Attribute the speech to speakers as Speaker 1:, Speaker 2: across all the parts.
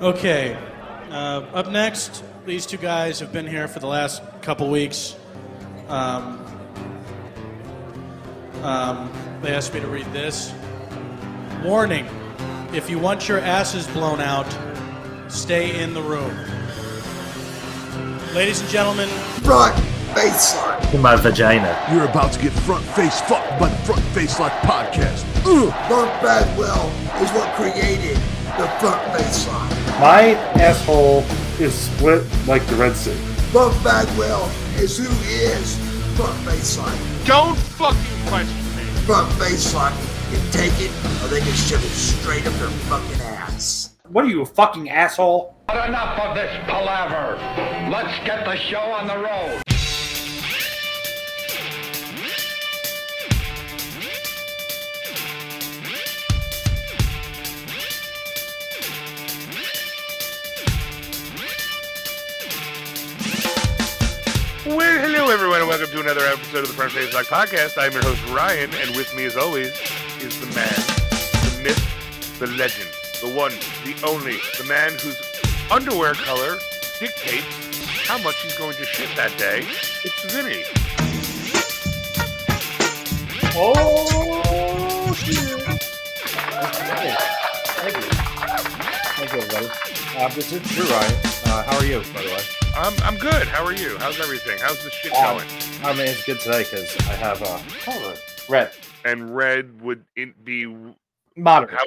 Speaker 1: Okay. Uh, up next, these two guys have been here for the last couple weeks. Um, um, they asked me to read this. Warning if you want your asses blown out, stay in the room. Ladies and gentlemen,
Speaker 2: Brock Baseline.
Speaker 3: In my vagina.
Speaker 4: You're about to get front face fucked by the Front Face Lock podcast. Ugh.
Speaker 2: Mark Bagwell is what created the front baseline.
Speaker 3: My asshole is split like the Red Sea.
Speaker 2: Mark Bagwell is who is front baseline.
Speaker 5: Don't fucking question me.
Speaker 2: Front baseline can take it or they can shove it straight up their fucking ass.
Speaker 3: What are you, a fucking asshole?
Speaker 6: But enough of this palaver. Let's get the show on the road.
Speaker 5: Well, hello everyone, and welcome to another episode of the Front Page Lock Podcast. I'm your host Ryan, and with me, as always, is the man, the myth, the legend, the one, the only, the man whose underwear color dictates how much he's going to shit that day. It's Vinny.
Speaker 3: Oh, shit. Thank you. Thank you, everybody. Uh, this is Drew Ryan. Uh, how are you, by the way?
Speaker 5: I'm I'm good. How are you? How's everything? How's the shit
Speaker 3: Um,
Speaker 5: going?
Speaker 3: I mean, it's good today because I have uh, kind of a red
Speaker 5: And red would it be
Speaker 3: moderate.
Speaker 5: how,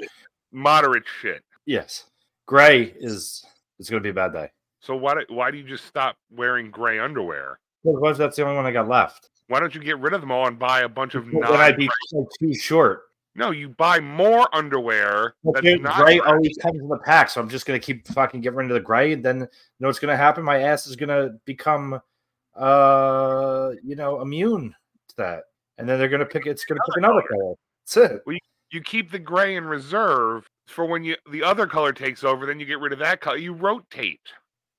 Speaker 5: moderate shit.
Speaker 3: Yes. Gray is, it's going to be a bad day.
Speaker 5: So why do, why do you just stop wearing gray underwear?
Speaker 3: Otherwise, that's the only one I got left.
Speaker 5: Why don't you get rid of them all and buy a bunch of
Speaker 3: Then I'd
Speaker 5: non
Speaker 3: be like, too short.
Speaker 5: No, you buy more underwear.
Speaker 3: But
Speaker 5: That's
Speaker 3: dude,
Speaker 5: not
Speaker 3: gray
Speaker 5: black.
Speaker 3: always comes in the pack, so I'm just gonna keep fucking getting rid of the gray, and then you know what's gonna happen? My ass is gonna become, uh, you know, immune to that, and then they're gonna pick. It's gonna pick another color. That's it.
Speaker 5: You keep the gray in reserve for when you the other color takes over. Then you get rid of that color. You rotate.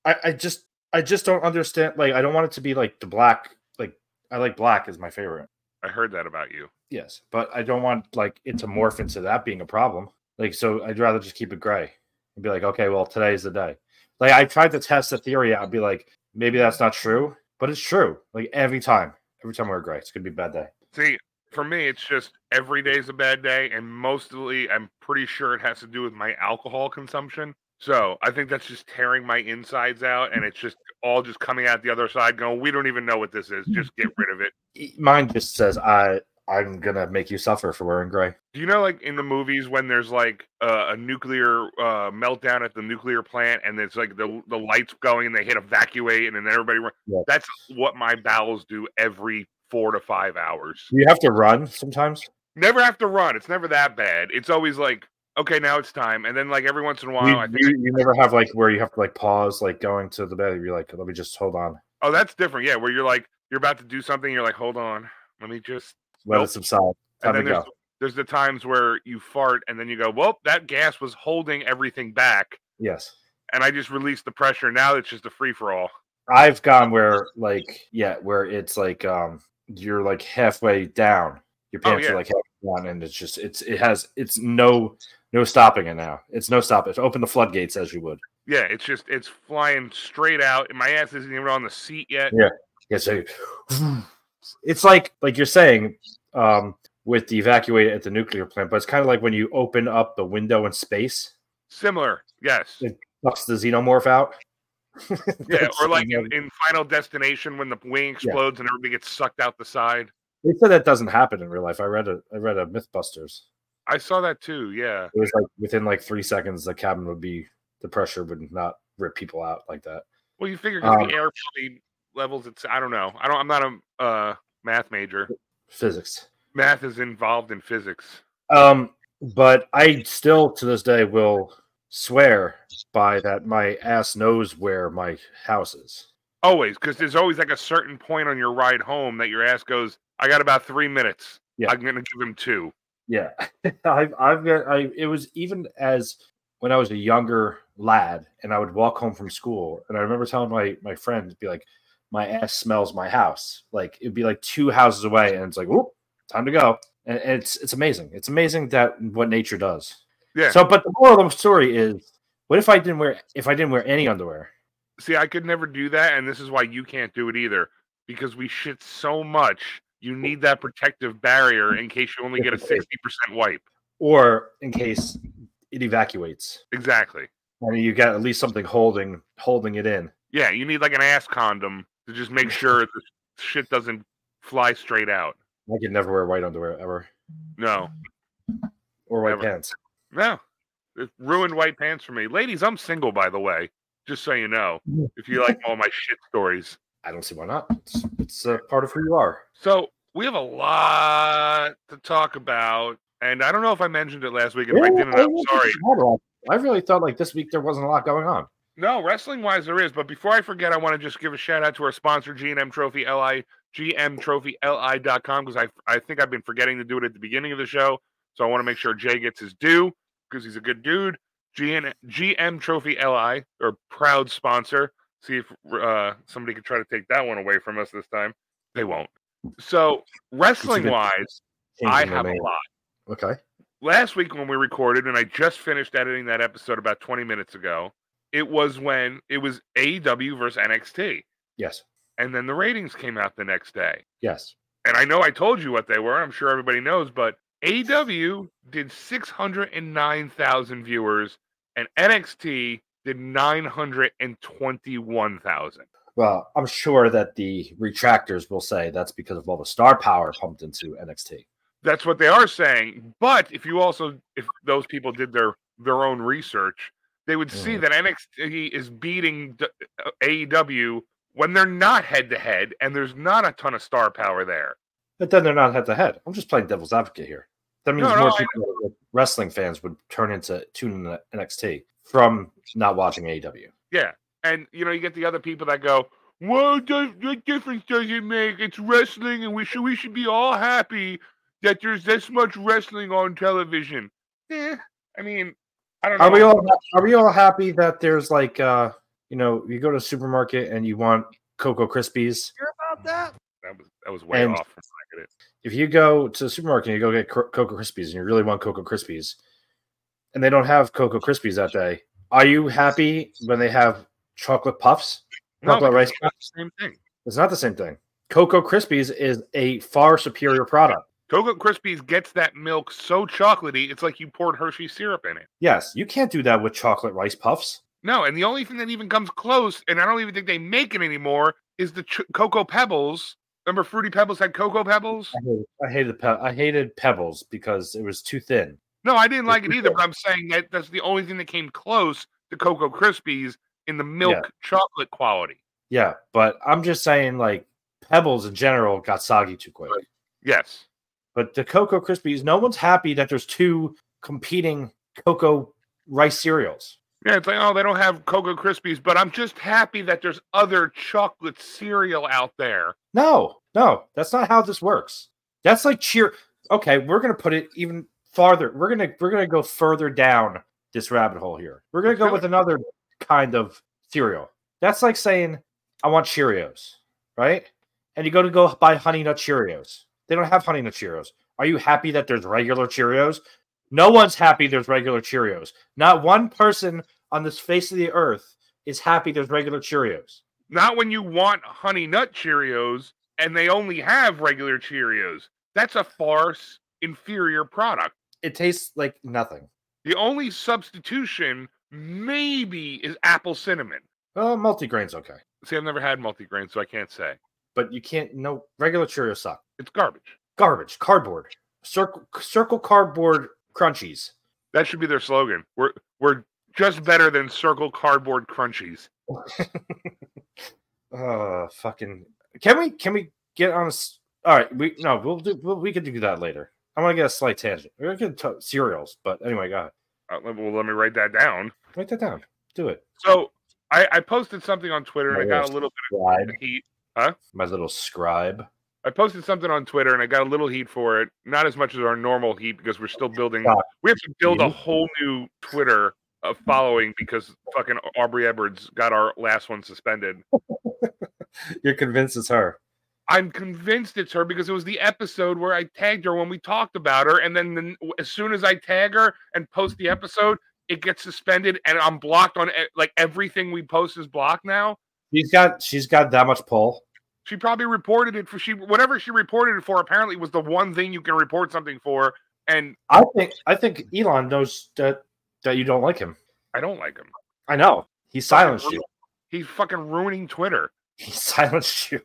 Speaker 3: I, I just, I just don't understand. Like, I don't want it to be like the black. Like, I like black is my favorite.
Speaker 5: I heard that about you.
Speaker 3: Yes, but I don't want like it to morph into that being a problem. Like, so I'd rather just keep it gray and be like, okay, well, today's the day. Like, I tried to test the theory. I'd be like, maybe that's not true, but it's true. Like every time, every time we're gray, it's gonna be a bad day.
Speaker 5: See, for me, it's just every day's a bad day, and mostly, I'm pretty sure it has to do with my alcohol consumption. So I think that's just tearing my insides out, and it's just all just coming out the other side. Going, we don't even know what this
Speaker 3: Hmm.
Speaker 5: is. Just get rid of it.
Speaker 3: E- Mine just says, I, I'm gonna make you suffer for wearing gray.
Speaker 5: Do you know, like in the movies, when there's like uh, a nuclear uh, meltdown at the nuclear plant, and it's like the the lights going, and they hit evacuate, and then everybody run.
Speaker 3: Yeah.
Speaker 5: That's what my bowels do every four to five hours.
Speaker 3: You have to run sometimes.
Speaker 5: Never have to run. It's never that bad. It's always like, okay, now it's time, and then like every once in a while,
Speaker 3: you,
Speaker 5: I think,
Speaker 3: you, you never have like where you have to like pause, like going to the bed. You're like, let me just hold on,
Speaker 5: oh, that's different. Yeah, where you're like, you're about to do something, you're like, hold on, let me just.
Speaker 3: let
Speaker 5: Nope.
Speaker 3: it subside. Time
Speaker 5: And
Speaker 3: to
Speaker 5: then
Speaker 3: go.
Speaker 5: there's, there's the times where you fart, and then you go, well, that gas was holding everything back,
Speaker 3: Yes.
Speaker 5: and I just released the pressure. Now it's just a free for all.
Speaker 3: I've gone where like yeah, where it's like um you're like halfway down. Your
Speaker 5: Oh,
Speaker 3: pants
Speaker 5: yeah.
Speaker 3: are like halfway down and it's just it's it has it's no no stopping it now. It's no stop. It's open the floodgates as you would.
Speaker 5: Yeah, it's just it's flying straight out, and my ass isn't even on the seat yet.
Speaker 3: Yeah, so it's like like you're saying, um, with the evacuate at the nuclear plant, but it's kind of like when you open up the window in space,
Speaker 5: Similar, yes,
Speaker 3: Yeah, sucks the xenomorph out.
Speaker 5: yeah,
Speaker 3: That's-
Speaker 5: or like
Speaker 3: you know,
Speaker 5: in Final Destination when the wing explodes and everybody gets sucked out the side.
Speaker 3: they said that doesn't happen in real life. I read a I read a Mythbusters.
Speaker 5: I saw that too. Yeah,
Speaker 3: it was like within like three seconds the cabin would be the pressure would not rip people out like that
Speaker 5: well, you figure 'cause
Speaker 3: Um,
Speaker 5: the air probably levels. It's I don't know. I don't. I'm not a uh, math major.
Speaker 3: physics
Speaker 5: Math is involved in physics.
Speaker 3: um but i still to this day will swear by that my ass knows where my house is
Speaker 5: Always, because there's always like a certain point on your ride home that your ass goes, "I got about three minutes.
Speaker 3: Yeah.
Speaker 5: I'm gonna give him two.
Speaker 3: yeah i've i've got i it was even as when i was a younger lad and i would walk home from school and i remember telling my my friend be like my ass smells my house like it'd be like two houses away and it's like whoop time to go and and it's it's amazing it's amazing that what nature does
Speaker 5: Yeah.
Speaker 3: so but the moral of the story is What if I didn't wear if I didn't wear any underwear?
Speaker 5: See, I could never do that, and this is why you can't do it either, because we shit so much. You need that protective barrier in case you only get a sixty percent wipe.
Speaker 3: Or in case it evacuates.
Speaker 5: Exactly.
Speaker 3: And you got at least something holding holding it in.
Speaker 5: Yeah, you need like an ass condom to just make sure the shit doesn't fly straight out.
Speaker 3: I could never wear white underwear ever.
Speaker 5: No,
Speaker 3: Or white
Speaker 5: Never.
Speaker 3: pants.
Speaker 5: no, it ruined white pants for me, ladies. I'm single, by the way. Just so you know, if you like all my shit stories.
Speaker 3: I don't see why not. It's, it's uh, part of who you are.
Speaker 5: So we have a lot to talk about, and I don't know if I mentioned it last week. If I
Speaker 3: Really?
Speaker 5: didn't,
Speaker 3: Oh, I
Speaker 5: I'm
Speaker 3: really
Speaker 5: sorry.
Speaker 3: thought about- I really thought like this week there wasn't a lot going on.
Speaker 5: No, wrestling wise there is, but before I forget, I want to just give a shout out to our sponsor, GM Trophy LI, GM Trophy LI.com, because I I think I've been forgetting to do it at the beginning of the show. So I want to make sure Jay gets his due because he's a good dude. GN, GM Trophy LI, or proud sponsor. See if uh, somebody could try to take that one away from us this time. They won't. So wrestling wise, I
Speaker 3: Changing their
Speaker 5: have a
Speaker 3: name.
Speaker 5: lot
Speaker 3: Okay.
Speaker 5: last week when we recorded, and I just finished editing that episode about 20 minutes ago, it was when it was AEW versus NXT.
Speaker 3: Yes.
Speaker 5: And then the ratings came out the next day.
Speaker 3: Yes.
Speaker 5: And I know I told you what they were. I'm sure everybody knows, but AEW did 609,000 viewers, and NXT did 921,000.
Speaker 3: Well, I'm sure that the retractors will say that's because of all the star power pumped into NXT.
Speaker 5: That's what they are saying. But if you also, if those people did their their own research, they would see
Speaker 3: Mhm.
Speaker 5: that NXT is beating d- uh, AEW when they're not head to head, and there's not a ton of star power there.
Speaker 3: But then they're not head to head. I'm just playing devil's advocate here. That means
Speaker 5: No, no,
Speaker 3: more
Speaker 5: I-
Speaker 3: people, like, wrestling fans, would turn into tune into NXT from not watching E AEW.
Speaker 5: Yeah, and you know you get the other people that go, "Well, does, what difference does it make? It's wrestling, and we should we should be all happy that there's this much wrestling on television." Eh, I mean, I don't know.
Speaker 3: Are we all are we all happy that there's like uh you know you go to a supermarket and you want Cocoa Krispies?
Speaker 5: that was that was way
Speaker 3: And-
Speaker 5: off.
Speaker 3: if you go to the supermarket and you go get Cro- Cocoa Krispies and you really want Cocoa Krispies, and they don't have Cocoa Krispies that day, are you happy when they have chocolate puffs?
Speaker 5: No,
Speaker 3: Chocolate rice
Speaker 5: because it's the same thing.
Speaker 3: It's not the same thing. Cocoa Krispies is a far superior product.
Speaker 5: Cocoa Krispies gets that milk so chocolatey, it's like you poured Hershey syrup in it.
Speaker 3: Yes, you can't do that with chocolate rice puffs.
Speaker 5: No, and the only thing that even comes close, and I don't even think they make it anymore, is the ch- Cocoa Pebbles. Remember, Fruity Pebbles had Cocoa Pebbles?
Speaker 3: I hated, I hated, pe- I hated Pebbles because it was too thin.
Speaker 5: No, I didn't like it either, but I'm saying that that's the only thing that came close to Cocoa Krispies in the milk chocolate quality.
Speaker 3: Yeah, but I'm just saying, like Pebbles in general got soggy too quick.
Speaker 5: Yes.
Speaker 3: But the Cocoa Krispies, no one's happy that there's two competing cocoa rice cereals.
Speaker 5: Yeah, it's like, oh, they don't have Cocoa Krispies, but I'm just happy that there's other chocolate cereal out there.
Speaker 3: No, no, that's not how this works. That's like cheer. Okay, we're gonna put it even farther. We're gonna we're gonna go further down this rabbit hole here. We're gonna go with another kind of cereal. That's like saying I want Cheerios, right? And you go to go buy Honey Nut Cheerios. They don't have Honey Nut Cheerios. Are you happy that there's regular Cheerios? No one's happy there's regular Cheerios. Not one person on this face of the earth is happy there's regular Cheerios.
Speaker 5: Not when you want honey nut Cheerios and they only have regular Cheerios. That's a farce inferior product.
Speaker 3: It tastes like nothing.
Speaker 5: The only substitution maybe is apple cinnamon.
Speaker 3: Well, multigrain's okay,
Speaker 5: See, I've never had multigrain, so I can't say.
Speaker 3: but you can't. No, regular Cheerios suck.
Speaker 5: It's garbage.
Speaker 3: Garbage, cardboard, circle, circle cardboard crunchies.
Speaker 5: That should be their slogan. We're we're just better than circle cardboard crunchies.
Speaker 3: Uh, fucking. Can we? Can we get on a? s- All right, we no, we'll do. We'll, we could do that later. I want to get a slight tangent. We're gonna talk cereals, but anyway, go ahead.
Speaker 5: Uh, let- well, let me write that down.
Speaker 3: Write that down. Do it.
Speaker 5: So I, I posted something on Twitter and I
Speaker 3: My
Speaker 5: got a
Speaker 3: worst.
Speaker 5: little
Speaker 3: Scribe,
Speaker 5: bit of heat
Speaker 3: my little scribe.
Speaker 5: I posted something on Twitter and I got a little heat for it. Not as much as our normal heat because we're still building.
Speaker 3: Stop.
Speaker 5: We have to build a
Speaker 3: You?
Speaker 5: whole new Twitter uh, following because fucking Aubrey Edwards got our last one suspended.
Speaker 3: You're convinced it's her.
Speaker 5: I'm convinced it's her because it was the episode where I tagged her when we talked about her. And then the, as soon as I tag her and post the episode, it gets suspended, and I'm blocked on e- like everything we post is blocked now.
Speaker 3: She's got she's got that much pull.
Speaker 5: She probably reported it for she whatever she reported it for. Apparently, was the one thing you can report something for, and
Speaker 3: I think I think Elon knows that that you don't like him.
Speaker 5: I don't like him.
Speaker 3: I know. He silenced you.
Speaker 5: He's fucking ruining Twitter.
Speaker 3: He silenced you.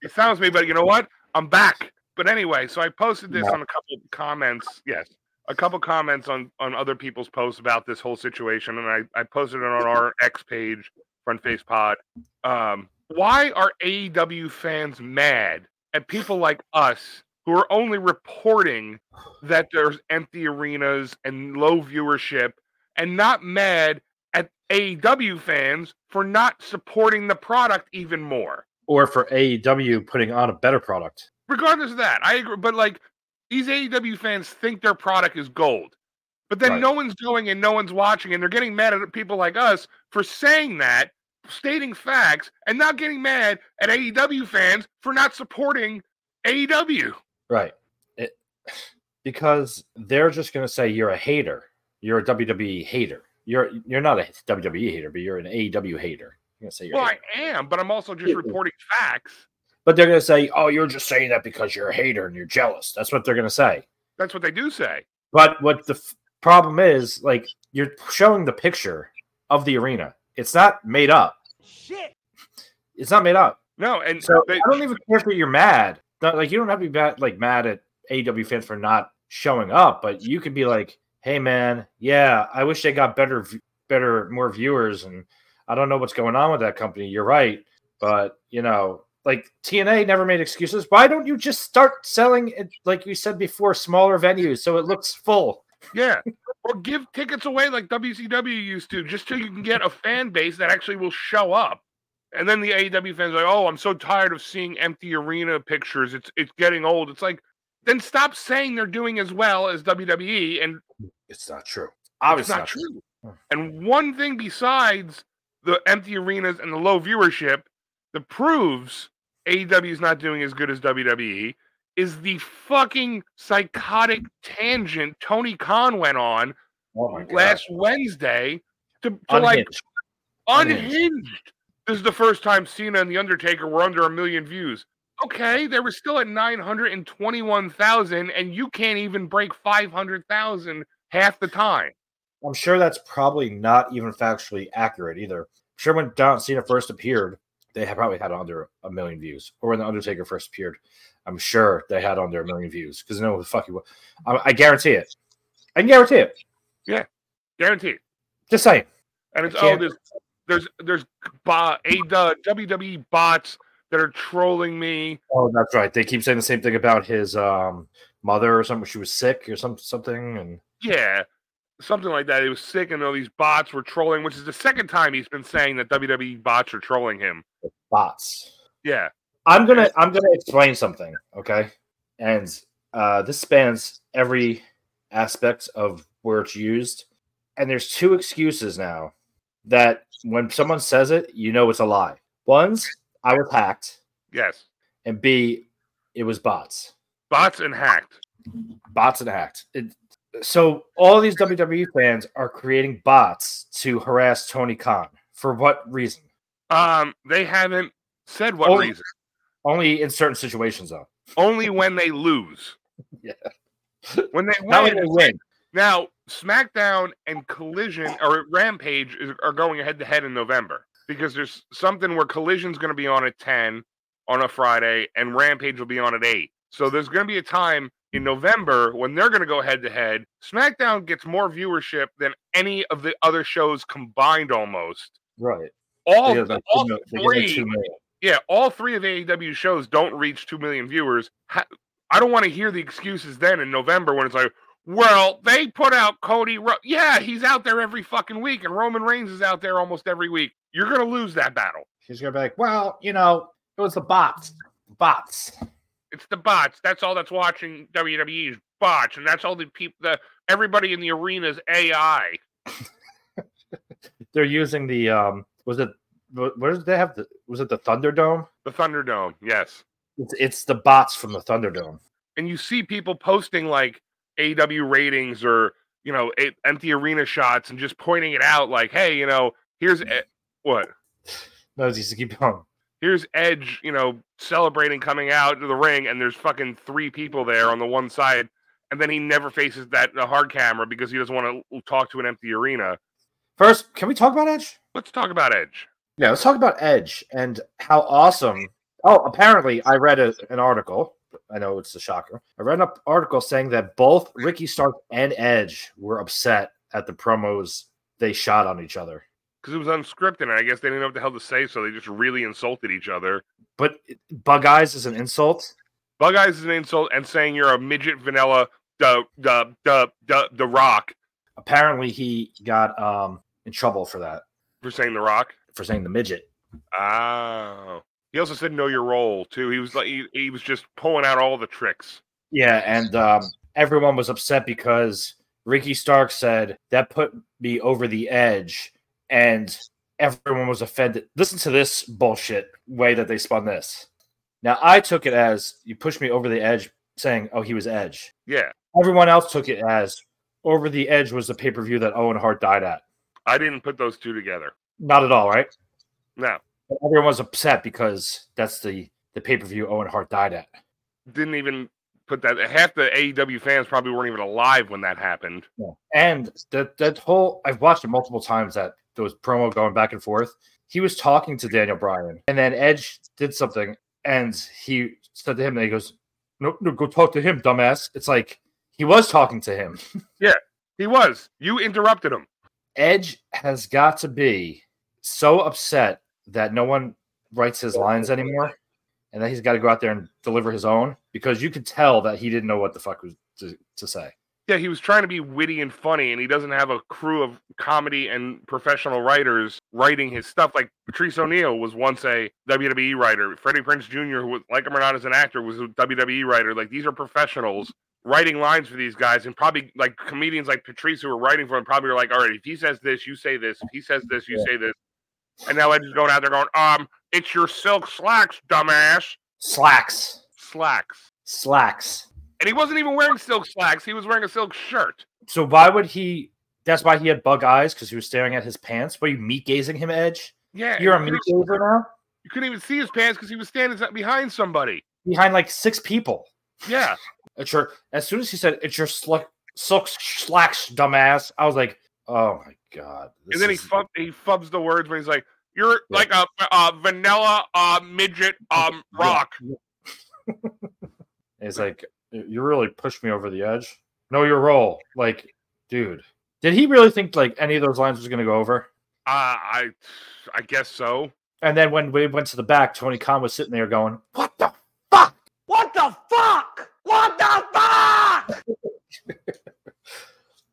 Speaker 5: It sounds me, but you know what? I'm back. But anyway, so I posted this
Speaker 3: No.
Speaker 5: on a couple comments. Yes, a couple comments on on other people's posts about this whole situation, and I I posted it on our X page, Front Face Pod. Um, why are AEW fans mad at people like us who are only reporting that there's empty arenas and low viewership, and not mad at AEW fans for not supporting the product even more?
Speaker 3: or for AEW putting on a better product.
Speaker 5: regardless of that, I agree. But like these AEW fans think their product is gold, but then
Speaker 3: Right.
Speaker 5: no one's going and no one's watching, and they're getting mad at people like us for saying that, stating facts, and not getting mad at AEW fans for not supporting E AEW.
Speaker 3: Right. It, because they're just going to say you're a hater. You're a WWE hater. You're you're not a WWE hater, but you're an AEW hater. You're gonna say you're a
Speaker 5: Well, I
Speaker 3: hater.
Speaker 5: am, but I'm also just
Speaker 3: Yeah.
Speaker 5: reporting facts.
Speaker 3: But they're going to say, "Oh, you're just saying that because you're a hater and you're jealous." That's what they're going to say.
Speaker 5: That's what they do say.
Speaker 3: But what the f- problem is, like you're showing the picture of the arena. It's not made up. Shit. It's not made up.
Speaker 5: No, and
Speaker 3: So
Speaker 5: they,
Speaker 3: I don't even care if you're mad. Not- like you don't have to be bad, like mad at AEW fans for not showing up, but you could be like, "Hey, man, yeah, I wish they got better, v- better, more viewers." And I don't know what's going on with that company. You're right, but you know, like TNA never made excuses. Why don't you just start selling it, like we said before, smaller venues so it looks full?
Speaker 5: yeah. Or give tickets away like WCW used to, just so you can get a fan base that actually will show up. And then the AEW fans are like, "Oh, I'm so tired of seeing empty arena pictures. It's it's getting old." It's like, then stop saying they're doing as well as WWE, and
Speaker 3: It's not true.
Speaker 5: it's
Speaker 3: Obviously,
Speaker 5: not,
Speaker 3: not true.
Speaker 5: true. And one thing besides the empty arenas and the low viewership that proves AEW is not doing as good as E WWE is the fucking psychotic tangent Tony Khan went on
Speaker 3: Oh my god!
Speaker 5: last Wednesday to, to, like
Speaker 3: Unhinged. Unhinged.
Speaker 5: unhinged. This is the first time Cena and The Undertaker were under a million views. Okay, they were still at 921,000, and you can't even break 500,000 half the time.
Speaker 3: I'm sure that's probably not even factually accurate either. I'm sure when Don Cena first appeared, they had probably had under a million views, or when the Undertaker first appeared, I'm sure they had under a million views because no, fuck you, I, I guarantee it. I can guarantee it.
Speaker 5: Guaranteed.
Speaker 3: Just saying.
Speaker 5: And it's
Speaker 3: I
Speaker 5: oh,
Speaker 3: can't-
Speaker 5: there's there's there's bot, a, WWE E bots that are trolling me.
Speaker 3: Oh, that's right. They keep saying the same thing about his um, mother or something. She was sick or some something, and
Speaker 5: Yeah, something like that. He was sick, and all these bots were trolling, which is the second time he's been saying that WWE bots are trolling him.
Speaker 3: bots.
Speaker 5: Yeah.
Speaker 3: I'm gonna I'm gonna explain something, okay? And uh, this spans every aspect of where it's used. And there's two excuses now that when someone says it, you know it's a lie. One's I was hacked,
Speaker 5: Yes.
Speaker 3: and B, it was bots,
Speaker 5: Bots and hacked.
Speaker 3: bots and hacked. It, so all these WWE fans are creating bots to harass Tony Khan for what reason?
Speaker 5: Um, they haven't said what
Speaker 3: Oh.
Speaker 5: reason.
Speaker 3: Only in certain situations, though.
Speaker 5: Only when they lose.
Speaker 3: Yeah.
Speaker 5: When they
Speaker 3: Not when
Speaker 5: win.
Speaker 3: they win.
Speaker 5: Now, SmackDown and Collision or Rampage is, are going head to head in November because there's something where Collision's going to be on at 10 on a Friday and Rampage will be on at 8. So there's going to be a time in November when they're going to go head to head. SmackDown gets more viewership than any of the other shows combined almost.
Speaker 3: Right.
Speaker 5: All,
Speaker 3: They get about two
Speaker 5: all
Speaker 3: mil- uh, they get like
Speaker 5: three
Speaker 3: two million.
Speaker 5: yeah, all three of AEW shows don't reach two million viewers. Ha- I don't want to hear the excuses then in November when it's like, well, they put out Cody. Ro- yeah, he's out there every fucking week, and Roman Reigns is out there almost every week. You're gonna lose that battle.
Speaker 3: He's gonna be like, well, you know, it was the bots, bots.
Speaker 5: It's the bots. That's all that's watching WWE's bots, and that's all the people. The everybody in the arena's AI.
Speaker 3: They're using the um, was it wh- where did they have the was it the Thunderdome?
Speaker 5: The Thunderdome. Yes.
Speaker 3: It's, it's the bots from the Thunderdome.
Speaker 5: and you see people posting like AW ratings or you know, a, empty arena shots and just pointing it out like, hey, you know, here's E- what?
Speaker 3: No, it's just keep going.
Speaker 5: Here's Edge, you know, celebrating coming out to the ring, and there's fucking three people there on the one side, and then he never faces that the hard camera because he doesn't want to talk to an empty arena.
Speaker 3: First, can we talk about Edge?
Speaker 5: Let's talk about Edge.
Speaker 3: Yeah, let's talk about Edge and how awesome. Oh, apparently, I read a, an article. I know it's a shocker. I read an article saying that both Ricky Stark and Edge were upset at the promos they shot on each other.
Speaker 5: Because it was unscripted, and I guess they didn't know what the hell to say, so they just really insulted each other.
Speaker 3: But bug eyes is an insult.
Speaker 5: Bug eyes is an insult, and saying you're a midget vanilla, the the the the the Rock
Speaker 3: Apparently, he got um in trouble for that
Speaker 5: for saying the Rock.
Speaker 3: for saying the midget.
Speaker 5: Oh, he also said know your role too. He was like he, he was just pulling out all the tricks.
Speaker 3: Yeah, and um, everyone was upset because Ricky Stark said that put me over the edge, and everyone was offended. Listen to this bullshit way that they spun this. Now I took it as you pushed me over the edge, saying, "Oh, he was Edge."
Speaker 5: Yeah,
Speaker 3: Everyone else took it as over the edge was the pay per view that Owen Hart died at.
Speaker 5: I didn't put those two together.
Speaker 3: Not at all, right?
Speaker 5: No,
Speaker 3: But everyone was upset because that's the the pay per view Owen Hart died at.
Speaker 5: didn't even put that. Half the AEW fans probably weren't even alive when that happened.
Speaker 3: Yeah. And that that whole I've watched it multiple times that those promo going back and forth. He was talking to Daniel Bryan, and then Edge did something, and he said to him, and he goes, "No, no, go talk to him, dumbass." It's like he was talking to him.
Speaker 5: He was. You interrupted him.
Speaker 3: Edge has got to be so upset that no one writes his lines anymore, and that he's got to go out there and deliver his own because you could tell that he didn't know what the fuck was to, to say.
Speaker 5: Yeah, he was trying to be witty and funny, and he doesn't have a crew of comedy and professional writers writing his stuff. Like Patrice O'Neill was once a WWE writer. Freddie Prince Jr., who, was- like him or not, as an actor, was a WWE writer. Like these are professionals writing lines for these guys, and probably like comedians like Patrice who were writing for him probably were like, "All right, if he says this, you say this. If he says this, you say this." And now Ed's going out there going, "Um, it's your silk slacks, dumbass,
Speaker 3: Slacks,
Speaker 5: slacks."
Speaker 3: slacks.
Speaker 5: And he wasn't even wearing silk slacks; he was wearing a silk shirt.
Speaker 3: So why would he? That's why he had bug eyes because he was staring at his pants. Were you meat gazing him, Edge?
Speaker 5: Yeah,
Speaker 3: You're a
Speaker 5: and
Speaker 3: meat
Speaker 5: Patrice-
Speaker 3: gazer now
Speaker 5: You couldn't even see his pants because he was standing s- behind somebody.
Speaker 3: behind like six people.
Speaker 5: Yeah.
Speaker 3: It's your. As soon as he said, "It's your sluck, silk slacks, dumbass," I was like, "Oh my god!" this
Speaker 5: and then he
Speaker 3: is-
Speaker 5: fub- he fubs the words when he's like, "You're
Speaker 3: Yeah. Oh,
Speaker 5: like a, a vanilla uh, midget um
Speaker 3: Yeah.
Speaker 5: rock."
Speaker 3: It's like you really pushed me over the edge. Know your role, like, dude. Did he really think like any of those lines was going to go over?
Speaker 5: Uh, I I guess so.
Speaker 3: And then when we went to the back, Tony Khan was sitting there going, "What the
Speaker 2: What the fuck? What the fuck?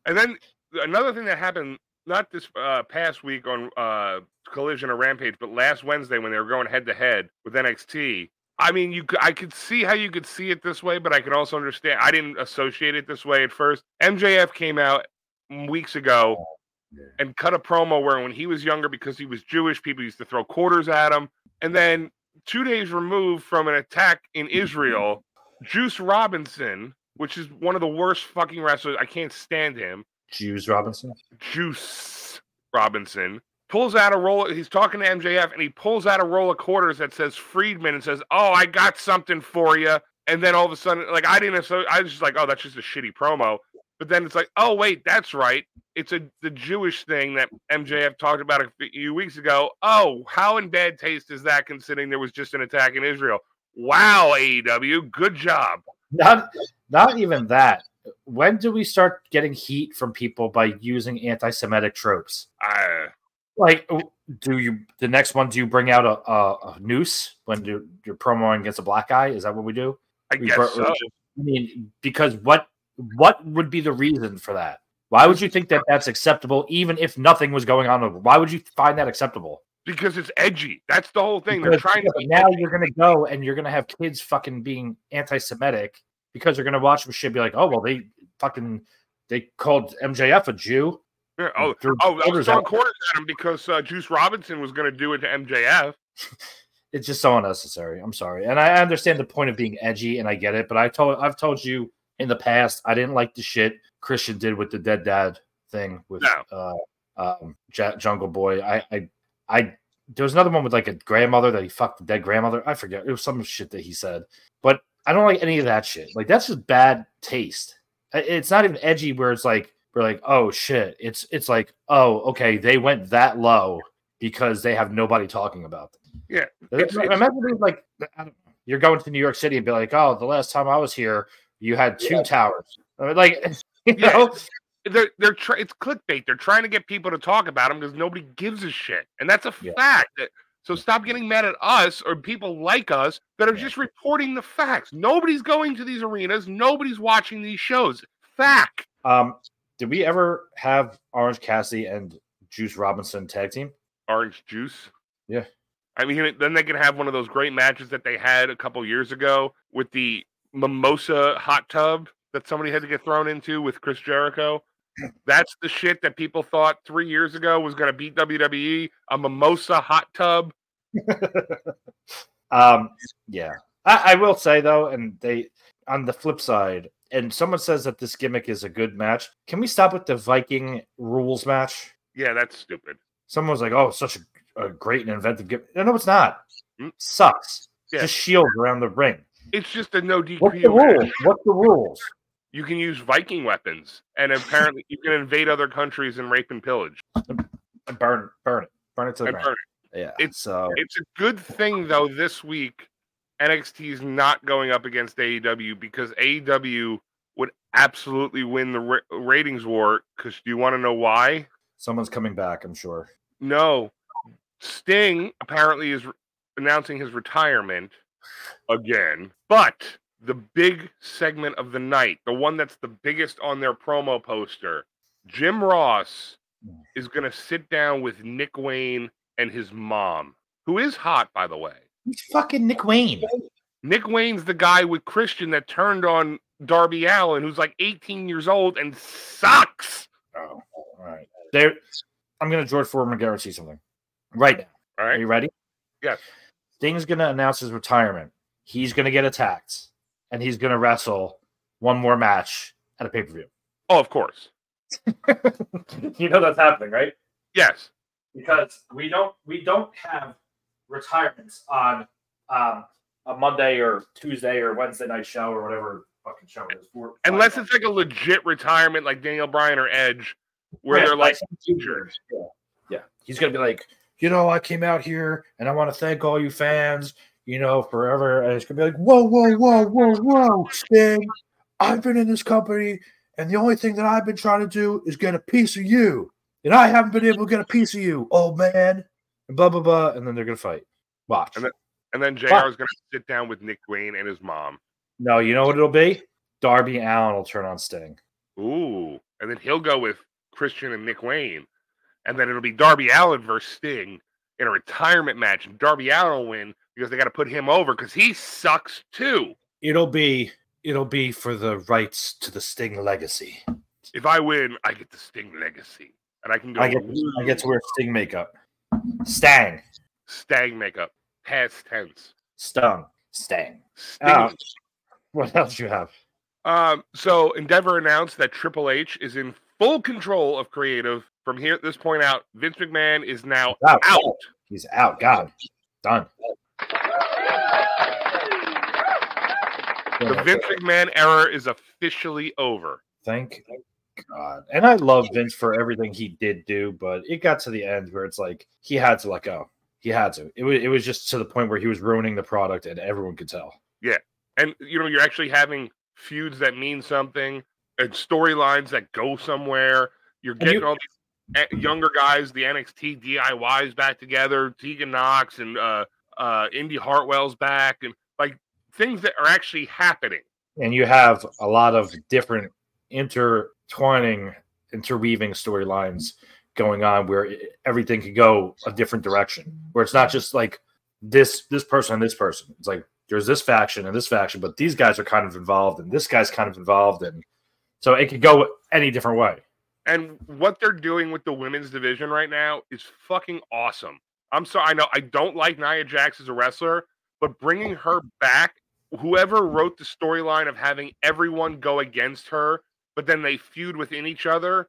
Speaker 5: And then another thing that happened not this uh, past week on uh, Collision or Rampage, but last Wednesday when they were going head to head with NXT. I mean, you c- I could see how you could see it this way, but I could also understand. I didn't associate it this way at first. MJF came out weeks ago and cut a promo where when he was younger, because he was Jewish, people used to throw quarters at him. And then two days removed from an attack in Israel, Juice Robinson, which is one of the worst fucking wrestlers. I can't stand him.
Speaker 3: Jews Robinson?"
Speaker 5: Juice Robinson pulls out a roll. He's talking to MJF, and he pulls out a roll of quarters that says Friedman, and says, "Oh, I got something for you." And then all of a sudden, like I didn't, so I was just like, "Oh, that's just a shitty promo." But then it's like, "Oh, wait, that's right. It's a the Jewish thing that MJF talked about a few weeks ago." Oh, how in bad taste is that, considering there was just an attack in Israel? Wow, AEW, good job.
Speaker 3: not not even that when do we start getting heat from people by using anti-semitic tropes
Speaker 5: I,
Speaker 3: like w- do you the next one do you bring out a, a, a noose when you, you're promoing against a black guy is that what we do
Speaker 5: I
Speaker 3: We
Speaker 5: guess
Speaker 3: brought-
Speaker 5: so.
Speaker 3: i mean because what what would be the reason for that why would you think that that's acceptable even if nothing was going on why would you find that acceptable
Speaker 5: because it's edgy. That's the whole thing. They're
Speaker 3: Because,
Speaker 5: trying
Speaker 3: yeah,
Speaker 5: to
Speaker 3: but
Speaker 5: be
Speaker 3: now you're gonna go and you're gonna have kids fucking being anti-Semitic because they're gonna watch some shit and be like, oh well, they fucking they called MJF a Jew.
Speaker 5: Yeah, Oh,
Speaker 3: Threw
Speaker 5: oh, I was
Speaker 3: quarters
Speaker 5: throwing
Speaker 3: at-
Speaker 5: quarters at him because uh, Juice Robinson was going to do it to MJF.
Speaker 3: It's just so unnecessary. I'm sorry, and I understand the point of being edgy, and I get it. But I told I've told you in the past I didn't like the shit Christian did with the dead dad thing with uh, um, J- Jungle Boy. I, I, I, there was another one with like a grandmother that he fucked the dead grandmother. I forget. It was some shit that he said, but I don't like any of that shit. Like that's just bad taste. I- It's not even edgy where it's like we're like, oh shit. It's it's like, oh okay, they went that low because they have nobody talking about them.
Speaker 5: Yeah,
Speaker 3: That's-
Speaker 5: it's-
Speaker 3: imagine being like I don't know, you're going to New York City and be like, oh, the last time I was here, you had two towers. I mean, Like, you
Speaker 5: Yeah.
Speaker 3: know,
Speaker 5: they're they're try- it's clickbait. They're trying to get people to talk about them because nobody gives a shit, and that's a
Speaker 3: Yeah.
Speaker 5: fact. So stop getting mad at us or people like us that are
Speaker 3: Yeah.
Speaker 5: just reporting the facts. Nobody's going to these arenas. Nobody's watching these shows. Fact.
Speaker 3: um, did we ever have Orange Cassidy and Juice Robinson tag team?
Speaker 5: Orange juice.
Speaker 3: Yeah.
Speaker 5: I mean, then they can have one of those great matches that they had a couple years ago with the mimosa hot tub that somebody had to get thrown into with Chris Jericho. That's the shit that people thought three years ago was going to beat WWE. A mimosa hot tub.
Speaker 3: Um, yeah, I, I will say though, and they on the flip side, and someone says that this gimmick is a good match. Can we stop with the Viking rules match?
Speaker 5: Yeah, that's stupid.
Speaker 3: Someone's like, "Oh, it's such a, a great and inventive gimmick." No, no, it's not.
Speaker 5: Mm.
Speaker 3: Sucks.
Speaker 5: Yeah.
Speaker 3: Just shield around the ring.
Speaker 5: It's just a no DQ.
Speaker 3: What's the
Speaker 5: match.
Speaker 3: rules? What's the rules?
Speaker 5: You can use Viking weapons, and apparently you can invade other countries and rape and pillage.
Speaker 3: And burn, burn it, burn it to the
Speaker 5: And
Speaker 3: ground.
Speaker 5: burn
Speaker 3: Yeah,
Speaker 5: It's-
Speaker 3: so
Speaker 5: It's a good thing though this week NXT is not going up against AEW because AEW would absolutely win the ra- ratings war. Because do you want to know why?
Speaker 3: someone's coming back. I'm sure.
Speaker 5: No, Sting apparently is re- announcing his retirement again, but the big segment of the night, the one that's the biggest on their promo poster, Jim Ross is going to sit down with Nick Wayne and his mom, who is hot, by the way.
Speaker 3: Who's fucking Nick Wayne?
Speaker 5: Nick Wayne's the guy with Christian that turned on Darby Allen, who's like 18 years old and sucks.
Speaker 3: Oh, all right. There, I'm gonna George Foreman guarantee something right now.
Speaker 5: All
Speaker 3: Are
Speaker 5: right.
Speaker 3: you ready?
Speaker 5: Yes.
Speaker 3: Sting's gonna announce his retirement. He's gonna get attacked, and he's gonna wrestle one more match at a pay per view.
Speaker 5: Oh, of course.
Speaker 3: you know that's happening, right?
Speaker 5: Yes.
Speaker 3: Because we don't we don't have retirements on um, a Monday or Tuesday or Wednesday night show or whatever fucking show it is. Four-
Speaker 5: Unless
Speaker 3: five-
Speaker 5: it's like a legit retirement, like Daniel Bryan or Edge, where
Speaker 3: Yeah,
Speaker 5: they're like,
Speaker 3: injured. Yeah. yeah. He's gonna be like, you know, I came out here and I want to thank all you fans, you know, forever. And it's gonna be like, whoa, whoa, whoa, whoa, whoa, Sting. I've been in this company, and the only thing that I've been trying to do is get a piece of you. And I haven't been able to get a piece of you, old man. And blah blah blah. And then they're gonna fight. Watch.
Speaker 5: And then- and then JR is going to sit down with Nick Wayne and his mom.
Speaker 3: no, you know what it'll be? Darby Allen will turn on Sting.
Speaker 5: Ooh. And then he'll go with Christian and Nick Wayne. And then it'll be Darby Allen versus Sting in a retirement match. And Darby Allen will win because they got to put him over because he sucks too.
Speaker 3: It'll be it'll be for the rights to the Sting legacy.
Speaker 5: If I win, I get the Sting legacy, and I can go
Speaker 3: I get I get to wear Sting makeup. Stang.
Speaker 5: Stang makeup, past tense.
Speaker 3: Stung. Stang.
Speaker 5: Sting.
Speaker 3: Oh. What else you have?
Speaker 5: Um, so Endeavor announced that Triple H is in full control of creative from here at this point out. Vince McMahon is now
Speaker 3: Out.
Speaker 5: out.
Speaker 3: He's out. God. Done.
Speaker 5: The Vince McMahon era is officially over.
Speaker 3: Thank God. And I love Vince for everything he did do, but it got to the end where it's like he had to let go. He had to. It was, it was just to the point where he was ruining the product and everyone could tell.
Speaker 5: and you know you're actually having feuds that mean something and storylines that go somewhere. You're
Speaker 3: you-
Speaker 5: getting all these a- younger guys, the NXT DIYs back together, Tegan Knox and uh, uh, Indy Hartwell's back, and like things that are actually happening.
Speaker 3: and you have a lot of different intertwining, interweaving storylines going on where i- everything could go a different direction. Where it's not just like this this person and this person. It's like there's this faction and this faction, but these guys are kind of involved and this guy's kind of involved, and so it could go any different way.
Speaker 5: And what they're doing with the women's division right now is fucking awesome. I'm sorry, I know I don't like Nia Jax as a wrestler, but bringing her back, whoever wrote the storyline of having everyone go against her but then they feud within each other.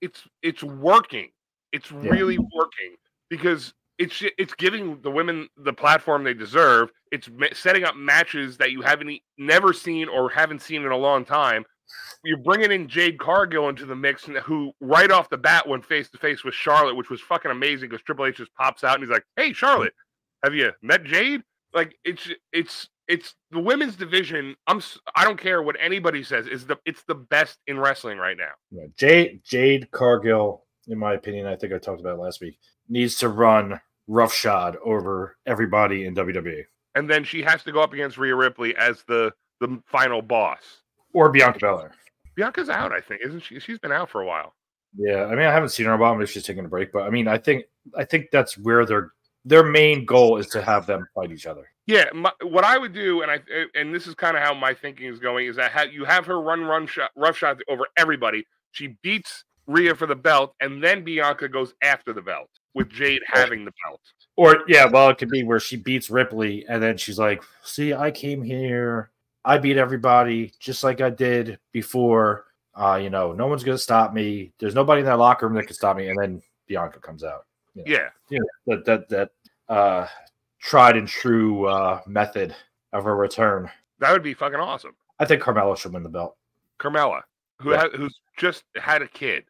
Speaker 5: It's it's working. It's
Speaker 3: Yeah.
Speaker 5: really working because it's it's giving the women the platform they deserve. It's ma- setting up matches that you haven't e- never seen or haven't seen in a long time. You're bringing in Jade Cargill into the mix, and who right off the bat went face to face with Charlotte, which was fucking amazing because Triple H just pops out and he's like, "Hey, Charlotte, have you met Jade?" Like it's it's it's the women's division. I'm s- I don't care what anybody says. Is the it's the best in wrestling right now.
Speaker 3: Yeah, Jade Jade Cargill, in my opinion, I think I talked about it last week, needs to run roughshod over everybody in E WWE
Speaker 5: And then she has to go up against Rhea Ripley as the the final boss.
Speaker 3: or Bianca Belair.
Speaker 5: Bianca's out, I think, isn't she? She's been out for a while.
Speaker 3: Yeah, I mean, I haven't seen her in a while. Maybe she's taking a break, but I mean, I think I think that's where their their main goal is to have them fight each other.
Speaker 5: Yeah, my, what I would do, and I eh, and this is kind of how my thinking is going, is that ha- you have her run run shot rough shot over everybody. She beats Rhea for the belt, and then Bianca goes after the belt with Jade having the belt.
Speaker 3: Or yeah, well, it could be where she beats Ripley, and then she's like, "See, I came here, I beat everybody just like I did before. Uh, you know, no one's gonna stop me. There's nobody in that locker room that can stop me." And then Bianca comes out.
Speaker 5: Yeah,
Speaker 3: That that that uh, tried and true uh, method of her return.
Speaker 5: that would be fucking awesome.
Speaker 3: I think Carmella should win the belt.
Speaker 5: Carmella, who
Speaker 3: Yeah.
Speaker 5: ha- who's just had a kid.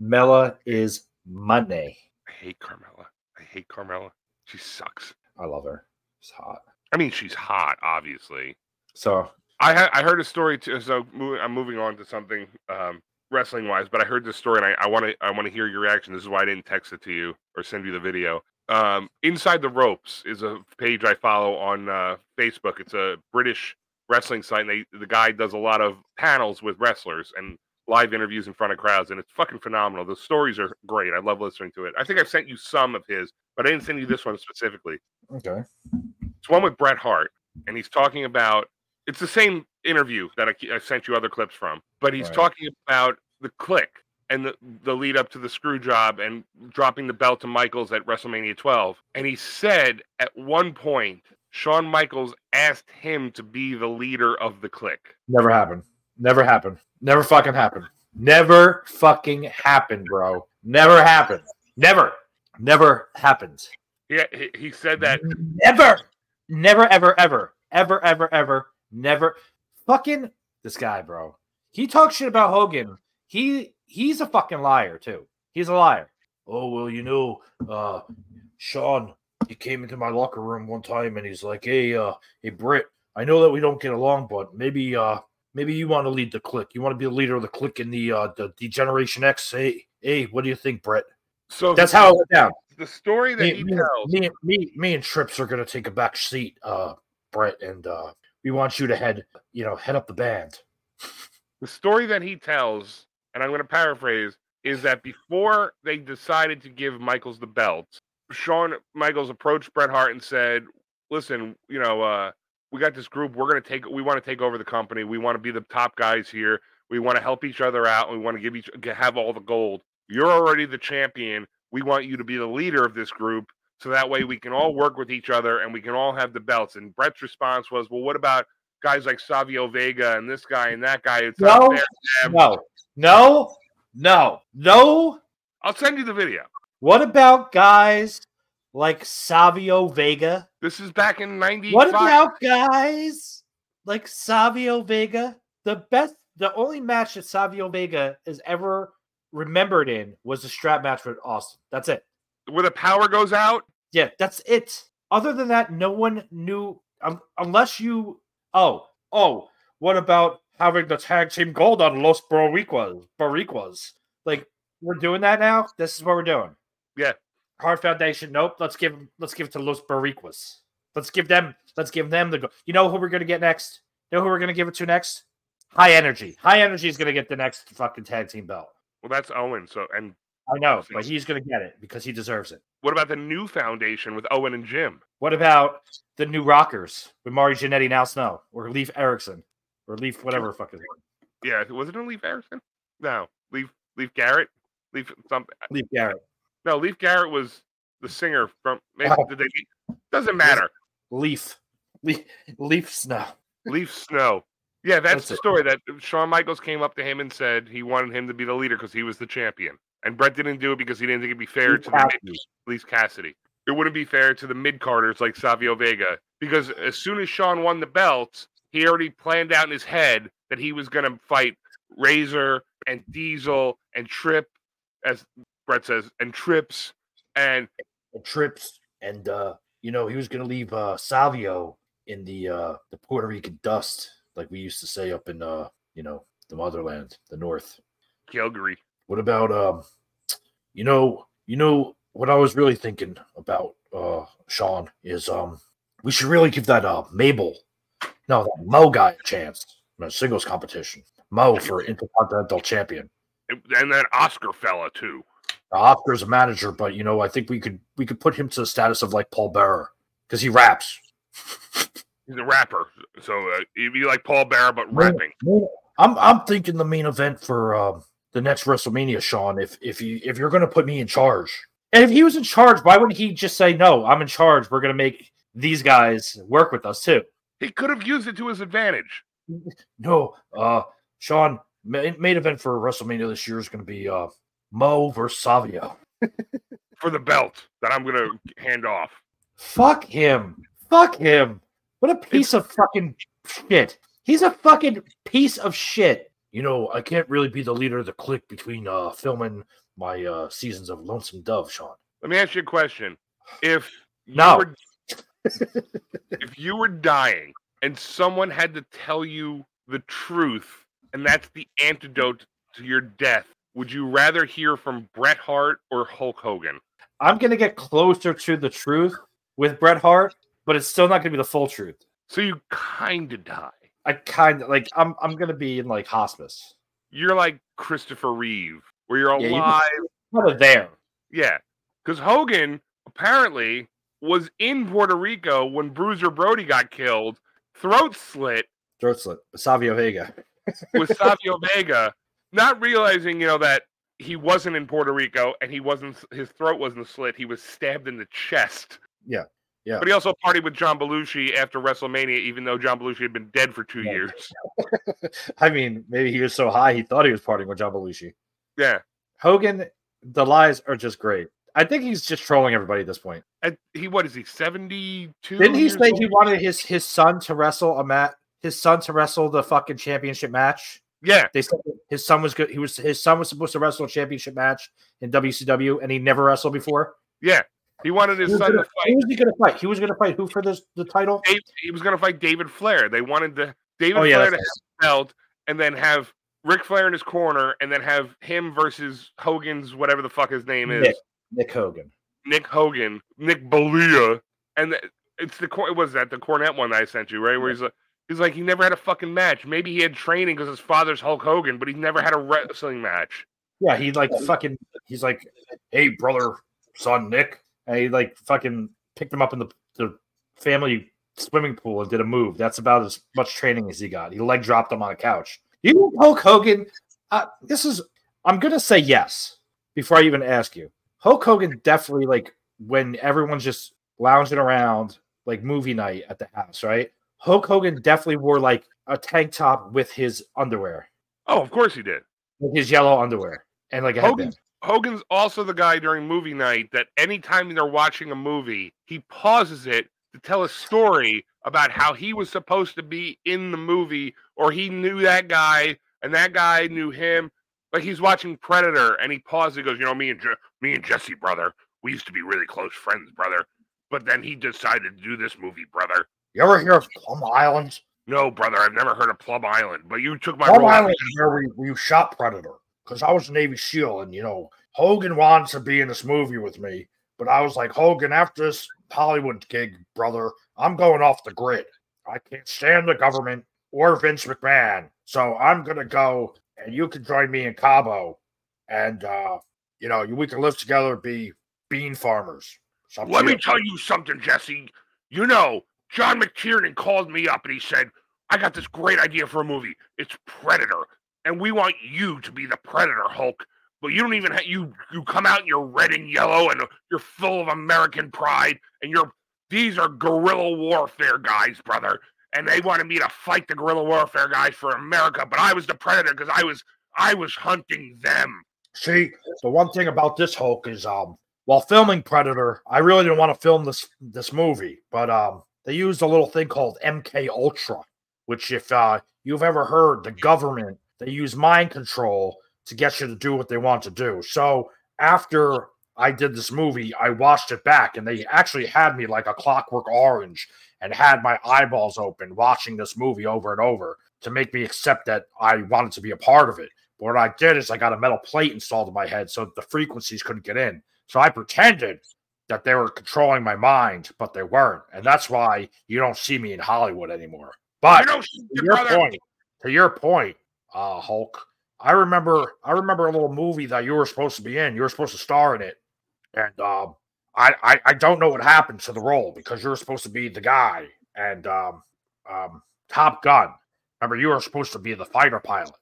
Speaker 3: Mela is money.
Speaker 5: I hate Carmella. I hate Carmella. She sucks.
Speaker 3: I love her. She's hot.
Speaker 5: I mean, she's hot, obviously.
Speaker 3: So
Speaker 5: I ha- I heard a story too. So mo- I'm moving on to something um, wrestling wise, but I heard this story and I want to I want to hear your reaction. This is why I didn't text it to you or send you the video. Um, Inside the Ropes is a page I follow on uh, Facebook. It's a British wrestling site. And they the guy does a lot of panels with wrestlers and live interviews in front of crowds, and it's fucking phenomenal. The stories are great. I love listening to it. I think I've sent you some of his, but I didn't send you this one specifically.
Speaker 3: okay,
Speaker 5: It's one with Bret Hart, and he's talking about it's the same interview that I, I sent you other clips from, but he's
Speaker 3: Right.
Speaker 5: talking about the click and the, the lead up to the screw job and dropping the belt to Michaels at WrestleMania 12. And he said at one point, Shawn Michaels asked him to be the leader of the click.
Speaker 3: never happened. Never happened. Never fucking happened. Never fucking happened, bro. Never happened. Never. Never happened.
Speaker 5: Yeah, he, he said that
Speaker 3: Mm-hmm. Never. Never. Ever. Ever. Ever. Ever. Ever. Never. Fucking this guy, bro. He talks shit about Hogan. He he's a fucking liar too. He's a liar. Oh well, you know, uh, Sean, he came into my locker room one time and he's like, "Hey, uh, hey, Britt, I know that we don't get along, but maybe, uh, maybe you want to lead the clique. You want to be the leader of the clique in the uh, the, the Generation X. Hey, hey, what do you think, Britt?
Speaker 5: so
Speaker 3: That's how it went down
Speaker 5: the story that
Speaker 3: me,
Speaker 5: he
Speaker 3: me-
Speaker 5: tells.
Speaker 3: me- me- me and Trips are gonna take a back seat, uh, Brett, and uh, we want you to head, you know, head up the band.
Speaker 5: the story that he tells, and I'm going to paraphrase, is that before they decided to give Michaels the belt, Shawn Michaels approached Bret Hart and said, "Listen, you know, uh, we got this group. We're going to take. We want to take over the company. We want to be the top guys here. We want to help each other out. We want to give each g- have all the gold. You're already the champion. We want you to be the leader of this group." So that way we can all work with each other and we can all have the belts. And Brett's response was, "Well, what about guys like Savio Vega and this guy and that guy? It's not
Speaker 3: No,
Speaker 5: fair." Yeah.
Speaker 3: no, no, no, no.
Speaker 5: I'll send you the video.
Speaker 3: What about guys like Savio Vega?
Speaker 5: This is back in '95.
Speaker 3: What about guys like Savio Vega? The best, the only match that Savio Vega is ever remembered in was the strap match with Austin. That's it.
Speaker 5: where the power goes out?
Speaker 3: Yeah, that's it. Other than that, no one knew um, unless you. Oh, oh, what about having the tag team gold on Los Boricuas? Boricuas, like we're doing that now. This is what we're doing.
Speaker 5: Yeah.
Speaker 3: Hard Foundation. Nope. Let's give let's give it to Los Boricuas. Let's give them. Let's give them the. go- You know who we're gonna get next? You know who we're gonna give it to next? High Energy. High Energy is gonna get the next fucking tag team belt.
Speaker 5: Well, that's Owen. So, and
Speaker 3: I know, but he's gonna get it because he deserves it.
Speaker 5: what about the new foundation with Owen and Jim?
Speaker 3: What about the new Rockers with Mari Jannetty and Al Snow or Leaf Erickson or Leaf whatever the fuck is
Speaker 5: Yeah, was it in Leaf Erickson? No, Leaf Leaf Garrett. Leaf something.
Speaker 3: Leaf Garrett?
Speaker 5: No, Leaf Garrett was the singer from. Maybe,
Speaker 3: Oh.
Speaker 5: did they, doesn't matter.
Speaker 3: Leaf. Leaf Leaf Snow.
Speaker 5: Leaf Snow. Yeah, that's,
Speaker 3: That's
Speaker 5: the
Speaker 3: it.
Speaker 5: story. That Shawn Michaels came up to him and said he wanted him to be the leader because he was the champion, and Brett didn't do it because he didn't think it'd be fair
Speaker 3: He's
Speaker 5: to
Speaker 3: happy.
Speaker 5: the mid, at least Cassidy. It wouldn't be fair to the mid carders like Savio Vega because as soon as Shawn won the belt, he already planned out in his head that he was going to fight Razor and Diesel and Trip, as Brett says, and Trips and
Speaker 3: the trips and uh you know he was gonna leave uh salvio in the uh the puerto rican dust like we used to say up in uh you know the motherland the north
Speaker 5: Calgary.
Speaker 3: what about um you know you know what i was really thinking about uh sean is um we should really give that uh mabel no that mo guy a chance in a singles competition mo for intercontinental champion
Speaker 5: And and that Oscar fella too.
Speaker 3: Oscar's a manager, but you know, I think we could we could put him to the status of like Paul Bearer because he raps.
Speaker 5: He's a rapper, so uh, he'd be like Paul Bearer but rapping.
Speaker 3: I'm I'm thinking the main event for um, the next WrestleMania, Sean. If if you if you're gonna put me in charge, and if he was in charge, why wouldn't he just say no? I'm in charge. We're gonna make these guys work with us too.
Speaker 5: He could have used it to his advantage.
Speaker 3: No, uh, Sean, ma- main event for WrestleMania this year is gonna be uh Mo versus Savio.
Speaker 5: for the belt that I'm gonna hand off.
Speaker 3: Fuck him. Fuck him. What a piece of fucking shit. He's a fucking piece of shit. You know, I can't really be the leader of the clique between uh filming my uh seasons of Lonesome Dove, Sean.
Speaker 5: Let me ask you a question: If you
Speaker 3: No.
Speaker 5: were, if you were dying and someone had to tell you the truth, and that's the antidote to your death, would you rather hear from Bret Hart or Hulk Hogan?
Speaker 3: I'm gonna get closer to the truth with Bret Hart, but it's still not gonna be the full truth.
Speaker 5: So you kind of die.
Speaker 3: I kind of like I'm I'm gonna be in like hospice.
Speaker 5: You're like Christopher Reeve, where you're
Speaker 3: Yeah, you-
Speaker 5: alive.
Speaker 3: Kind of there.
Speaker 5: Yeah, because Hogan apparently was in Puerto Rico when Bruiser Brody got killed, throat slit
Speaker 3: Throat slit. Savio Vega.
Speaker 5: with Savio Vega, not realizing you know that he wasn't in Puerto Rico and he wasn't his throat wasn't slit. He was stabbed in the chest.
Speaker 3: Yeah, yeah.
Speaker 5: But he also partied with John Belushi after WrestleMania, even though John Belushi had been dead for two
Speaker 3: Yeah.
Speaker 5: years.
Speaker 3: I mean, maybe he was so high he thought he was partying with John Belushi.
Speaker 5: Yeah,
Speaker 3: Hogan, the lies are just great. I think he's just trolling everybody at this point.
Speaker 5: and he what is he seventy two?
Speaker 3: Didn't he say he wanted his his son to wrestle a mat? His son to wrestle the fucking championship match.
Speaker 5: Yeah,
Speaker 3: They said his son was good. He was his son was supposed to wrestle a championship match in WCW, and he never wrestled before.
Speaker 5: yeah. He wanted his
Speaker 3: Who was,
Speaker 5: son to
Speaker 3: gonna,
Speaker 5: fight.
Speaker 3: who was he going to fight? He was going to fight who for this the title?
Speaker 5: Dave, he was going to fight David Flair. They wanted the David
Speaker 3: Oh yeah,
Speaker 5: Flair
Speaker 3: that's
Speaker 5: to
Speaker 3: right.
Speaker 5: have the belt, and then have Ric Flair in his corner, and then have him versus Hogan's whatever the fuck his name is,
Speaker 3: Nick. Nick Hogan.
Speaker 5: Nick Hogan, Nick Balea, and th- it's the cor- was that the Cornette one that I sent you right where he's like. He's like he never had a fucking match. Maybe he had training because his father's Hulk Hogan, but he never had a wrestling match.
Speaker 3: Yeah, he like fucking. He's like, hey brother, son Nick, and he like fucking picked him up in the the family swimming pool and did a move. That's about as much training as he got. He leg dropped him on a couch. You think Hulk Hogan? Uh, this is. I'm gonna say yes before I even ask you. Hulk Hogan definitely like when everyone's just lounging around like movie night at the house, right? Hulk Hogan definitely wore like a tank top with his underwear,
Speaker 5: Oh, of course he did.
Speaker 3: with his yellow underwear, and like a
Speaker 5: Hogan-
Speaker 3: headband.
Speaker 5: Hogan's also the guy during movie night that anytime they're watching a movie, he pauses it to tell a story about how he was supposed to be in the movie or he knew that guy and that guy knew him. Like he's watching Predator and he pauses and goes, You know, me and Je- me and Jesse, brother, we used to be really close friends, brother. But then he decided to do this movie, brother.
Speaker 3: You ever hear of Plum Island?
Speaker 5: No, brother, I've never heard of Plum Island, but you took my
Speaker 3: Plum
Speaker 5: role.
Speaker 3: Island is where we, we shot Predator because I was a Navy SEAL and, you know, Hogan wanted to be in this movie with me. But I was like, Hogan, after this Hollywood gig, brother, I'm going off the grid. I can't stand the government or Vince McMahon. So I'm going to go and you can join me in Cabo and, uh, you know, we can live together, be bean farmers. So I'm
Speaker 5: Let me
Speaker 3: here.
Speaker 5: tell you something, Jesse. You know, John McTiernan called me up and he said, I got this great idea for a movie. It's Predator. And we want you to be the Predator Hulk. But you don't even have you you come out and you're red and yellow and you're full of American pride and you're these are guerrilla warfare guys, brother. and they wanted me to fight the guerrilla warfare guys for America, but I was the predator because I was I was hunting them.
Speaker 3: See, the one thing about this Hulk is um while filming Predator, I really didn't want to film this this movie, but um they used a little thing called MK Ultra, which if uh you've ever heard the government they use mind control to get you to do what they want to do. So after I did this movie, I watched it back and they actually had me like a clockwork orange and had my eyeballs open watching this movie over and over to make me accept that I wanted to be a part of it. But what I did is I got a metal plate installed in my head so the frequencies couldn't get in. So I pretended that they were controlling my mind, but they weren't. And that's why you don't see me in Hollywood anymore. But
Speaker 5: You know,
Speaker 3: to
Speaker 5: shoot your
Speaker 3: your
Speaker 5: brother.
Speaker 3: point, to your point, uh, Hulk. I remember, I remember a little movie that you were supposed to be in. You were supposed to star in it, and um, I, I, I don't know what happened to the role because you were supposed to be the guy and um, um, Top Gun. Remember, you were supposed to be the fighter pilot.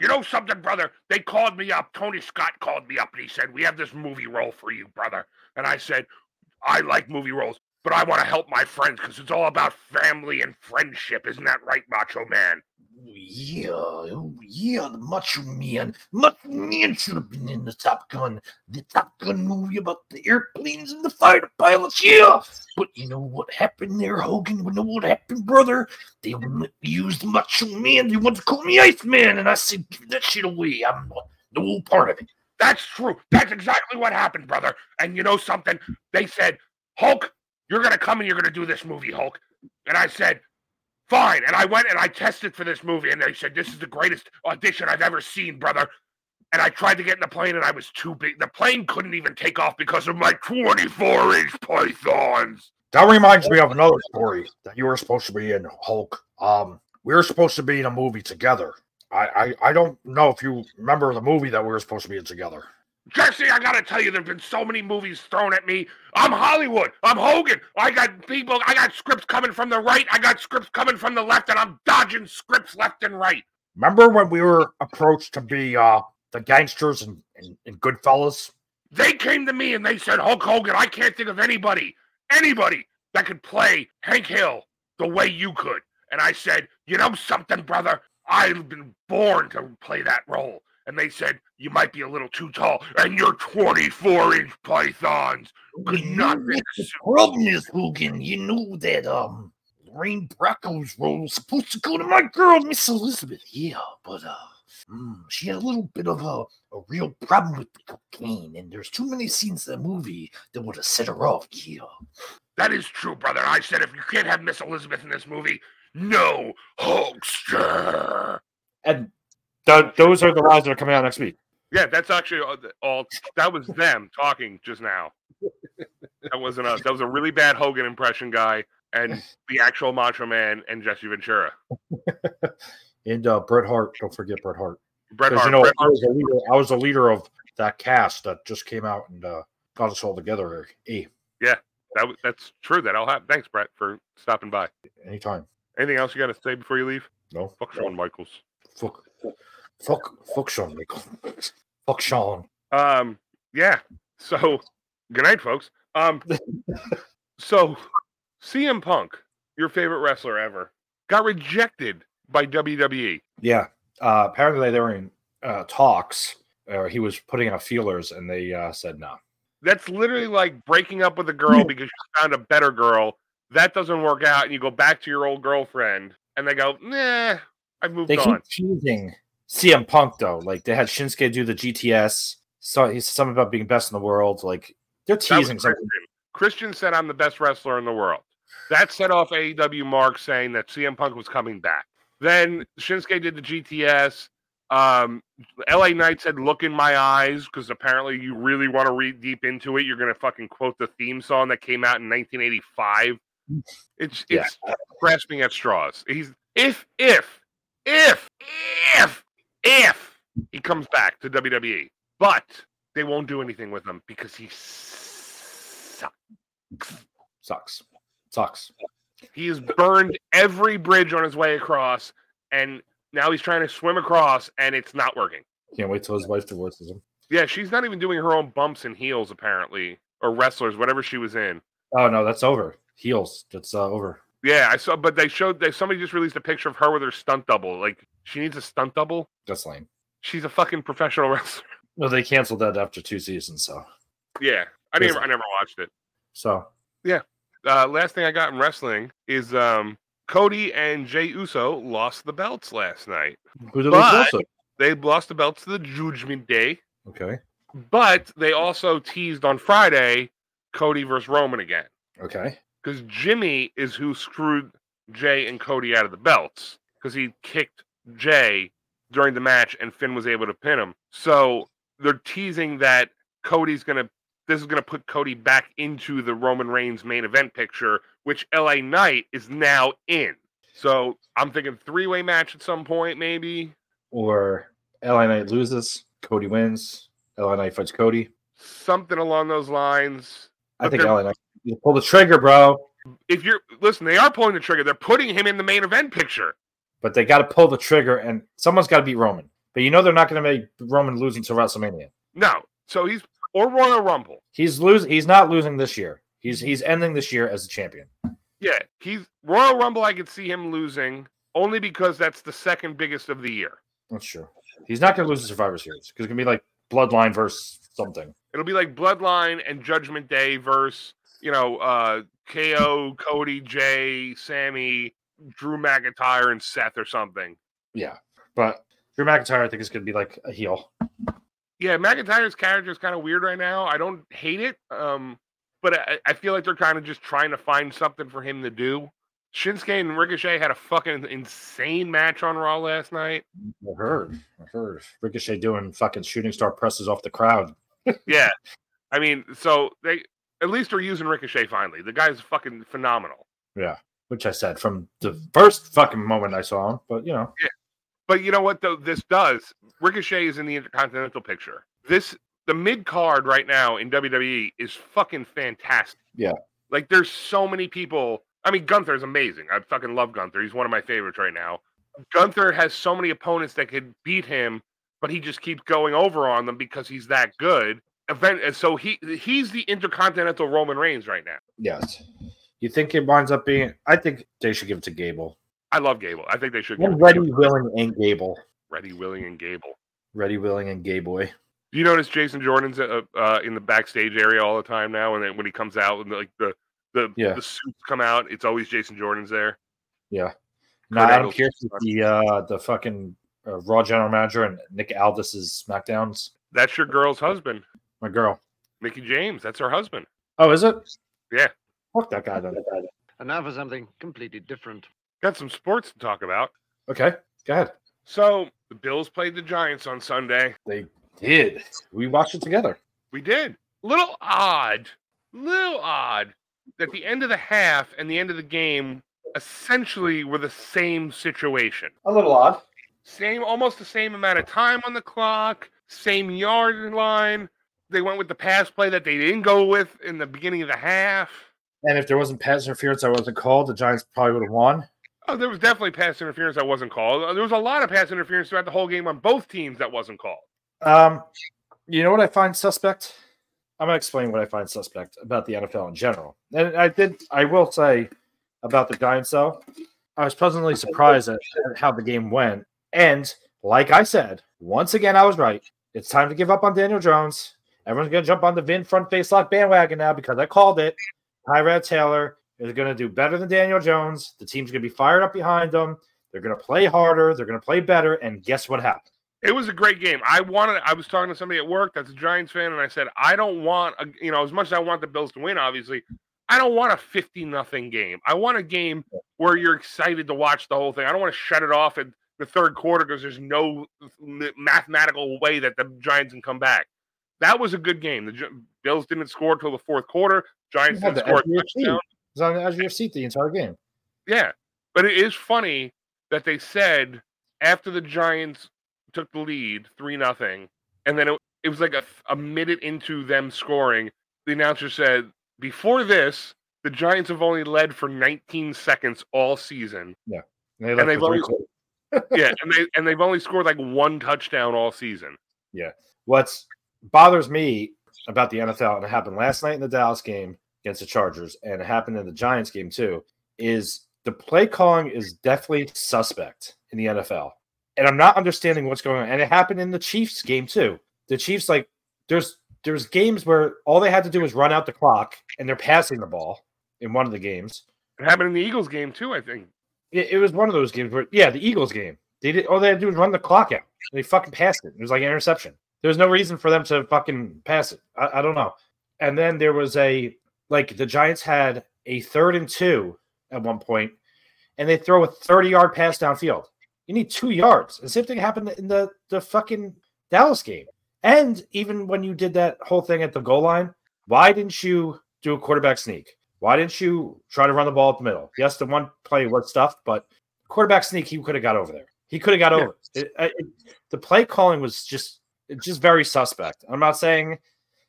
Speaker 5: You know something, brother? They called me up. Tony Scott called me up and he said, We have this movie role for you, brother. And I said, I like movie roles, but I want to help my friends because it's all about family and friendship. Isn't that right, Macho Man?
Speaker 2: Oh, yeah, oh, yeah, the Macho Man. Macho Man should have been in the Top Gun. The Top Gun movie about the airplanes and the fighter pilots, yeah. But you know what happened there, Hogan? You know what happened, brother? They wouldn't let me use the Macho Man. They wanted to call me Iceman, and I said, give that shit away. I'm not no part of it.
Speaker 5: That's true. That's exactly what happened, brother. And you know something? They said, Hulk, you're going to come and you're going to do this movie, Hulk. And I said, Fine. And I went and I tested for this movie. And they said, This is the greatest audition I've ever seen, brother. And I tried to get in the plane and I was too big. The plane couldn't even take off because of my 24 inch pythons.
Speaker 3: That reminds me of another story that you were supposed to be in, Hulk. Um, we were supposed to be in a movie together. I, I, I don't know if you remember the movie that we were supposed to be in together.
Speaker 5: Jesse, I gotta tell you, there've been so many movies thrown at me. I'm Hollywood. I'm Hogan. I got people. I got scripts coming from the right. I got scripts coming from the left, and I'm dodging scripts left and right.
Speaker 3: Remember when we were approached to be uh the gangsters and, and, and Goodfellas?
Speaker 5: They came to me and they said, Hulk Hogan, I can't think of anybody, anybody that could play Hank Hill the way you could. And I said, You know something, brother? I've been born to play that role. And they said, You might be a little too tall, and your 24 inch pythons could
Speaker 2: You
Speaker 5: not
Speaker 2: know
Speaker 5: fit
Speaker 2: what the
Speaker 5: the suit.
Speaker 2: problem is, Hogan. You know that um, Lorraine Bracco's role was supposed to go to my girl, Miss Elizabeth. Yeah, but uh, mm, she had a little bit of a, a real problem with the cocaine, and there's too many scenes in the movie that would have set her off. Yeah,
Speaker 5: That is true, brother. I said, If you can't have Miss Elizabeth in this movie, no Hulkster.
Speaker 3: And th- those are the lines that are coming out next week.
Speaker 5: Yeah, that's actually all. all that was them talking just now. That wasn't us. That was a really bad Hogan impression guy and the actual Macho Man and Jesse Ventura.
Speaker 3: And uh, Bret Hart, don't forget Bret Hart.
Speaker 5: Bret
Speaker 3: 'Cause,
Speaker 5: Hart.
Speaker 3: you know,
Speaker 5: Bret
Speaker 3: I
Speaker 5: Hart.
Speaker 3: was a leader. I was a leader of that cast that just came out and uh, got us all together. Eh,
Speaker 5: That, was- that's true. That all happened. Thanks, Brett, for stopping by.
Speaker 3: anytime.
Speaker 5: Anything else you got to say before you leave?
Speaker 3: No,
Speaker 5: Fuck Shawn Michaels.
Speaker 3: fuck, fuck, fuck Sean Michaels. Fuck Sean.
Speaker 5: Um, yeah. So, good night, folks. Um, so CM Punk, your favorite wrestler ever, got rejected by E. WWE.
Speaker 3: Yeah. Uh, apparently they were in uh, talks. Or he was putting out feelers, and they uh, said no.
Speaker 5: That's literally like breaking up with a
Speaker 3: Hmm.
Speaker 5: girl because you found a better girl. That doesn't work out, and you go back to your old girlfriend, and they go, "Nah, I've moved
Speaker 3: They
Speaker 5: on."
Speaker 3: keep teasing CM Punk though. Like they had Shinsuke do the GTS. So he's something about being best in the world. Like they're
Speaker 5: That was
Speaker 3: teasing
Speaker 5: Christian.
Speaker 3: something.
Speaker 5: Christian said, "I'm the best wrestler in the world." That set off AEW Mark saying that CM Punk was coming back. Then Shinsuke did the GTS. Um, LA Knight said, "Look in my eyes," because apparently you really want to read deep into it. You're gonna fucking quote the theme song that came out in 1985. It's
Speaker 3: Yeah.
Speaker 5: it's grasping at straws. He's if if if if if he comes back to WWE, but they won't do anything with him because he sucks.
Speaker 3: Sucks. Sucks.
Speaker 5: He has burned every bridge on his way across, and now he's trying to swim across, and it's not working.
Speaker 3: Can't wait till his wife divorces him.
Speaker 5: Yeah, she's not even doing her own bumps and heels apparently, or wrestlers, whatever she was in.
Speaker 3: Oh no, that's over. Heels. That's uh, over.
Speaker 5: Yeah, I saw, but they showed they somebody just released a picture of her with her stunt double. Like she needs a stunt double.
Speaker 3: That's lame.
Speaker 5: She's a fucking professional wrestler.
Speaker 3: Well, they canceled that after two seasons, so
Speaker 5: Yeah, I
Speaker 3: Yes.
Speaker 5: never I never watched it.
Speaker 3: so
Speaker 5: Uh, last thing I got in wrestling is um, Cody and Jay Uso lost the belts last night.
Speaker 3: who did
Speaker 5: But-
Speaker 3: also?
Speaker 5: They lost the belts to the Judgment Day,
Speaker 3: Okay,
Speaker 5: but they also teased on Friday Cody versus Roman again
Speaker 3: okay,
Speaker 5: because Jimmy is who screwed Jay and Cody out of the belts because he kicked Jay during the match and Finn was able to pin him. So they're teasing that Cody's gonna this is gonna put Cody back into the Roman Reigns main event picture, which LA Knight is now in. So I'm thinking three way match at some point, maybe
Speaker 3: or LA Knight loses, Cody wins, LA Knight fights Cody.
Speaker 5: something along those lines.
Speaker 3: I
Speaker 5: But
Speaker 3: think
Speaker 5: they're-
Speaker 3: LA Knight you pull the trigger, bro.
Speaker 5: If you're listen, they are pulling the trigger. They're putting him in the main event picture.
Speaker 3: But they got to pull the trigger, and someone's got to beat Roman. But you know they're not going to make Roman lose until WrestleMania.
Speaker 5: No, so he's or Royal Rumble.
Speaker 3: He's losing. He's not losing this year. He's he's ending this year as a champion.
Speaker 5: Yeah, he's Royal Rumble. I could see him losing only because that's the second biggest of the year.
Speaker 3: That's true. He's not going to lose the Survivor Series because it's going to be like Bloodline versus something.
Speaker 5: It'll be like Bloodline and Judgment Day versus you know uh, KO, Cody, Jay, Sammy, Drew McIntyre, and Seth or something.
Speaker 3: Yeah, but Drew McIntyre, I think is going to be like a heel.
Speaker 5: Yeah, McIntyre's character is kind of weird right now. I don't hate it, um, but I, I feel like they're kind of just trying to find something for him to do. Shinsuke and Ricochet had a fucking insane match on Raw last night.
Speaker 3: I heard. I heard Ricochet doing fucking shooting star presses off the crowd.
Speaker 5: Yeah. I mean, so they at least are using Ricochet finally. The guy's fucking phenomenal.
Speaker 3: Which I said from the first fucking moment I saw him, but you know,
Speaker 5: But you know what though this does? Ricochet is in the intercontinental picture. This the mid card right now in WWE is fucking fantastic.
Speaker 3: Yeah.
Speaker 5: Like there's so many people. I mean, Gunther's amazing. I fucking love Gunther. He's one of my favorites right now. Gunther has so many opponents that could beat him, but he just keeps going over on them because he's that good. Event and so he he's the intercontinental Roman Reigns right now.
Speaker 3: yes. You think it winds up being? I think they should give it to Gable.
Speaker 5: I love Gable. I think they should
Speaker 3: I'm
Speaker 5: give
Speaker 3: ready,
Speaker 5: ready.
Speaker 3: willing, and Gable.
Speaker 5: ready, willing, and Gable.
Speaker 3: Ready, willing, and Gay boy.
Speaker 5: Do you notice Jason Jordan's uh, uh, in the backstage area all the time now? And then when he comes out, and like the the,
Speaker 3: Yeah.
Speaker 5: the suits come out, it's always Jason Jordan's there.
Speaker 3: No, Adam
Speaker 5: Angle's
Speaker 3: Pierce is the uh, the fucking uh, Raw general manager and Nick Aldis is SmackDown's
Speaker 5: That's your girl's husband,
Speaker 3: my girl.
Speaker 5: Mickey James. That's her husband.
Speaker 3: Oh, is it?
Speaker 5: Yeah.
Speaker 3: Fuck that guy. Then.
Speaker 7: And now for something completely different.
Speaker 5: Got some sports to talk about.
Speaker 3: Okay, go ahead.
Speaker 5: So the Bills played the Giants on Sunday.
Speaker 3: Did we watched it together?
Speaker 5: We did. Little odd, little odd that the end of the half and the end of the game essentially were the same situation.
Speaker 3: A little odd.
Speaker 5: same almost the same amount of time on the clock, same yard line. They went with the pass play that they didn't go with in the beginning of the half.
Speaker 3: And if there wasn't pass interference, I wasn't called. The Giants probably would have won.
Speaker 5: Oh, there was definitely pass interference that wasn't called. There was a lot of pass interference throughout the whole game on both teams that wasn't called.
Speaker 3: Um, you know what I find suspect? I'm gonna explain what I find suspect about the NFL in general. And I did, I will say about the Giants though, I was pleasantly surprised at at how the game went. And like I said, once again, I was right. It's time to give up on Daniel Jones. Everyone's gonna jump on the Vin front face lock bandwagon now because I called it. Tyrod Taylor is gonna do better than Daniel Jones. The team's gonna be fired up behind them. They're gonna play harder. They're gonna play better. And guess what happened?
Speaker 5: It was a great game. I wanted. I was talking to somebody at work that's a Giants fan, and I said, I don't want. A, you know, as much as I want the Bills to win, obviously, I don't want a fifty nothing game. I want a game where you're excited to watch the whole thing. I don't want to shut it off at the third quarter because there's no m- mathematical way that the Giants can come back. That was a good game. The Gi- Bills didn't score till the fourth quarter. Giants
Speaker 3: Yeah,
Speaker 5: didn't
Speaker 3: the
Speaker 5: score a
Speaker 3: SBFC.
Speaker 5: touchdown.
Speaker 3: He's on the edge of your seat the entire game.
Speaker 5: Yeah. But it is funny that they said after the Giants took the lead, 3 nothing, and then it, it was like a, a minute into them scoring, the announcer said, Before this, the Giants have only led for 19 seconds all season.
Speaker 3: they left with
Speaker 5: they've
Speaker 3: three
Speaker 5: always-
Speaker 3: quarters.
Speaker 5: Yeah, and they and they've only scored like one touchdown all season.
Speaker 3: What's bothers me about the NFL, and it happened last night in the Dallas game against the Chargers, and it happened in the Giants game too, is the play calling is definitely suspect in the NFL. And I'm not understanding what's going on. And it happened in the Chiefs game too. The Chiefs, like, there's there's games where all they had to do was run out the clock and they're passing the ball in one of the games.
Speaker 5: It happened in the Eagles game too, I think.
Speaker 3: It, it was one of those games where yeah, the Eagles game. They did all they had to do was run the clock out. They fucking passed it. It was like an interception. There's no reason for them to fucking pass it. I, I don't know. And then there was a like the Giants had a third and two at one point, and they throw a 30 yard pass downfield. You need two yards. The same thing happened in the, the fucking Dallas game. And even when you did that whole thing at the goal line, why didn't you do a quarterback sneak? Why didn't you try to run the ball up the middle? Yes, the one play was stuffed, but quarterback sneak, he could have got over there. He could have got
Speaker 5: Yeah.
Speaker 3: over. It, I- it, the play calling was just just very suspect. I'm not saying,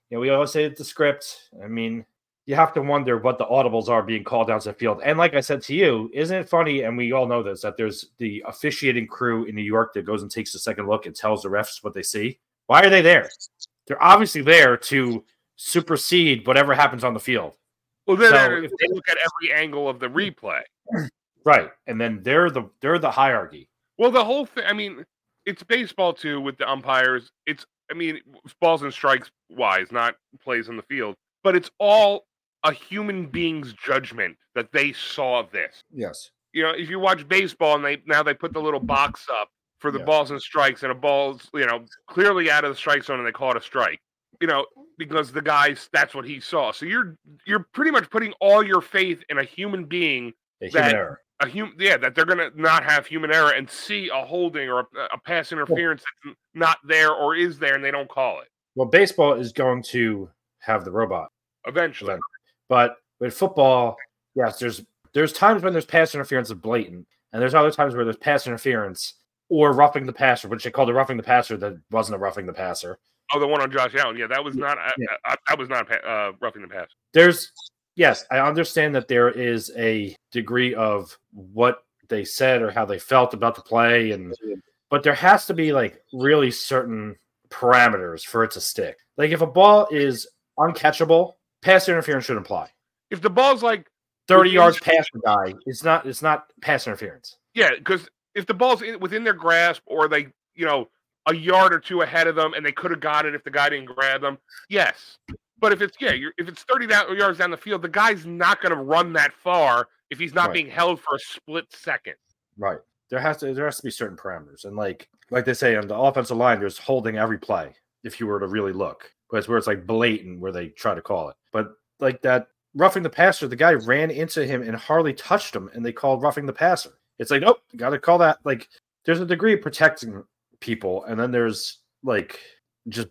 Speaker 3: you know, we always say it's the script. I mean, you have to wonder what the audibles are being called down to the field. And like I said to you, isn't it funny? And we all know this that there's the officiating crew in New York that goes and takes a second look and tells the refs what they see. Why are they there? They're obviously there to supersede whatever happens on the field.
Speaker 5: Well, then
Speaker 3: So
Speaker 5: uh,
Speaker 3: if
Speaker 5: if they look at every angle of the replay.
Speaker 3: Right. And then they're the they're the hierarchy.
Speaker 5: Well, the whole thing. I mean, it's baseball too with the umpires. It's I mean, balls and strikes wise, not plays on the field, but it's all a human being's judgment that they saw this.
Speaker 3: Yes.
Speaker 5: You know, if you watch baseball and they now they put the little box up for the
Speaker 3: Yeah.
Speaker 5: balls and strikes, and a ball's you know clearly out of the strike zone, and they call it a strike. You know, because the guys that's what he saw. So you're you're pretty much putting all your faith in a human being
Speaker 3: A human
Speaker 5: That-
Speaker 3: error.
Speaker 5: a human, yeah, that they're gonna not have human error and see a holding or a, a pass interference that's not there or is there and they don't call it
Speaker 3: Well, baseball is going to have the robot.
Speaker 5: eventually.
Speaker 3: Right. But with football, yes, there's there's times when there's pass interference that's blatant, and there's other times where there's pass interference or roughing the passer, which they called a roughing the passer that wasn't a roughing the passer.
Speaker 5: Oh, the one on Josh Allen, yeah, that was not. I,
Speaker 3: Yeah.
Speaker 5: I, I was not pa- uh, roughing the pass.
Speaker 3: There's yes, I understand that there is a degree of what they said or how they felt about the play, and but there has to be like really certain parameters for it to stick. Like if a ball is uncatchable, pass interference should apply.
Speaker 5: If the ball's like,
Speaker 3: Thirty
Speaker 5: It
Speaker 3: yards
Speaker 5: is-
Speaker 3: past the guy, it's not it's not pass interference.
Speaker 5: yeah, because if the ball's in, within their grasp or they, you know, a yard or two ahead of them and they could have got it if the guy didn't grab them, yes. But if it's yeah, you're, if it's thirty down, yards down the field, the guy's not going to run that far if he's not
Speaker 3: Right.
Speaker 5: being held for a split second.
Speaker 3: Right. There has to there has to be certain parameters. And like like they say on the offensive line, there's holding every play if you were to really look. But it's where it's like blatant where they try to call it. But like that roughing the passer, the guy ran into him and hardly touched him and they called roughing the passer. It's like, nope, gotta call that. Like there's a degree of protecting people, and then there's like just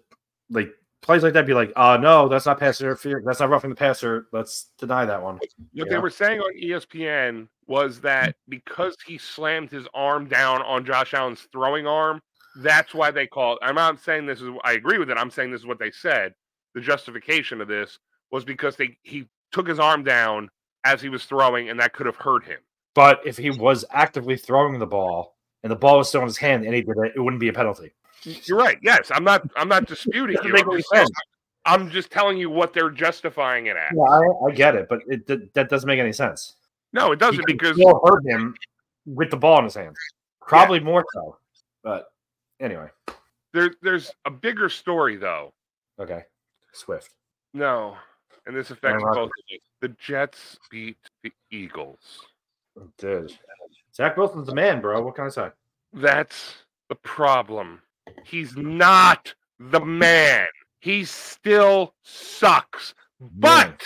Speaker 3: like plays like that be like, uh no, that's not pass interference, that's not roughing the passer, let's deny that one.
Speaker 5: What
Speaker 3: Yeah. Mm.
Speaker 5: they were saying on E ESPN was that because he slammed his arm down on Josh Allen's throwing arm, that's why they called. I'm not saying this is. I agree with it. I'm saying this is what they said. The justification of this was because they he took his arm down as he was throwing, and that could have hurt him.
Speaker 3: But if he was actively throwing the ball and the ball was still in his hand and he did it, it wouldn't be a penalty.
Speaker 5: You're right. Yes, I'm not. I'm not disputing
Speaker 3: Doesn't
Speaker 5: you.
Speaker 3: make
Speaker 5: I'm
Speaker 3: any
Speaker 5: just, saying-
Speaker 3: sense.
Speaker 5: I'm just telling you what they're justifying it at.
Speaker 3: Yeah, I, I get it, but it, that- that doesn't make any sense.
Speaker 5: No, it doesn't
Speaker 3: He could
Speaker 5: because
Speaker 3: still hurt him with the ball in his hand, probably more so. But anyway,
Speaker 5: there, there's a bigger story though.
Speaker 3: okay, Swift.
Speaker 5: No, and this affects
Speaker 3: Rock-
Speaker 5: both. of us. The Jets beat the Eagles.
Speaker 3: Oh, Dude, Zach Wilson's the man, bro. What can I say?
Speaker 5: That's the problem. He's not the man. He still sucks. But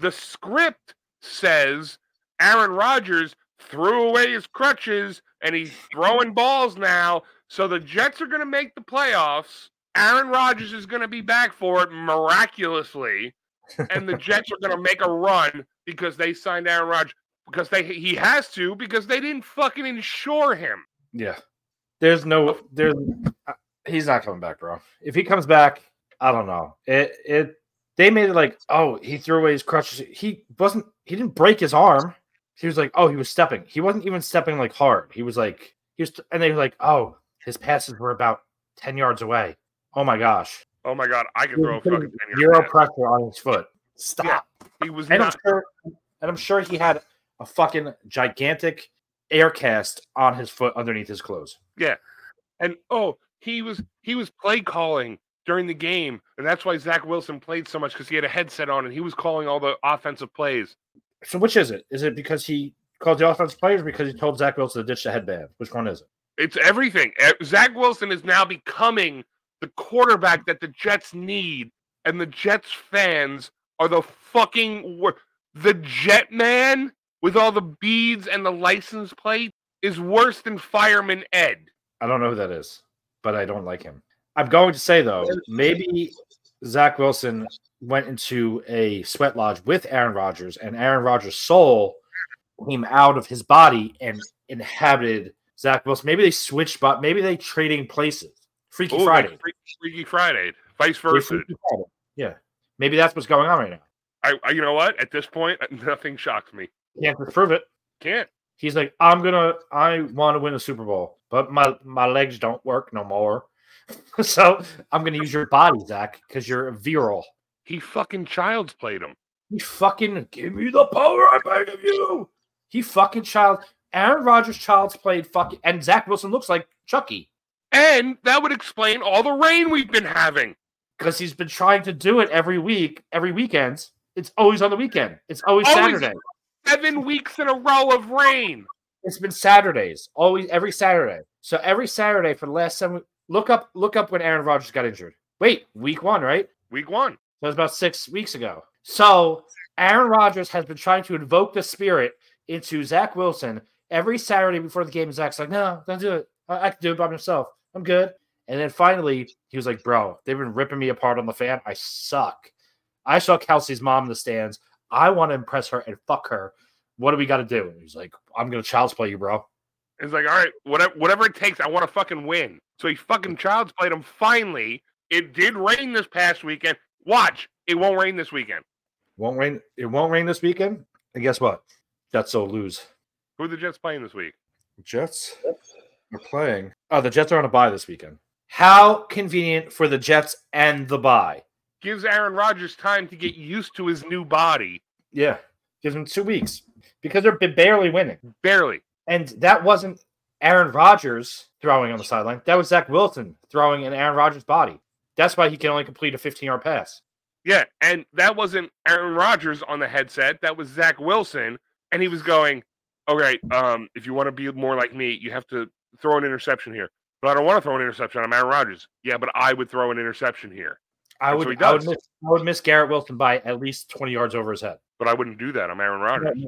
Speaker 5: the script says Aaron Rodgers threw away his crutches and he's throwing balls now. So the Jets are going to make the playoffs. Aaron Rodgers is going to be back for it miraculously. And the Jets are going to make a run because they signed Aaron Rodgers because they he has to because they didn't fucking insure him.
Speaker 3: Yeah, there's no, there's, uh, he's not coming back, bro. If he comes back, I don't know. It, it, they made it like, oh, he threw away his crutches. He wasn't, he didn't break his arm. He was like, oh, he was stepping. He wasn't even stepping like hard. He was like, he was, and they were like, oh, his passes were about 10 yards away. Oh my gosh.
Speaker 5: Oh my god, I could throw a fucking 10 yard
Speaker 3: Zero
Speaker 5: pass.
Speaker 3: pressure on his foot. Stop.
Speaker 5: He was
Speaker 3: And I'm
Speaker 5: not
Speaker 3: sure, and I'm sure he had a fucking gigantic air cast on his foot underneath his clothes.
Speaker 5: And oh, he was he was play calling during the game, and that's why Zach Wilson played so much because he had a headset on and he was calling all the offensive plays.
Speaker 3: So which is it? Is it because he called the offensive players because he told Zach Wilson to ditch the headband? Which one is it?
Speaker 5: It's everything. Eh, Zach Wilson is now becoming the quarterback that the Jets need, and the Jets fans are the fucking wor- the Jet Man with all the beads and the license plate is worse than Fireman Ed.
Speaker 3: I don't know who that is, but I don't like him. I'm going to say though, maybe Zach Wilson went into a sweat lodge with Aaron Rodgers, and Aaron Rodgers' soul came out of his body and inhabited Zach Wilson. Maybe they switched, but maybe they trading places. Freaky
Speaker 5: Oh,
Speaker 3: Friday.
Speaker 5: like Freaky, Freaky Friday, vice
Speaker 3: They're
Speaker 5: versa.
Speaker 3: Freaky Friday. Yeah, maybe that's what's going on right now.
Speaker 5: I, I, you know what? At this point, nothing shocks me.
Speaker 3: Can't prove it.
Speaker 5: Can't.
Speaker 3: He's like, I'm gonna, I want to win a Super Bowl, but my my legs don't work no more. so I'm gonna use your body, Zach, because you're virile.
Speaker 5: He fucking child's played him.
Speaker 3: He fucking give me the power I beg of you. He fucking child. Aaron Rodgers child's played fucking, and Zach Wilson looks like Chucky
Speaker 5: And that would explain all the rain we've been having.
Speaker 3: because he's been trying to do it every week, every weekend. It's always on the weekend. It's always,
Speaker 5: Always-
Speaker 3: Saturday.
Speaker 5: Seven weeks in a row of rain.
Speaker 3: It's been Saturdays, always every Saturday. So every Saturday for the last seven. Look up, look up when Aaron Rodgers got injured. Wait, week one, right?
Speaker 5: Week one.
Speaker 3: That was about six weeks ago. So Aaron Rodgers has been trying to invoke the spirit into Zach Wilson every Saturday before the game. and Zach's like, no, don't do it. I, I can do it by myself. I'm good. And then finally, he was like, bro, they've been ripping me apart on the fan. I suck. I saw Kelsey's mom in the stands. I want to impress her and fuck her. What do we got to do? And he's like, I'm going to child's play you, bro.
Speaker 5: It's like, all right, whatever, whatever it takes, I want to fucking win. So he fucking child's played him. Finally, it did rain this past weekend. Watch, it won't rain this weekend.
Speaker 3: Won't rain. It won't rain this weekend. And guess what? That's so lose.
Speaker 5: Who are the Jets playing this week?
Speaker 3: Jets are playing. Oh, the Jets are on a bye this weekend. How convenient for the Jets and the bye.
Speaker 5: Gives Aaron Rodgers time to get used to his new body.
Speaker 3: Yeah. Gives them two weeks because they're b- barely winning.
Speaker 5: Barely.
Speaker 3: And that wasn't Aaron Rodgers throwing on the sideline. That was Zach Wilson throwing in Aaron Rodgers' body. That's why he can only complete a 15 yard pass.
Speaker 5: Yeah, and that wasn't Aaron Rodgers on the headset. That was Zach Wilson, and he was going, "All right, um, if you want to be more like me, you have to throw an interception here." But I don't want to throw an interception. I'm Aaron Rodgers. Yeah, but I would throw an interception here,
Speaker 3: I
Speaker 5: That's
Speaker 3: would,
Speaker 5: what he
Speaker 3: I would
Speaker 5: does.
Speaker 3: miss I would miss Garrett Wilson by at least 20 yards over his head.
Speaker 5: but I wouldn't do that. I'm Aaron Rodgers.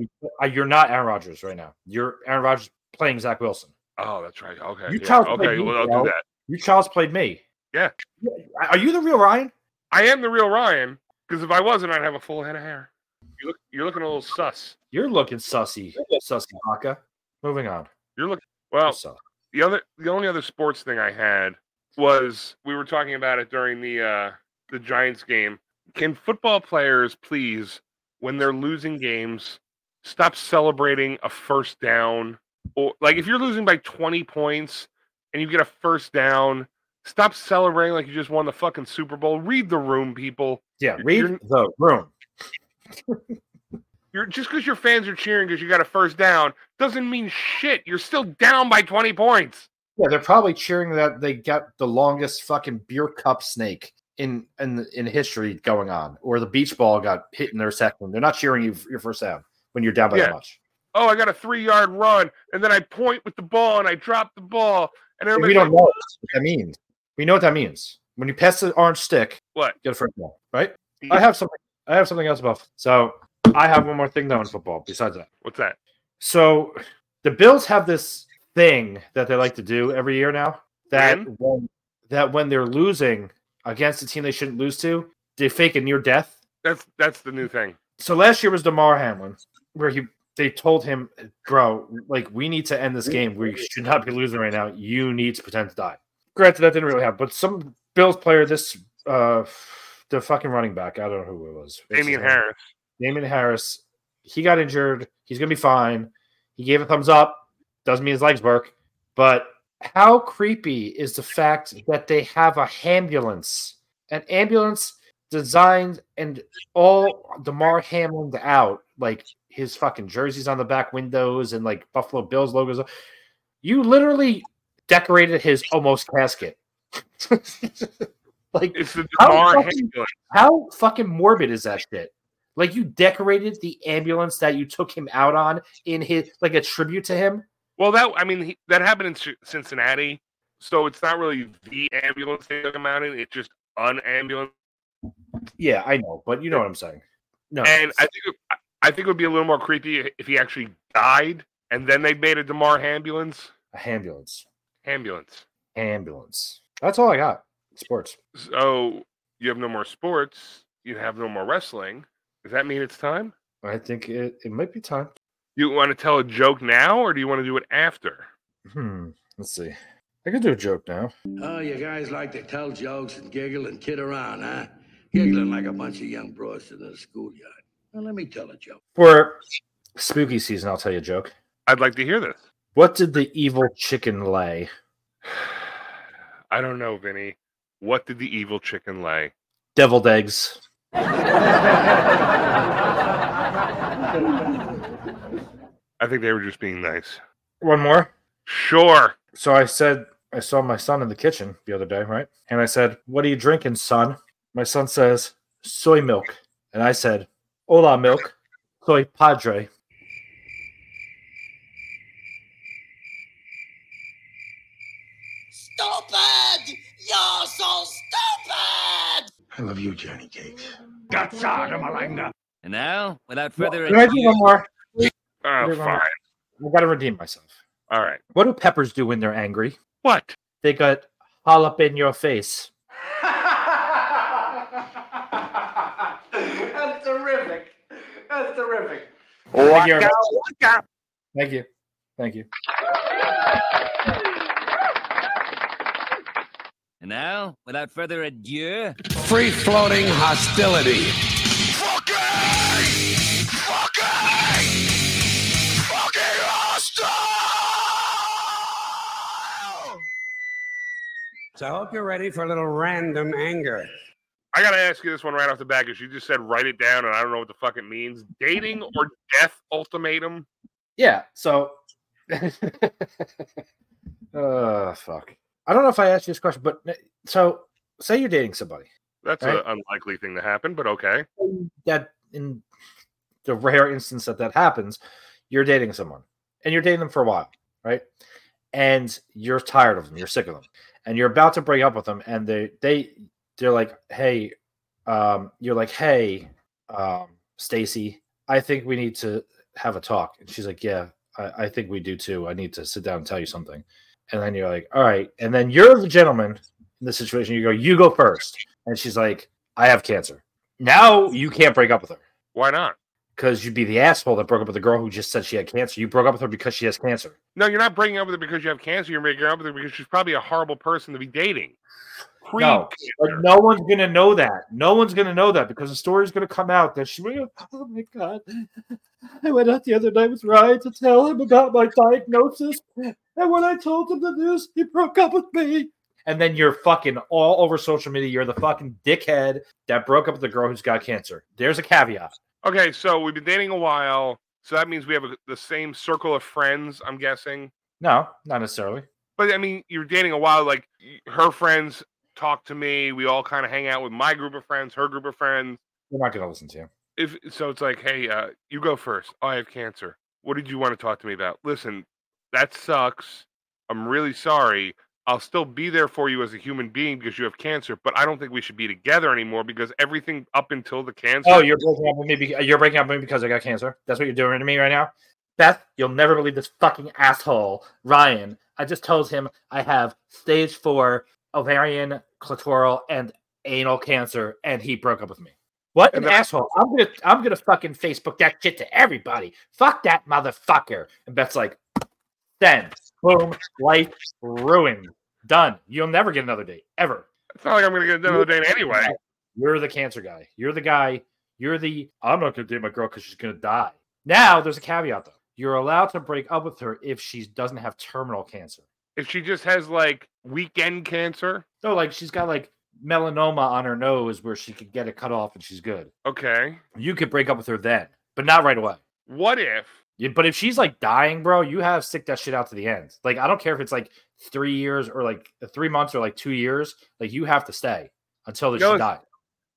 Speaker 3: Uh, You're not Aaron Rodgers right now. You're Aaron Rodgers playing Zach Wilson.
Speaker 5: Oh, that's right. Okay,
Speaker 3: You
Speaker 5: yeah,
Speaker 3: tried to play
Speaker 5: okay.
Speaker 3: me,
Speaker 5: Well, I'll
Speaker 3: bro.
Speaker 5: do that.
Speaker 3: You Charles played me.
Speaker 5: Yeah.
Speaker 3: Are you the real Ryan?
Speaker 5: I am the real Ryan because if I wasn't, I'd have a full head of hair. You look, you're looking a little sus.
Speaker 3: You're looking sussy, sussy Haka. Moving on.
Speaker 5: You're looking well.
Speaker 3: Sus.
Speaker 5: the other the only other sports thing I had was we were talking about it during the uh the Giants game. Can football players please when they're losing games stop celebrating a first down or like if you're losing by 20 points and you get a first down, stop celebrating like you just won the fucking Super Bowl. Read the room, people.
Speaker 3: yeah,
Speaker 5: you're-
Speaker 3: read
Speaker 5: you're-
Speaker 3: the room.
Speaker 5: You're just because your fans are cheering because you got a first down doesn't mean shit. You're still down by 20 points.
Speaker 3: Yeah, they're probably cheering that they got the longest fucking beer cup snake in in in history going on, or the beach ball got hit in their second. They're not cheering you for your first down when you're down by
Speaker 5: Yeah.
Speaker 3: that much.
Speaker 5: oh, I got a three yard run, and then I point with the ball and I drop the ball, and
Speaker 3: And
Speaker 5: everybody
Speaker 3: we don't know what that means. We know what that means. When you pass the orange stick,
Speaker 5: What?
Speaker 3: get a first down, right?
Speaker 5: Yeah.
Speaker 3: I have something. I have something else above. So I have one more thing though in football besides that.
Speaker 5: what's that?
Speaker 3: So the Bills have this thing that they like to do every year now that
Speaker 5: Win?
Speaker 3: when, that when they're losing against a team they shouldn't lose to, they fake a near death.
Speaker 5: That's that's the new thing.
Speaker 3: So last year was Damar Hamlin, where he they told him, "Bro, like we need to end this game. We should not be losing right now. You need to pretend to die." Granted, that didn't really happen, but some Bills player, this uh, the fucking running back, I don't know who it was, What's his
Speaker 5: Damian
Speaker 3: name?
Speaker 5: Harris.
Speaker 3: Damian Harris, he got injured. He's going to be fine. He gave a thumbs up. Doesn't mean his legs work. But how creepy is the fact that they have a ambulance? An ambulance designed and all DeMar Hamlin out, like his fucking jerseys on the back windows and like Buffalo Bills logos. You literally decorated his almost casket. like
Speaker 5: It's the
Speaker 3: How
Speaker 5: DeMar
Speaker 3: fucking-
Speaker 5: Hamlin.
Speaker 3: how fucking morbid is that shit? Like you decorated the ambulance that you took him out on in his like a tribute to him.
Speaker 5: Well, that I mean he, that happened in Ci- Cincinnati, so it's not really the ambulance they took him out in. It's just an ambulance,
Speaker 3: Yeah, I know, but you know what I'm saying. No,
Speaker 5: and I think it- I- I think it would be a little more creepy if he actually died, and then they made a Demar ambulance.
Speaker 3: a ambulance,
Speaker 5: Ambulance.
Speaker 3: ambulance. That's all I got. Sports.
Speaker 5: So you have no more sports. You have no more wrestling. Does that mean it's time?
Speaker 3: I think it, it might be time.
Speaker 5: You want to tell a joke now, or do you want to do it after?
Speaker 3: Hmm. Let's see. I could do a joke now.
Speaker 8: Oh, you guys like to tell jokes and giggle and kid around, huh? Giggling like a bunch of young bros in the schoolyard. Now, let me tell a joke.
Speaker 3: For spooky season, I'll tell you a joke.
Speaker 5: I'd like to hear this.
Speaker 3: What did the evil chicken lay?
Speaker 5: I don't know, Vinny. What did the evil chicken lay?
Speaker 3: Deviled eggs.
Speaker 5: I think they were just being nice.
Speaker 3: One more.
Speaker 5: Sure.
Speaker 3: So I said, I saw my son in the kitchen the other day, right? And I said, What are you drinking, son? My son says, Soy milk. And I said, Hola, milk. Soy padre.
Speaker 9: Stupid! You're so stupid!
Speaker 8: I love you, Johnny Cakes.
Speaker 10: And now, without further
Speaker 3: Can I do
Speaker 10: ado,
Speaker 3: one more?
Speaker 5: Oh,
Speaker 3: You're
Speaker 5: fine.
Speaker 3: wrong. I got to redeem myself.
Speaker 5: All right.
Speaker 3: What do peppers do when they're angry?
Speaker 5: What?
Speaker 3: They got all up in your face.
Speaker 9: That's terrific. That's terrific.
Speaker 3: Thank you. very much. Thank you. Thank you.
Speaker 10: and now, without further ado,
Speaker 6: Free floating hostility.
Speaker 8: So I hope you're ready for a little random anger.
Speaker 5: I gotta ask you this one right off the bat because you just said write it down, and I don't know what the fuck it means. Dating or death ultimatum?
Speaker 3: Yeah. So, uh, fuck. I don't know if I asked you this question, but so say you're dating somebody
Speaker 5: That's
Speaker 3: Right.
Speaker 5: an unlikely thing to happen, but okay.
Speaker 3: that in the rare instance that that happens, you're dating someone and you're dating them for a while, right? And you're tired of them, you're sick of them, and you're about to break up with them, and they they they're like, hey, um, you're like, hey, um, Stacy, I think we need to have a talk, and she's like, yeah, I, I think we do too. I need to sit down and tell you something, and then you're like, all right, and then you're the gentleman in this situation. You go, you go first, and she's like, I have cancer now you can't break up with her
Speaker 5: Why not?
Speaker 3: because you'd be the asshole that broke up with the girl who just said she had cancer. You broke up with her because she has cancer.
Speaker 5: No, you're not breaking up with her because you have cancer. You're breaking up with her because she's probably a horrible person to be dating.
Speaker 3: No, but
Speaker 5: Pre-cancer.
Speaker 3: no one's gonna know that. No one's gonna know that because the story's gonna come out that she. Oh my god, I went out the other night with Ryan to tell him about my diagnosis, and when I told him the news, he broke up with me. And then you're fucking all over social media. You're the fucking dickhead that broke up with the girl who's got cancer. There's a caveat.
Speaker 5: Okay, so we've been dating a while, so that means we have a, the same circle of friends. I'm guessing,
Speaker 3: No, not necessarily.
Speaker 5: but I mean, you're dating a while. Like y- her friends talk to me. We all kind of hang out with my group of friends, her group of friends.
Speaker 3: They're not gonna listen to you.
Speaker 5: if so it's like hey uh you go first oh, i have cancer what did you want to talk to me about listen that sucks i'm really sorry i'll still be there for you as a human being because you have cancer but i don't think we should be together anymore because everything up until the cancer
Speaker 3: Oh, you're breaking up with me. Because, you're breaking up with me because I got cancer. That's what you're doing to me right now, Beth. You'll never believe this fucking asshole, Ryan. I just told him I have stage four ovarian, clitoral, and anal cancer, and he broke up with me. What an
Speaker 5: And the-
Speaker 3: asshole! I'm gonna, I'm gonna fucking Facebook that shit to everybody. Fuck that motherfucker. And Beth's like, then, boom, life ruined, done. You'll never get another date ever.
Speaker 5: it's not like i'm gonna get another date anyway
Speaker 3: You're the cancer guy. You're the guy. You're the I'm not going to date my girl because she's going to die. Now there's a caveat though. You're allowed to break up with her if she doesn't have terminal cancer.
Speaker 5: if she just has like weekend cancer
Speaker 3: So like she's got like melanoma on her nose where she could get it cut off and she's good.
Speaker 5: Okay.
Speaker 3: You could break up with her then, but not right away.
Speaker 5: What if?
Speaker 3: Yeah, But if she's like dying, bro, you have stick that shit out to the end. Like I don't care if it's like three years or like three months or like two years. Like you have to stay until that
Speaker 5: You know,
Speaker 3: she dies.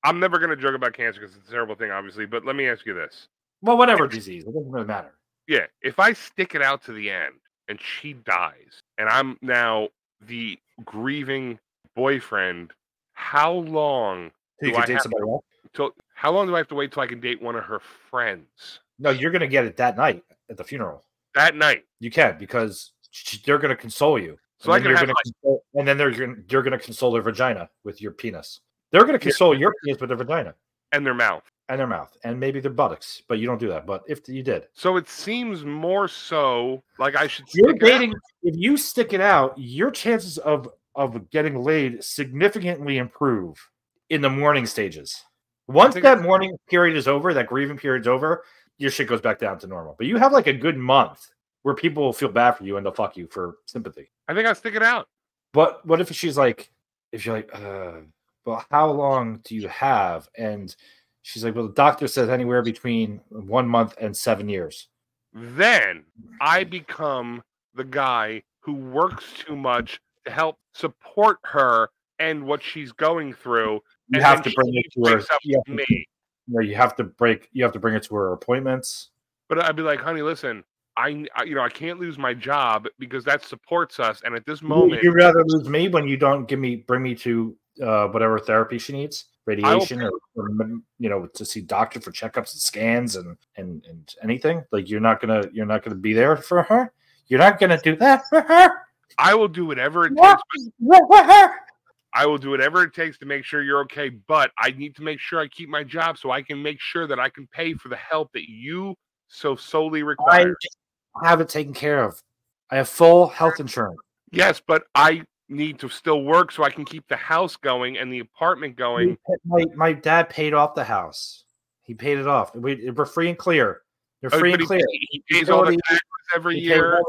Speaker 5: I'm never going to joke about cancer because it's a terrible thing, obviously. But let me ask you this:
Speaker 3: Well, whatever disease, it doesn't really matter.
Speaker 5: Yeah, if I stick it out to the end and she dies, and I'm now the grieving boyfriend, how long
Speaker 3: You
Speaker 5: do
Speaker 3: could
Speaker 5: I
Speaker 3: date
Speaker 5: have
Speaker 3: somebody
Speaker 5: to,
Speaker 3: else?
Speaker 5: till, How long do I have to wait till I can date one of her friends
Speaker 3: No, you're gonna get it that night at the funeral.
Speaker 5: that night?
Speaker 3: You can because sh- they're gonna console you.
Speaker 5: So I
Speaker 3: and
Speaker 5: can
Speaker 3: then you're
Speaker 5: have,
Speaker 3: gonna
Speaker 5: like-
Speaker 3: console, and then they're gonna, you're gonna console their vagina with your penis. They're gonna console your penis with their vagina
Speaker 5: and their mouth
Speaker 3: and their mouth and maybe their buttocks, but you don't do that. But if you did,
Speaker 5: So it seems more so like I should.
Speaker 3: you're
Speaker 5: stick it out.
Speaker 3: dating. If you stick it out, your chances of of getting laid significantly improve in the morning stages. Once
Speaker 5: think-
Speaker 3: that morning period is over, that grieving period's over, your shit goes back down to normal. But you have like a good month where people will feel bad for you and they'll fuck you for sympathy.
Speaker 5: I think I'll stick it out.
Speaker 3: But what if she's like, if you're like, uh, well, how long do you have? And she's like, well, the doctor says anywhere between one month and seven years.
Speaker 5: Then I become the guy who works too much to help support her and what she's going through.
Speaker 3: You
Speaker 5: and
Speaker 3: have
Speaker 5: then
Speaker 3: to
Speaker 5: she
Speaker 3: bring it to her.
Speaker 5: breaks up
Speaker 3: You have
Speaker 5: with
Speaker 3: to,
Speaker 5: me.
Speaker 3: you know, you have to break. You have to bring it to her appointments.
Speaker 5: But I'd be like, honey, listen, I, I you know I can't lose my job because that supports us. And at this moment,
Speaker 3: You'd rather lose me when you don't give me bring me to uh, whatever therapy she needs, radiation, or, or m- you know, to see doctor for checkups and scans and and and anything. Like you're not gonna you're not gonna be there for her. You're not gonna do that for her.
Speaker 5: I will do whatever it
Speaker 3: What?
Speaker 5: takes.
Speaker 3: What for her?
Speaker 5: I will do whatever it takes to make sure you're okay, but I need to make sure I keep my job so I can make sure that I can pay for the help that you so solely
Speaker 3: I
Speaker 5: require.
Speaker 3: just have it taken care of. I have full health insurance.
Speaker 5: Yes, but I need to still work so I can keep the house going and the apartment going.
Speaker 3: My, my dad paid off the house. He paid it off. We, we're free and clear. You're
Speaker 5: Oh,
Speaker 3: free
Speaker 5: but
Speaker 3: and
Speaker 5: he,
Speaker 3: clear.
Speaker 5: he pays all the
Speaker 3: Utility-
Speaker 5: taxes every
Speaker 3: He can't
Speaker 5: year.
Speaker 3: drive.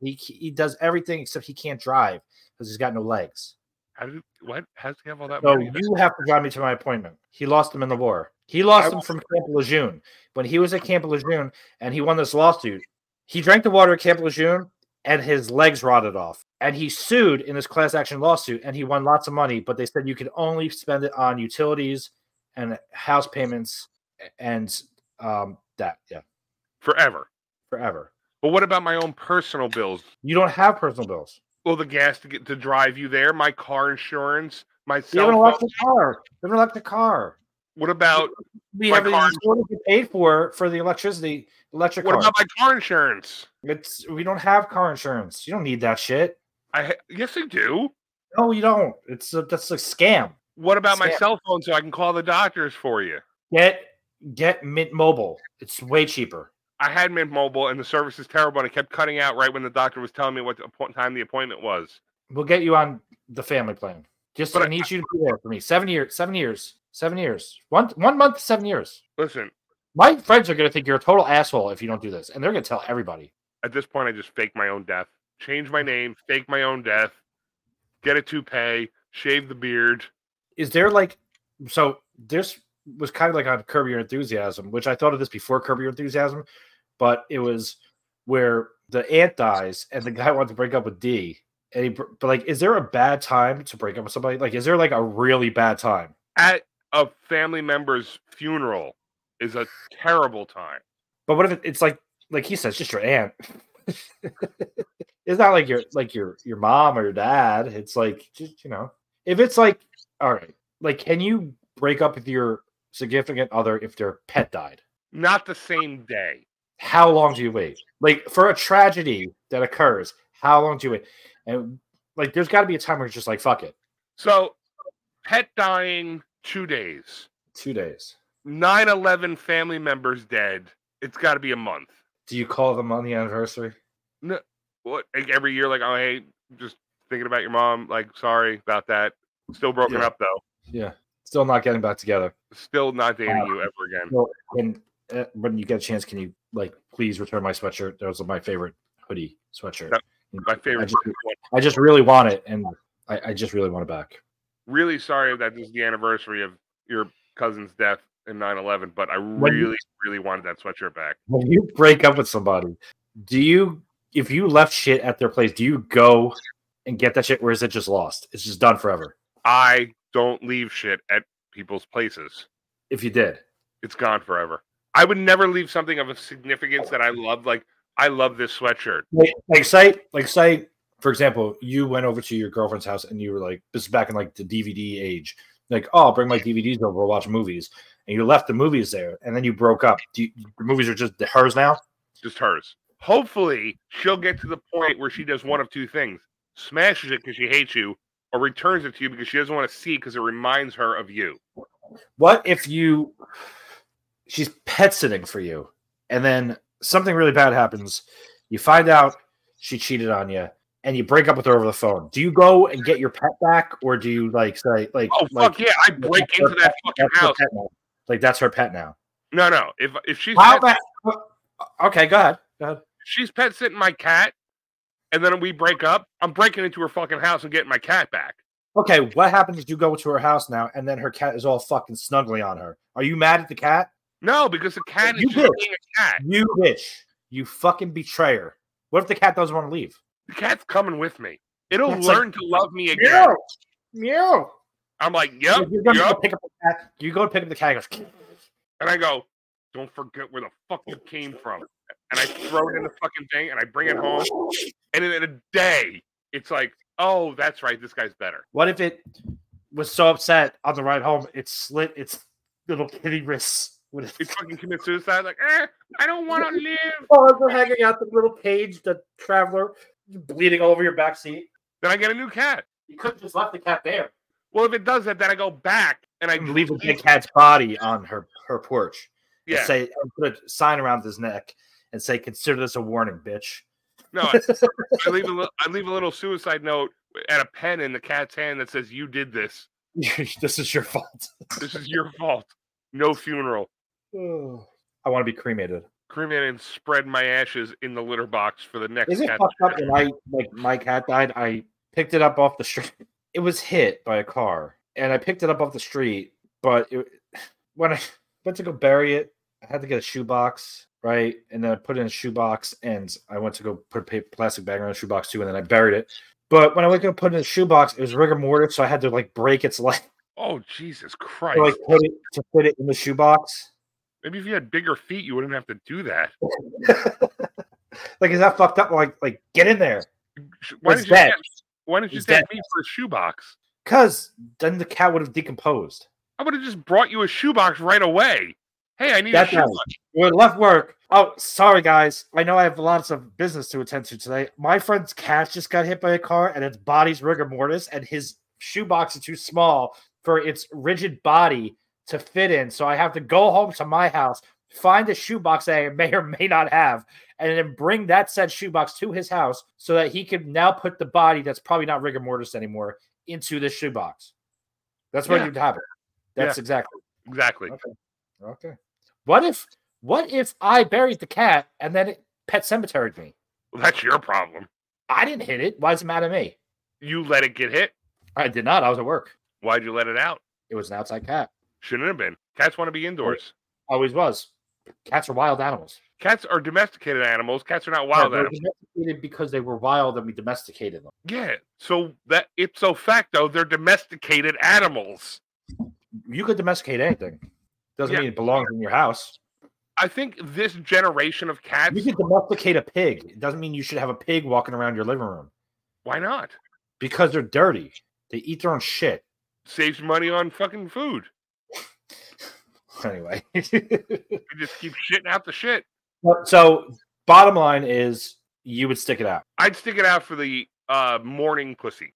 Speaker 3: He, he does everything except he can't drive because he's got no legs.
Speaker 5: How did, what? How does he have all that
Speaker 3: So
Speaker 5: money? That's-
Speaker 3: you have to drive me to my appointment. He lost him in the war. He lost him from Camp Lejeune when he was at Camp Lejeune and he won this lawsuit. He drank the water at Camp Lejeune and his legs rotted off. And he sued in this class action lawsuit and he won lots of money, but they said you could only spend it on utilities and house payments and um, that. Yeah,
Speaker 5: Forever.
Speaker 3: forever.
Speaker 5: But what about my own personal bills?
Speaker 3: You don't have personal bills.
Speaker 5: Well, the gas to get to drive you there, my car insurance, my
Speaker 3: You
Speaker 5: cell
Speaker 3: have an
Speaker 5: phone.
Speaker 3: electric car. You have an electric car.
Speaker 5: What about
Speaker 3: we
Speaker 5: My
Speaker 3: have
Speaker 5: car-
Speaker 3: a sort of paid for for the electricity electric
Speaker 5: what
Speaker 3: car.
Speaker 5: about my car insurance?
Speaker 3: it's we don't have car insurance. You don't need that shit.
Speaker 5: I ha- yes, I do.
Speaker 3: No, you don't. It's a, that's a scam.
Speaker 5: What about my
Speaker 3: Scam.
Speaker 5: cell phone so I can call the doctors for you?
Speaker 3: Get get Mint Mobile. It's way cheaper.
Speaker 5: I had Mint Mobile and the service is terrible and it kept cutting out right when the doctor was telling me what the appoint- time the appointment was.
Speaker 3: We'll get you on the family plan. Just
Speaker 5: But
Speaker 3: I
Speaker 5: I-
Speaker 3: need you to be there for me. Seven years. Seven years. Seven years. One one month. Seven years.
Speaker 5: Listen,
Speaker 3: My friends are gonna think you're a total asshole if you don't do this, and they're gonna tell everybody.
Speaker 5: at this point, I just fake my own death, change my name, fake my own death, get a toupee, shave the beard.
Speaker 3: is there like so this was kind of like on curb your enthusiasm which i thought of this before curb your enthusiasm but it was where the ant dies and the guy wanted to break up with d and he, br- but like is there a bad time to break up with somebody like is there like a really bad time
Speaker 5: At a family member's funeral is a terrible time.
Speaker 3: but what if it- it's like like he says just your aunt it's not like your like your your mom or your dad it's like just you know if it's like all right like can you break up with your significant other if their pet died
Speaker 5: Not the same day.
Speaker 3: how long do you wait? Like for a tragedy that occurs, how long do you wait? And like, there's got to be a time where it's just like, fuck it,
Speaker 5: So, pet dying two days,
Speaker 3: two days.
Speaker 5: 9 11 family members dead. It's got to be a month.
Speaker 3: Do you call them on the anniversary?
Speaker 5: what like every year like oh hey just thinking about your mom like sorry about that still broken
Speaker 3: Yeah.
Speaker 5: up though
Speaker 3: Yeah, still not getting back together.
Speaker 5: still not dating
Speaker 3: Uh,
Speaker 5: you ever again
Speaker 3: No, and uh, when you get a chance, can you like please return my sweatshirt? That was my favorite hoodie sweatshirt.
Speaker 5: That- my
Speaker 3: I
Speaker 5: favorite
Speaker 3: just,
Speaker 5: one.
Speaker 3: I just really want it, and I, I just really want it back.
Speaker 5: really sorry that this is the anniversary of your cousin's death in 9-11, but I
Speaker 3: When-
Speaker 5: really, really wanted that sweatshirt back.
Speaker 3: When you break up with somebody, do you if you left shit at their place, do you go and get that shit, or is it just lost? It's just done forever.
Speaker 5: I don't leave shit at people's places.
Speaker 3: If you did,
Speaker 5: It's gone forever. I would never leave something of a significance that I love. Like I love this sweatshirt.
Speaker 3: like, like say, like say, for example, you went over to your girlfriend's house and you were like, this is back in like the DVD age. Like, oh, I'll bring my DVDs over, we'll watch movies, and you left the movies there, and then you broke up. Do you, the movies are just hers now.
Speaker 5: just hers. Hopefully, she'll get to the point where she does one of two things: smashes it because she hates you, or returns it to you because she doesn't want to see because it reminds her of you.
Speaker 3: What if you she's pet sitting for you and then something really bad happens, you find out she cheated on you and you break up with her over the phone. Do you go and get your pet back or do you like say like
Speaker 5: Oh
Speaker 3: like,
Speaker 5: fuck yeah! I break
Speaker 3: that's her
Speaker 5: into
Speaker 3: pet-
Speaker 5: that fucking
Speaker 3: that's her
Speaker 5: house.
Speaker 3: pet now. Like that's her pet now.
Speaker 5: No, no. If if she's
Speaker 3: How
Speaker 5: pet,
Speaker 3: about Okay, go ahead. Go ahead.
Speaker 5: she's pet sitting my cat, and then we break up, I'm breaking into her fucking house and getting my cat back.
Speaker 3: Okay, what happens if you go to her house now and then her cat is all fucking snuggly on her? Are you mad at the cat?
Speaker 5: No, because the cat is
Speaker 3: You
Speaker 5: just
Speaker 3: bitch.
Speaker 5: being a cat.
Speaker 3: You bitch. You fucking betrayer. What if the cat doesn't want to leave?
Speaker 5: The cat's coming with me. It'll
Speaker 3: That's like-
Speaker 5: learn to love me again.
Speaker 3: Meow. Meow.
Speaker 5: I'm like, yep,
Speaker 3: If you're gonna
Speaker 5: yep.
Speaker 3: pick up the cat, you go pick up the cat. It goes,
Speaker 5: And I go, don't forget where the fuck you came from. And I throw it in the fucking thing and I bring it home. And in a day, it's like, oh, that's right. This guy's better.
Speaker 3: what if it was so upset on the ride home it slit its little kitty wrists with
Speaker 5: He
Speaker 3: its
Speaker 5: fucking commits suicide. Like, eh, I don't want to live.
Speaker 3: paws were Oh, hanging out the little cage, the traveler bleeding all over your back seat.
Speaker 5: Then I get a new cat.
Speaker 3: You could have just left the cat there.
Speaker 5: Well, if it does that, then I go back and I
Speaker 3: And leave a dead cat's body on her, her porch. and
Speaker 5: Yeah.
Speaker 3: Say and put a sign around his neck and say, consider this a warning, bitch.
Speaker 5: No, I, I leave a li- I leave a little suicide note and a pen in the cat's hand that says, you did this.
Speaker 3: this is your fault.
Speaker 5: This is your fault. No funeral.
Speaker 3: I want to be cremated.
Speaker 5: Cremate and spread my ashes in the litter box for the next
Speaker 3: Is it
Speaker 5: cat.
Speaker 3: fucked up that I like my cat died? I picked it up off the street. It was hit by a car, and I picked it up off the street. But it, when I went to go bury it, I had to get a shoebox, right? And then I put it in a shoebox, and I went to go put a pa- plastic bag around the shoebox too, and then I buried it. But when I went to go put it in a shoebox, it was rigor mortis, so I had to like break its leg
Speaker 5: Oh, Jesus
Speaker 3: to
Speaker 5: Christ.
Speaker 3: like put it to fit it in the shoebox.
Speaker 5: Maybe if you had bigger feet, you wouldn't have to do that.
Speaker 3: like, is that fucked up? Like, like get in there,
Speaker 5: Sh- Why
Speaker 3: It's
Speaker 5: did you
Speaker 3: dead.
Speaker 5: thank, why didn't you
Speaker 3: It's
Speaker 5: thank
Speaker 3: dead.
Speaker 5: me for a shoebox?
Speaker 3: cause then the cat would have decomposed.
Speaker 5: I would have just brought you a shoebox right away. Hey, I need
Speaker 3: That's
Speaker 5: a
Speaker 3: right.
Speaker 5: shoebox.
Speaker 3: We're left work. Oh, sorry guys. I know I have lots of business to attend to today. My friend's cat just got hit by a car and its body's rigor mortis, and his shoebox is too small for its rigid body to fit in. So I have to go home to my house, find a shoebox that I may or may not have, and then bring that said shoebox to his house so that he can now put the body that's probably not rigor mortis anymore into the shoebox. That's what
Speaker 5: Yeah.
Speaker 3: you'd have it. That's exactly.
Speaker 5: Exactly.
Speaker 3: Okay. What if what if I buried the cat and then it pet cemeteried me?
Speaker 5: Well, that's your problem.
Speaker 3: I didn't hit it. Why is it mad at me?
Speaker 5: You let it get hit.
Speaker 3: I did not. I was at work.
Speaker 5: Why'd you let it out?
Speaker 3: It was an outside cat.
Speaker 5: Shouldn't have been. Cats want to be indoors.
Speaker 3: Always was. Cats are wild animals.
Speaker 5: Cats are domesticated animals. Cats are not wild
Speaker 3: They were
Speaker 5: animals.
Speaker 3: domesticated because they were wild and we domesticated them.
Speaker 5: Yeah. So that ipso facto, they're domesticated animals.
Speaker 3: You could domesticate anything. Doesn't
Speaker 5: Yeah.
Speaker 3: mean it belongs in your house.
Speaker 5: I think this generation of cats.
Speaker 3: You could domesticate a pig. It doesn't mean you should have a pig walking around your living room
Speaker 5: Why not?
Speaker 3: because they're dirty. They eat their own shit.
Speaker 5: Saves money on fucking food.
Speaker 3: Anyway.
Speaker 5: You just keep shitting out the shit.
Speaker 3: so bottom line is you would stick it out.
Speaker 5: I'd stick it out for the uh morning pussy.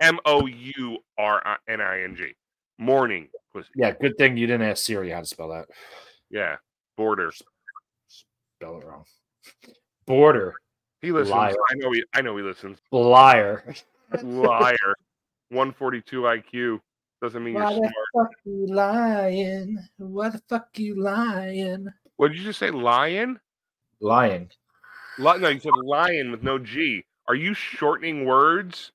Speaker 5: M O U R N I N G. Morning pussy.
Speaker 3: Yeah, good thing you didn't ask Siri how to spell that.
Speaker 5: Yeah. Border.
Speaker 3: Spell it wrong. Border.
Speaker 5: He listens.
Speaker 3: Liar.
Speaker 5: I know he I know he listens.
Speaker 3: Liar.
Speaker 5: Liar. 142 IQ. Doesn't mean you're smart.
Speaker 3: fuck you lying? Why the fuck you lying?
Speaker 5: What did you just say? Lion?
Speaker 3: Lying.
Speaker 5: Li- no, you said lion with no G. Are you shortening words?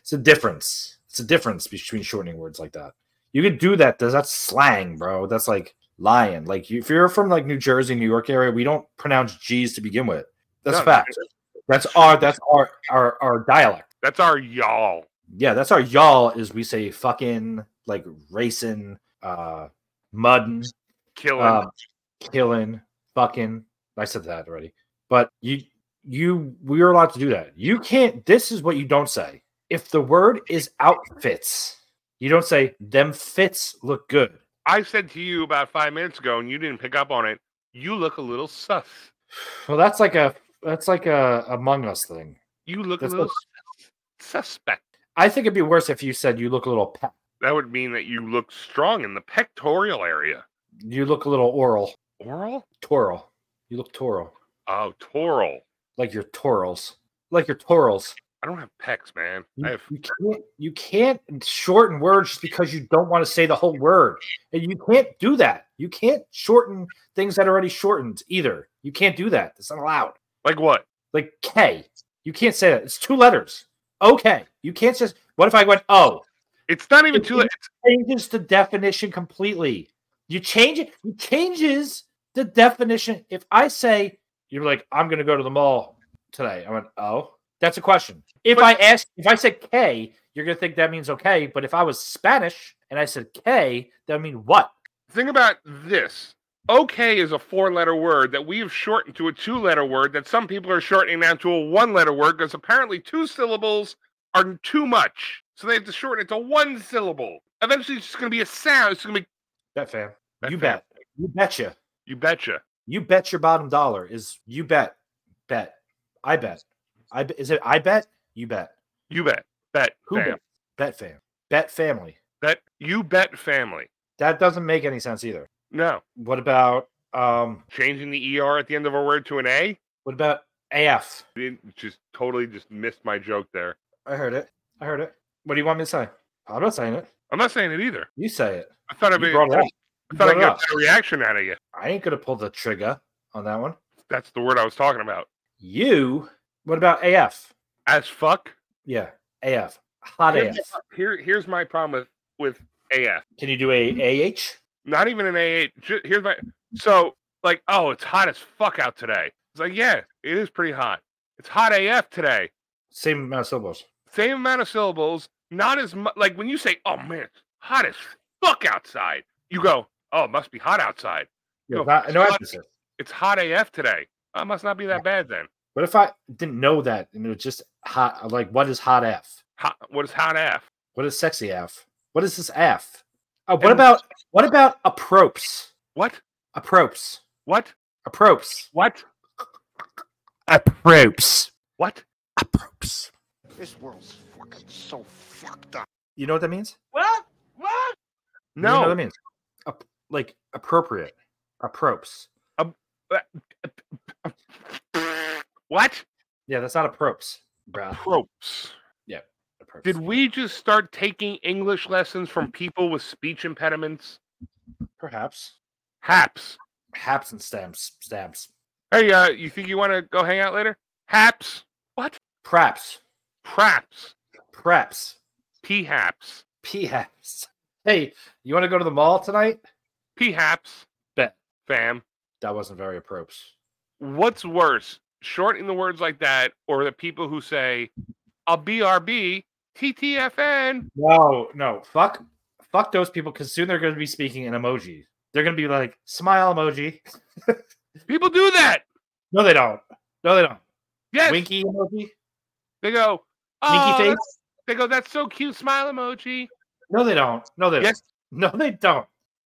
Speaker 3: It's a difference. It's a difference between shortening words like that. You could do that. That's that's slang, bro. That's like lying. Like you, if you're from like New Jersey, New York area, we don't pronounce G's to begin with. That's
Speaker 5: No,
Speaker 3: fact. That's our that's our our our dialect.
Speaker 5: That's our y'all.
Speaker 3: Yeah, that's our y'all is we say fucking like racing, uh muddin,
Speaker 5: Killing.
Speaker 3: uh, killing, fucking. I said that already. But you you we are allowed to do that. You can't this is what you don't say. If the word is outfits, you don't say them fits look good.
Speaker 5: I said to you about five minutes ago, and you didn't pick up on it. You look a little sus.
Speaker 3: Well, that's like a that's like a Among Us thing.
Speaker 5: You look
Speaker 3: That's
Speaker 5: a little
Speaker 3: what-
Speaker 5: sus- suspect.
Speaker 3: I think it'd be worse if you said you look a little pa-
Speaker 5: That would mean that you look strong in the pectoral area.
Speaker 3: you look a little oral,
Speaker 5: Oral?
Speaker 3: toral. You look toral,
Speaker 5: Oh, toral.
Speaker 3: like your torals, like your torals.
Speaker 5: I don't have pecs, man.
Speaker 3: You,
Speaker 5: I have
Speaker 3: you can't you can't shorten words just because you don't want to say the whole word, and you can't do that. You can't shorten things that are already shortened either. You can't do that. That's not allowed.
Speaker 5: like what?
Speaker 3: Like K, you can't say that. It's two letters. Okay, you can't just. What if I went O?
Speaker 5: It's not even
Speaker 3: It-
Speaker 5: too. It's,
Speaker 3: changes the definition completely. You change it. You changes the definition. If I say you're like, I'm gonna go to the mall today. I went, oh, that's a question. If I ask, if I said K, you're gonna think that means okay. But if I was Spanish and I said K, that mean what?
Speaker 5: think about this. Okay is a four-letter word that we have shortened to a two-letter word that some people are shortening down to a one-letter word because apparently two syllables are too much, so they have to shorten it to one syllable. Eventually, it's just going to be a sound. It's going to be
Speaker 3: Bet fam.
Speaker 5: Bet
Speaker 3: you
Speaker 5: fam.
Speaker 3: bet. You betcha.
Speaker 5: you betcha.
Speaker 3: You bet your bottom dollar is you bet. Bet. I bet. I bet. Is it I bet? You bet.
Speaker 5: You bet. Bet.
Speaker 3: Who
Speaker 5: fam.
Speaker 3: bet? Bet fam. Bet family.
Speaker 5: Bet. You bet family.
Speaker 3: That doesn't make any sense either.
Speaker 5: No.
Speaker 3: What about um
Speaker 5: Changing the ER at the end of a word to an A?
Speaker 3: what about AF?
Speaker 5: Didn't- Just totally just missed my joke there.
Speaker 3: I heard it. I heard it. What do you want me to say? I'm not saying it.
Speaker 5: I'm not saying it either.
Speaker 3: You say it.
Speaker 5: I thought I'd
Speaker 3: You
Speaker 5: be,
Speaker 3: brought it up.
Speaker 5: I thought
Speaker 3: You brought
Speaker 5: I'd get
Speaker 3: it
Speaker 5: a
Speaker 3: up.
Speaker 5: better reaction out of you.
Speaker 3: I ain't gonna pull the trigger on that one.
Speaker 5: That's the word I was talking about.
Speaker 3: You what about AF?
Speaker 5: As fuck.
Speaker 3: Yeah, AF. Hot
Speaker 5: Here's
Speaker 3: AF.
Speaker 5: my pro- Here, here's my problem with with AF.
Speaker 3: Can you do a AH?
Speaker 5: Not even an AA. ju- Here's my so like oh it's hot as fuck out today. It's like yeah it is pretty hot. It's hot AF today.
Speaker 3: Same amount of syllables.
Speaker 5: Same amount of syllables. Not as much like when you say oh man it's hot as fuck outside. You go oh it must be hot outside.
Speaker 3: Yeah,
Speaker 5: No,
Speaker 3: not- no
Speaker 5: it's Oh, hot.
Speaker 3: emphasis.
Speaker 5: It's hot AF today. Oh, it must not be that bad then.
Speaker 3: What if I didn't know that and it was just hot? Like, what is hot F?
Speaker 5: Hot, what is hot AF?
Speaker 3: What is sexy F? What is this F? Oh, what
Speaker 5: And-
Speaker 3: about what about approps?
Speaker 5: What
Speaker 3: Approps.
Speaker 5: what
Speaker 3: Approps.
Speaker 5: what
Speaker 3: Approps.
Speaker 5: what?
Speaker 4: Approps.
Speaker 6: This world's fucking so fucked up.
Speaker 3: You know what that means?
Speaker 6: What? What?
Speaker 3: You know what
Speaker 5: No,
Speaker 3: that means? Ap- like appropriate. Approps.
Speaker 5: what?
Speaker 3: Yeah, that's not approps, bruh.
Speaker 5: Tropes.
Speaker 3: Approps.
Speaker 5: Did we just start taking English lessons from people with speech impediments?
Speaker 3: Perhaps.
Speaker 5: Haps.
Speaker 3: Haps and stamps. Stamps.
Speaker 5: Hey, uh, you think you want to go hang out later? Haps. What?
Speaker 3: Praps.
Speaker 5: Praps.
Speaker 3: Preps.
Speaker 5: P haps.
Speaker 3: P-haps. Hey, you want to go to the mall tonight?
Speaker 5: P haps.
Speaker 3: Bet.
Speaker 5: Fam.
Speaker 3: That wasn't very approps.
Speaker 5: What's worse, shortening the words like that, or the people who say, "I'll BRB, TTFN"?
Speaker 3: No, no. Fuck fuck those people because soon they're gonna be speaking in emoji. They're gonna be like, smile emoji.
Speaker 5: People do that.
Speaker 3: No, they don't. No, they don't.
Speaker 5: Yes.
Speaker 3: Winky emoji.
Speaker 5: They go. Oh,
Speaker 3: Winky face.
Speaker 5: that's- They go. That's so cute. Smile emoji.
Speaker 3: No, they don't. No, they
Speaker 5: Yes.
Speaker 3: don't. No, they don't.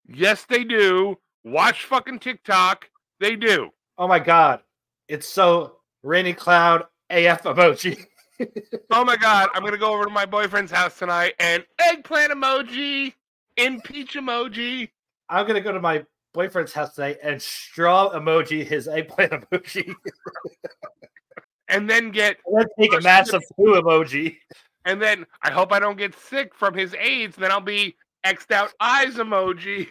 Speaker 5: Yes, they do. Watch fucking TikTok. They do.
Speaker 3: Oh my god. It's so rainy cloud AF emoji.
Speaker 5: Oh my god, I'm gonna go over to my boyfriend's house tonight and eggplant emoji, impeach emoji.
Speaker 3: I'm gonna go to my boyfriend's house today and straw emoji his eggplant emoji.
Speaker 5: And then get
Speaker 3: and then take a massive flu emoji.
Speaker 5: and then I hope I don't get sick from his AIDS, then I'll be X'd out eyes emoji.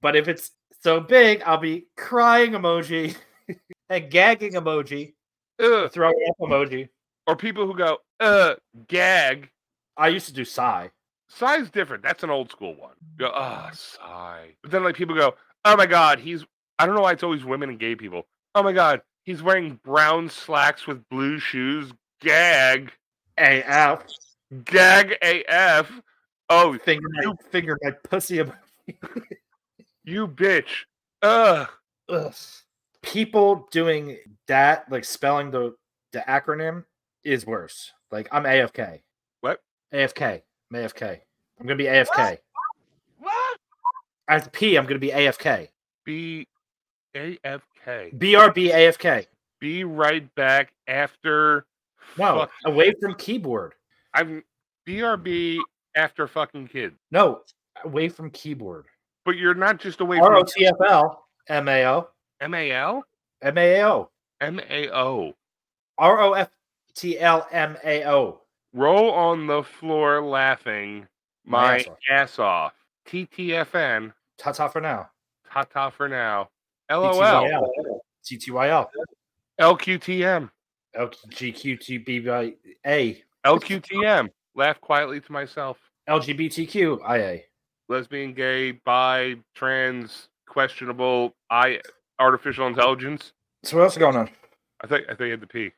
Speaker 3: But if it's so big, I'll be crying emoji and gagging emoji.
Speaker 5: Ugh.
Speaker 3: Throw up emoji.
Speaker 5: Or people who go, uh, gag.
Speaker 3: I used to do sigh.
Speaker 5: Sigh's different. That's an old school one. You go, ah, sigh. But then like people go, oh my god, he's I don't know why it's always women and gay people. Oh my god, he's wearing brown slacks with blue shoes. Gag.
Speaker 3: AF.
Speaker 5: Gag AF. Oh,
Speaker 3: Finger my, finger my pussy. ab-
Speaker 5: you bitch. Ugh.
Speaker 3: Ugh. People doing that, like spelling the, the acronym, is worse. Like, I'm AFK.
Speaker 5: What?
Speaker 3: AFK. I'm AFK. I'm going to be AFK.
Speaker 9: What?
Speaker 3: As P, I'm going to be AFK.
Speaker 5: Be AFK.
Speaker 3: BRB AFK.
Speaker 5: Be right back after
Speaker 3: No,
Speaker 5: fuck-
Speaker 3: away from keyboard.
Speaker 5: I'm BRB after fucking kids.
Speaker 3: No, away from keyboard.
Speaker 5: But you're not just away
Speaker 3: R O
Speaker 5: from
Speaker 3: T F L M A O
Speaker 5: M A L?
Speaker 3: M A O
Speaker 5: M A O.
Speaker 3: R O F T L M A O.
Speaker 5: Roll on the floor laughing
Speaker 3: My
Speaker 5: my
Speaker 3: ass off.
Speaker 5: ass off. TTFN.
Speaker 3: Ta ta for now.
Speaker 5: Ta ta for now. LOL.
Speaker 3: TTYL. TTYL.
Speaker 5: LQTM.
Speaker 3: LGQTBIA.
Speaker 5: LQTM. Laugh quietly to myself.
Speaker 3: LGBTQIA.
Speaker 5: Lesbian, gay, bi, trans, questionable, I artificial intelligence.
Speaker 3: So what else is going on?
Speaker 5: I think I think you had the P.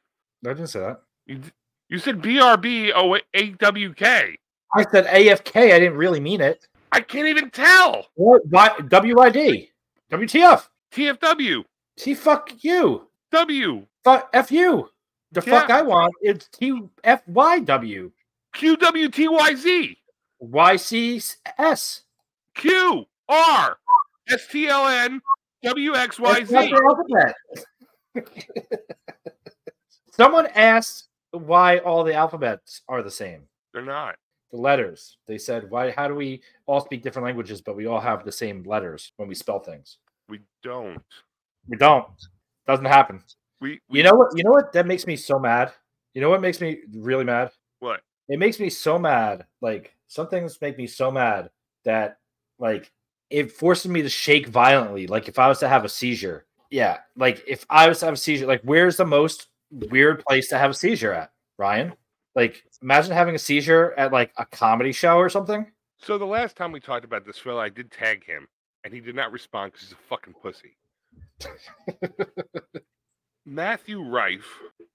Speaker 3: I didn't say that.
Speaker 5: You, d- you said BRB oh, wait, AWK.
Speaker 3: I said AFK. I didn't really mean it.
Speaker 5: I can't even tell.
Speaker 3: What? Why- WID. WTF.
Speaker 5: TFW.
Speaker 3: T fuck you.
Speaker 5: W.
Speaker 3: Fuck F you. The
Speaker 5: Yeah.
Speaker 3: fuck I want is T F Y W
Speaker 5: QWTYZ.
Speaker 3: Y C S.
Speaker 5: Q R S T L N W X Y
Speaker 3: It's not
Speaker 5: Z.
Speaker 3: their alphabet. Someone asked why all the alphabets are the same.
Speaker 5: They're not.
Speaker 3: The letters. They said, why how do we all speak different languages, but we all have the same letters when we spell things?
Speaker 5: We don't.
Speaker 3: We don't. Doesn't happen.
Speaker 5: We, we
Speaker 3: You know what? You know what? That makes me so mad. You know what makes me really mad?
Speaker 5: What?
Speaker 3: It makes me so mad. Like some things make me so mad that like it forces me to shake violently. Like if I was to have a seizure, yeah. Like if I was to have a seizure, like where's the most weird place to have a seizure at, Ryan? Like imagine having a seizure at like a comedy show or something.
Speaker 5: So the last time we talked about this fella, I did tag him, and he did not respond because he's a fucking pussy. Matthew Rife,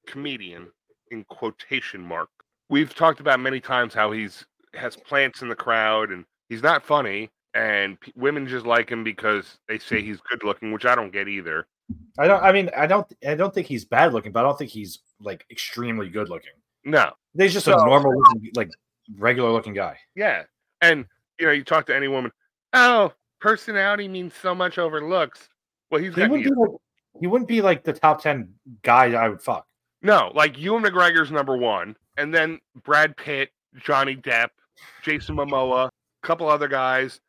Speaker 5: comedian in quotation mark. We've talked about many times how he's has plants in the crowd and he's not funny, and p- women just like him because they say he's good looking, which I don't get either.
Speaker 3: I don't. I mean, I don't. I don't think he's bad looking, but I don't think he's like extremely good looking.
Speaker 5: No,
Speaker 3: He's just a
Speaker 5: So-
Speaker 3: normal, looking, like regular looking guy.
Speaker 5: Yeah. And you know, you talk to any woman, oh, personality means so much over looks. Well, he's
Speaker 3: he
Speaker 5: got
Speaker 3: wouldn't,
Speaker 5: neither.
Speaker 3: be like, he wouldn't be like the top 10 guy that I would fuck.
Speaker 5: no, like you and McGregor's number one, and then Brad Pitt, Johnny Depp, Jason Momoa, a couple other guys,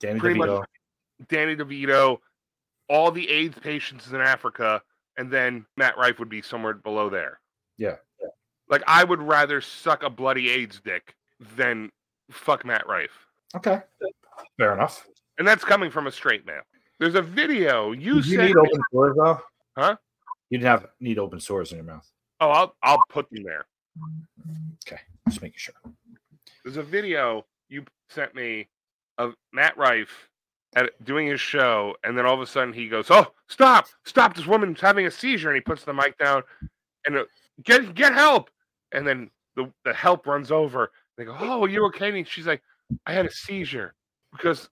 Speaker 3: Danny
Speaker 5: Pretty much.
Speaker 3: DeVito.
Speaker 5: Danny DeVito, all the AIDS patients in Africa, and then Matt Rife would be somewhere below there.
Speaker 3: Yeah.
Speaker 5: Like I would rather suck a bloody AIDS dick than fuck Matt Rife.
Speaker 3: Okay. Fair enough.
Speaker 5: And that's coming from a straight male. There's a video you
Speaker 3: Did You,
Speaker 5: sent
Speaker 3: need
Speaker 5: me-
Speaker 3: open sores though?
Speaker 5: Huh?
Speaker 3: You didn't have need open sores in your mouth.
Speaker 5: Oh, I'll I'll put them there.
Speaker 3: Just making sure.
Speaker 5: There's a video you sent me of Matt Rife at doing his show, and then all of a sudden he goes, "Oh, stop, stop! This woman's having a seizure," and he puts the mic down, and uh, get get help, and then the the help runs over. They go, "Oh, are you okay?" And she's like, "I had a seizure because,"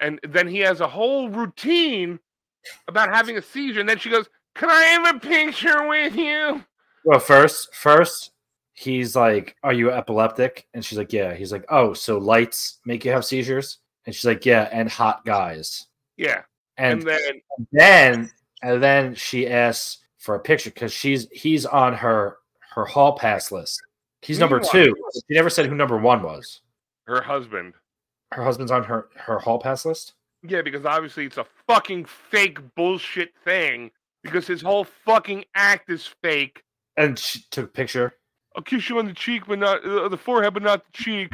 Speaker 5: and then he has a whole routine about having a seizure, and then she goes, "Can I have a picture with you?"
Speaker 3: Well, first, first, he's like, Are you epileptic? And she's like, Yeah. He's like, Oh, so lights make you have seizures? And she's like, Yeah, and hot guys.
Speaker 5: Yeah,
Speaker 3: And,
Speaker 5: and then
Speaker 3: then and then she asks for a picture because she's he's on her her hall pass list. He's number
Speaker 5: Meanwhile-
Speaker 3: two. She never said who number one was.
Speaker 5: her husband.
Speaker 3: her husband's on her her hall pass list.
Speaker 5: Yeah, because obviously it's a fucking fake bullshit thing. Because his whole fucking act is fake.
Speaker 3: And she took a picture.
Speaker 5: I'll kiss you on the cheek, but not uh, the forehead, but not the cheek.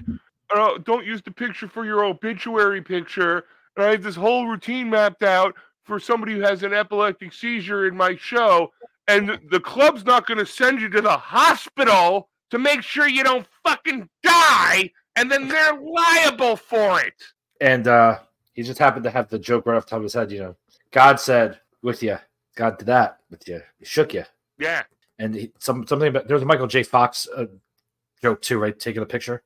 Speaker 5: Uh, don't use the picture for your obituary picture. And I have this whole routine mapped out for somebody who has an epileptic seizure in my show. And th- the club's not going to send you to the hospital to make sure you don't fucking die and then they're liable for it.
Speaker 3: And uh, he just happened to have the joke right off the top of his head. You know, God said with you, God did that with you, he shook you.
Speaker 5: Yeah.
Speaker 3: And he, some something about there was a Michael J. Fox uh, joke too, right? Taking a picture.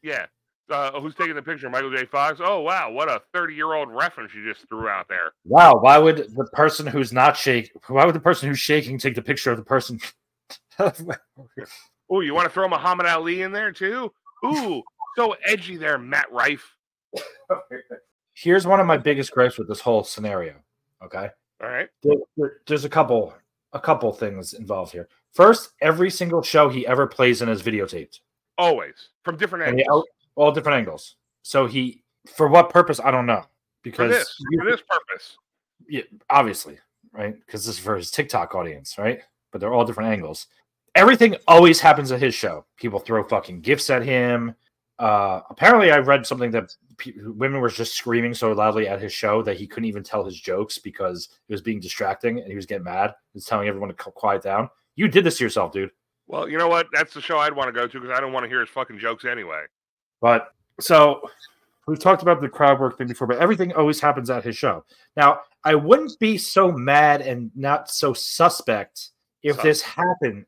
Speaker 5: Yeah. Uh, who's taking the picture? Michael J. Fox. Oh wow, what a thirty-year-old reference you just threw out there.
Speaker 3: Wow, why would the person who's not shake? Why would the person who's shaking take the picture of the person?
Speaker 5: Oh, you want to throw Muhammad Ali in there too? Ooh, so edgy there, Matt Rife.
Speaker 3: Here's one of my biggest gripes with this whole scenario. Okay,
Speaker 5: All right.
Speaker 3: There- there- there's a couple, a couple things involved here. First, every single show he ever plays in is videotaped,
Speaker 5: Always from different
Speaker 3: and
Speaker 5: angles.
Speaker 3: they all, all different angles. So he, for what purpose, I don't know.
Speaker 5: for
Speaker 3: Because
Speaker 5: this, for this purpose.
Speaker 3: yeah, obviously, right? Because this is for his TikTok audience, right? But they're all different angles. Everything always happens at his show. People throw fucking gifts at him. Uh, apparently, I read something that pe- women were just screaming so loudly at his show that he couldn't even tell his jokes because it was being distracting and he was getting mad. He's telling everyone to c- quiet down. You did this to yourself, dude.
Speaker 5: Well, you know what? That's the show I'd want to go to because I don't want to hear his fucking jokes anyway.
Speaker 3: But so we've talked about the crowd work thing before, but everything always happens at his show. Now, I wouldn't be so mad and not so suspect if
Speaker 5: Sus-
Speaker 3: this happened.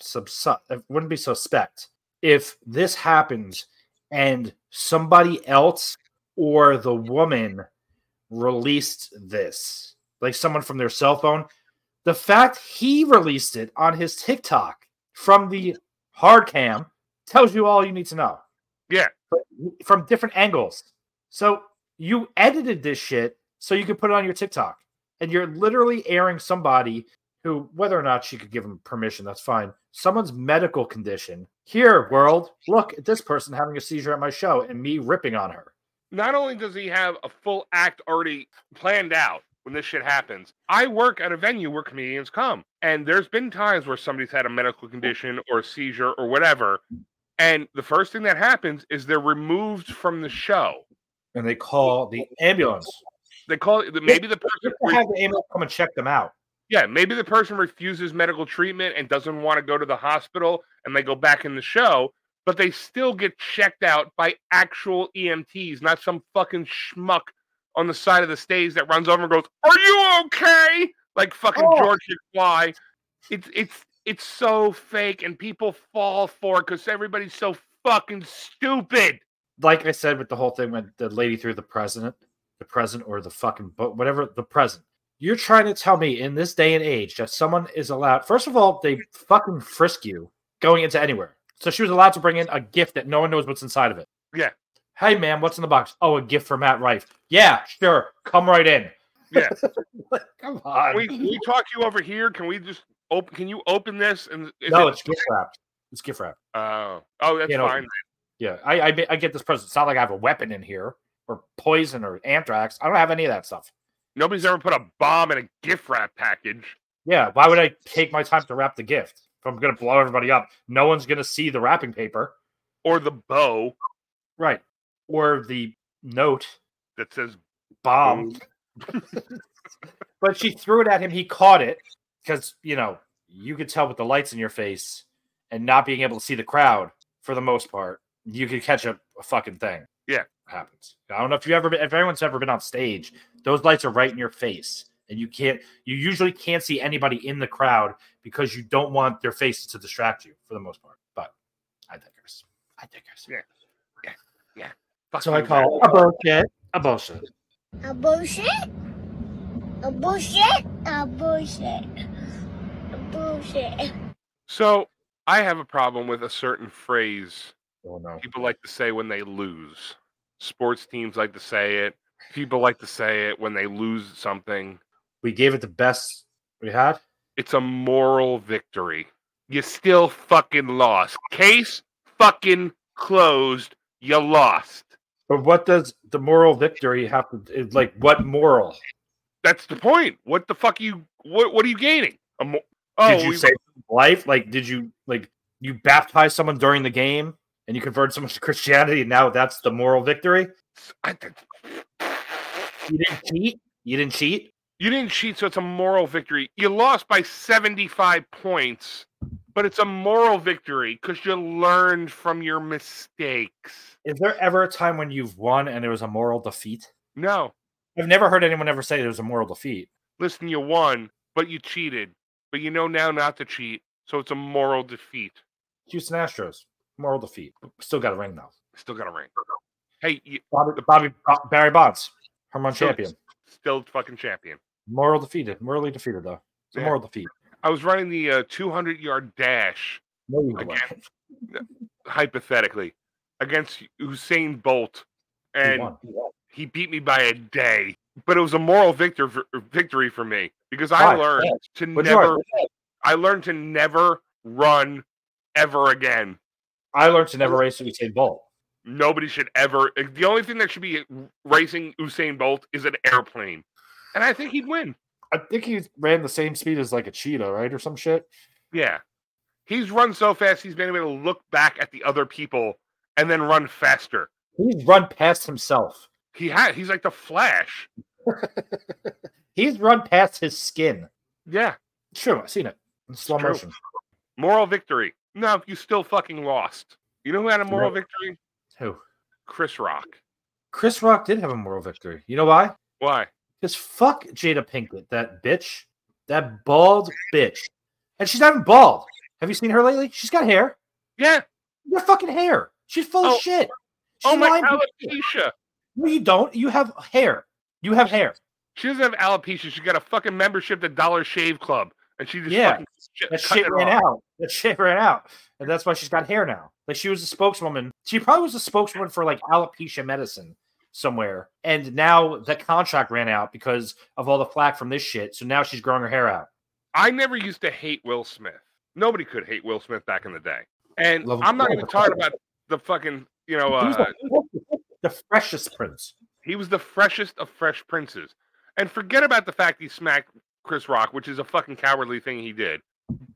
Speaker 3: Subsu- I wouldn't be suspect if this happens and somebody else or the woman released this, like someone from their cell phone. The fact he released it on his TikTok from the hard cam tells you all you need to know
Speaker 5: Yeah.
Speaker 3: but from different angles. So you edited this shit so you could put it on your TikTok, and you're literally airing somebody who, whether or not she could give him permission, that's fine. Someone's medical condition. Here, world, look at this person having a seizure at my show and me ripping on her.
Speaker 5: Not only does he have a full act already planned out when this shit happens, I work at a venue where comedians come. And there's been times where somebody's had a medical condition or a seizure or whatever. And the first thing that happens is they're removed from the show.
Speaker 3: And they call the ambulance.
Speaker 5: They call it maybe the person
Speaker 3: They have the ambulance come and check them out.
Speaker 5: Yeah, maybe the person refuses medical treatment and doesn't want to go to the hospital and they go back in the show, but they still get checked out by actual EMTs, not some fucking schmuck on the side of the stage that runs over and goes, Are you okay? Like fucking
Speaker 3: Oh.
Speaker 5: George McFly. It's it's it's so fake and people fall for it because everybody's so fucking stupid.
Speaker 3: Like I said with the whole thing when the lady threw the president, the present or the fucking but whatever the present. You're trying to tell me in this day and age that someone is allowed. First of all, they fucking frisk you going into anywhere. So she was allowed to bring in a gift that no one knows what's inside of it.
Speaker 5: Yeah.
Speaker 3: Hey, ma'am, what's in the box? Oh, a gift for Matt Rife. Yeah, sure. Come right in.
Speaker 5: Yeah.
Speaker 3: Like, Come on.
Speaker 5: We we talk you over here. Can we just open can you open this and is
Speaker 3: no,
Speaker 5: it-
Speaker 3: it's gift wrapped. It's gift wrapped.
Speaker 5: oh oh that's
Speaker 3: You know,
Speaker 5: fine.
Speaker 3: Yeah, I, I be- I get this present. It's not like I have a weapon in here or poison or anthrax. I don't have any of that stuff.
Speaker 5: Nobody's ever put a bomb in a gift wrap package.
Speaker 3: Yeah, why would I take my time to wrap the gift if I'm going to blow everybody up? No one's going to see the wrapping paper,
Speaker 5: or the bow
Speaker 3: right? Or the note
Speaker 5: that says
Speaker 3: bomb. but she threw it at him. He caught it because you know you could tell with the lights in your face and not being able to see the crowd for the most part. You could catch a, a fucking thing.
Speaker 5: Yeah.
Speaker 3: happens. I don't know if you ever, been, if anyone's ever been on stage, those lights are right in your face, and you can't. You usually can't see anybody in the crowd because you don't want their faces to distract you for the most part. But I digress. I digress.
Speaker 5: Yeah.
Speaker 3: So I
Speaker 5: fucking
Speaker 3: call
Speaker 5: wrap.
Speaker 3: a bullshit. A bullshit.
Speaker 9: A bullshit? A bullshit? A bullshit. A bullshit.
Speaker 5: So I have a problem with a certain phrase
Speaker 3: Oh no.
Speaker 5: people like to say when they lose. Sports teams like to say it. People like to say it when they lose something.
Speaker 3: We gave it the best we had.
Speaker 5: It's a moral victory. You still fucking lost. Case fucking closed. You lost.
Speaker 3: But what does the moral victory have to it- like? What moral?
Speaker 5: That's the point. What the fuck you? What what are you gaining? A mo- oh,
Speaker 3: Did you
Speaker 5: we-
Speaker 3: save life? Like, did you like you baptize someone during the game and you convert someone to Christianity? And now that's the moral victory.
Speaker 5: I think-
Speaker 3: You didn't cheat. You didn't cheat.
Speaker 5: You didn't cheat, so it's a moral victory. You lost by 75 points, But it's a moral victory because you learned from your mistakes.
Speaker 3: Is there ever a time when you've won and there was a moral defeat?
Speaker 5: No.
Speaker 3: I've never heard anyone ever say there was a moral defeat.
Speaker 5: Listen, you won, but you cheated. But you know now not to cheat, so it's a moral defeat.
Speaker 3: Houston Astros, moral defeat. Still got a ring though.
Speaker 5: Still got a ring. Hey, you,
Speaker 3: Bobby, Bobby Bo- Barry Bonds, Herman
Speaker 5: Still-
Speaker 3: champion.
Speaker 5: still fucking champion.
Speaker 3: Moral defeated. Morally defeated though. It's a
Speaker 5: Yeah.
Speaker 3: moral defeat.
Speaker 5: I was running the uh, 200 yard dash
Speaker 3: No, you won.
Speaker 5: Again. hypothetically against Usain Bolt,
Speaker 3: You
Speaker 5: and
Speaker 3: won.
Speaker 5: he beat me by a day. But it was a moral victor, victory for me because I
Speaker 3: Right,
Speaker 5: learned
Speaker 3: yeah.
Speaker 5: to
Speaker 3: But you are-
Speaker 5: never. I learned to never run ever again.
Speaker 3: I learned to never race Usain Bolt.
Speaker 5: Nobody should ever. The only thing that should be racing Usain Bolt is an airplane, and I think he'd win.
Speaker 3: I think he ran the same speed as like a cheetah, right, or some shit.
Speaker 5: Yeah, he's run so fast he's been able to look back at the other people and then run faster.
Speaker 3: He's run past himself.
Speaker 5: He had. He's like the Flash.
Speaker 3: He's run past his skin.
Speaker 5: Yeah.
Speaker 3: True, I've seen it in slow
Speaker 5: True.
Speaker 3: motion.
Speaker 5: Moral victory. No, you still fucking lost. You know who had a moral victory?
Speaker 3: Who?
Speaker 5: Chris Rock.
Speaker 3: Chris Rock did have a moral victory. You know why?
Speaker 5: Why?
Speaker 3: Because fuck Jada Pinkett, that bitch, that bald bitch, and she's not even bald. Have you seen her lately? She's got hair.
Speaker 5: Yeah.
Speaker 3: You got fucking hair. She's full
Speaker 5: Oh.
Speaker 3: of shit. She's
Speaker 5: Oh my
Speaker 3: lying to-
Speaker 5: alopecia.
Speaker 3: No, you don't. You have hair. You have hair.
Speaker 5: She doesn't have alopecia. She got a fucking membership to Dollar Shave Club, and she just
Speaker 3: Yeah.
Speaker 5: fucking shit,
Speaker 3: That
Speaker 5: cut
Speaker 3: shit
Speaker 5: it
Speaker 3: ran
Speaker 5: off.
Speaker 3: out. That shit ran out, and that's why she's got hair now. Like she was a spokeswoman. She probably was a spokeswoman for like alopecia medicine somewhere, and now the contract ran out because of all the flack from this shit. So now she's growing her hair out.
Speaker 5: I never used to hate Will Smith. Nobody could hate Will Smith back in the day. And
Speaker 3: Love-
Speaker 5: I'm not
Speaker 3: love
Speaker 5: going
Speaker 3: the
Speaker 5: to talk
Speaker 3: Smith.
Speaker 5: about the fucking, you know,
Speaker 3: He was
Speaker 5: uh,
Speaker 3: the- the freshest prince.
Speaker 5: he was the freshest of fresh princes. And forget about the fact he smacked Chris Rock, which is a fucking cowardly thing he did.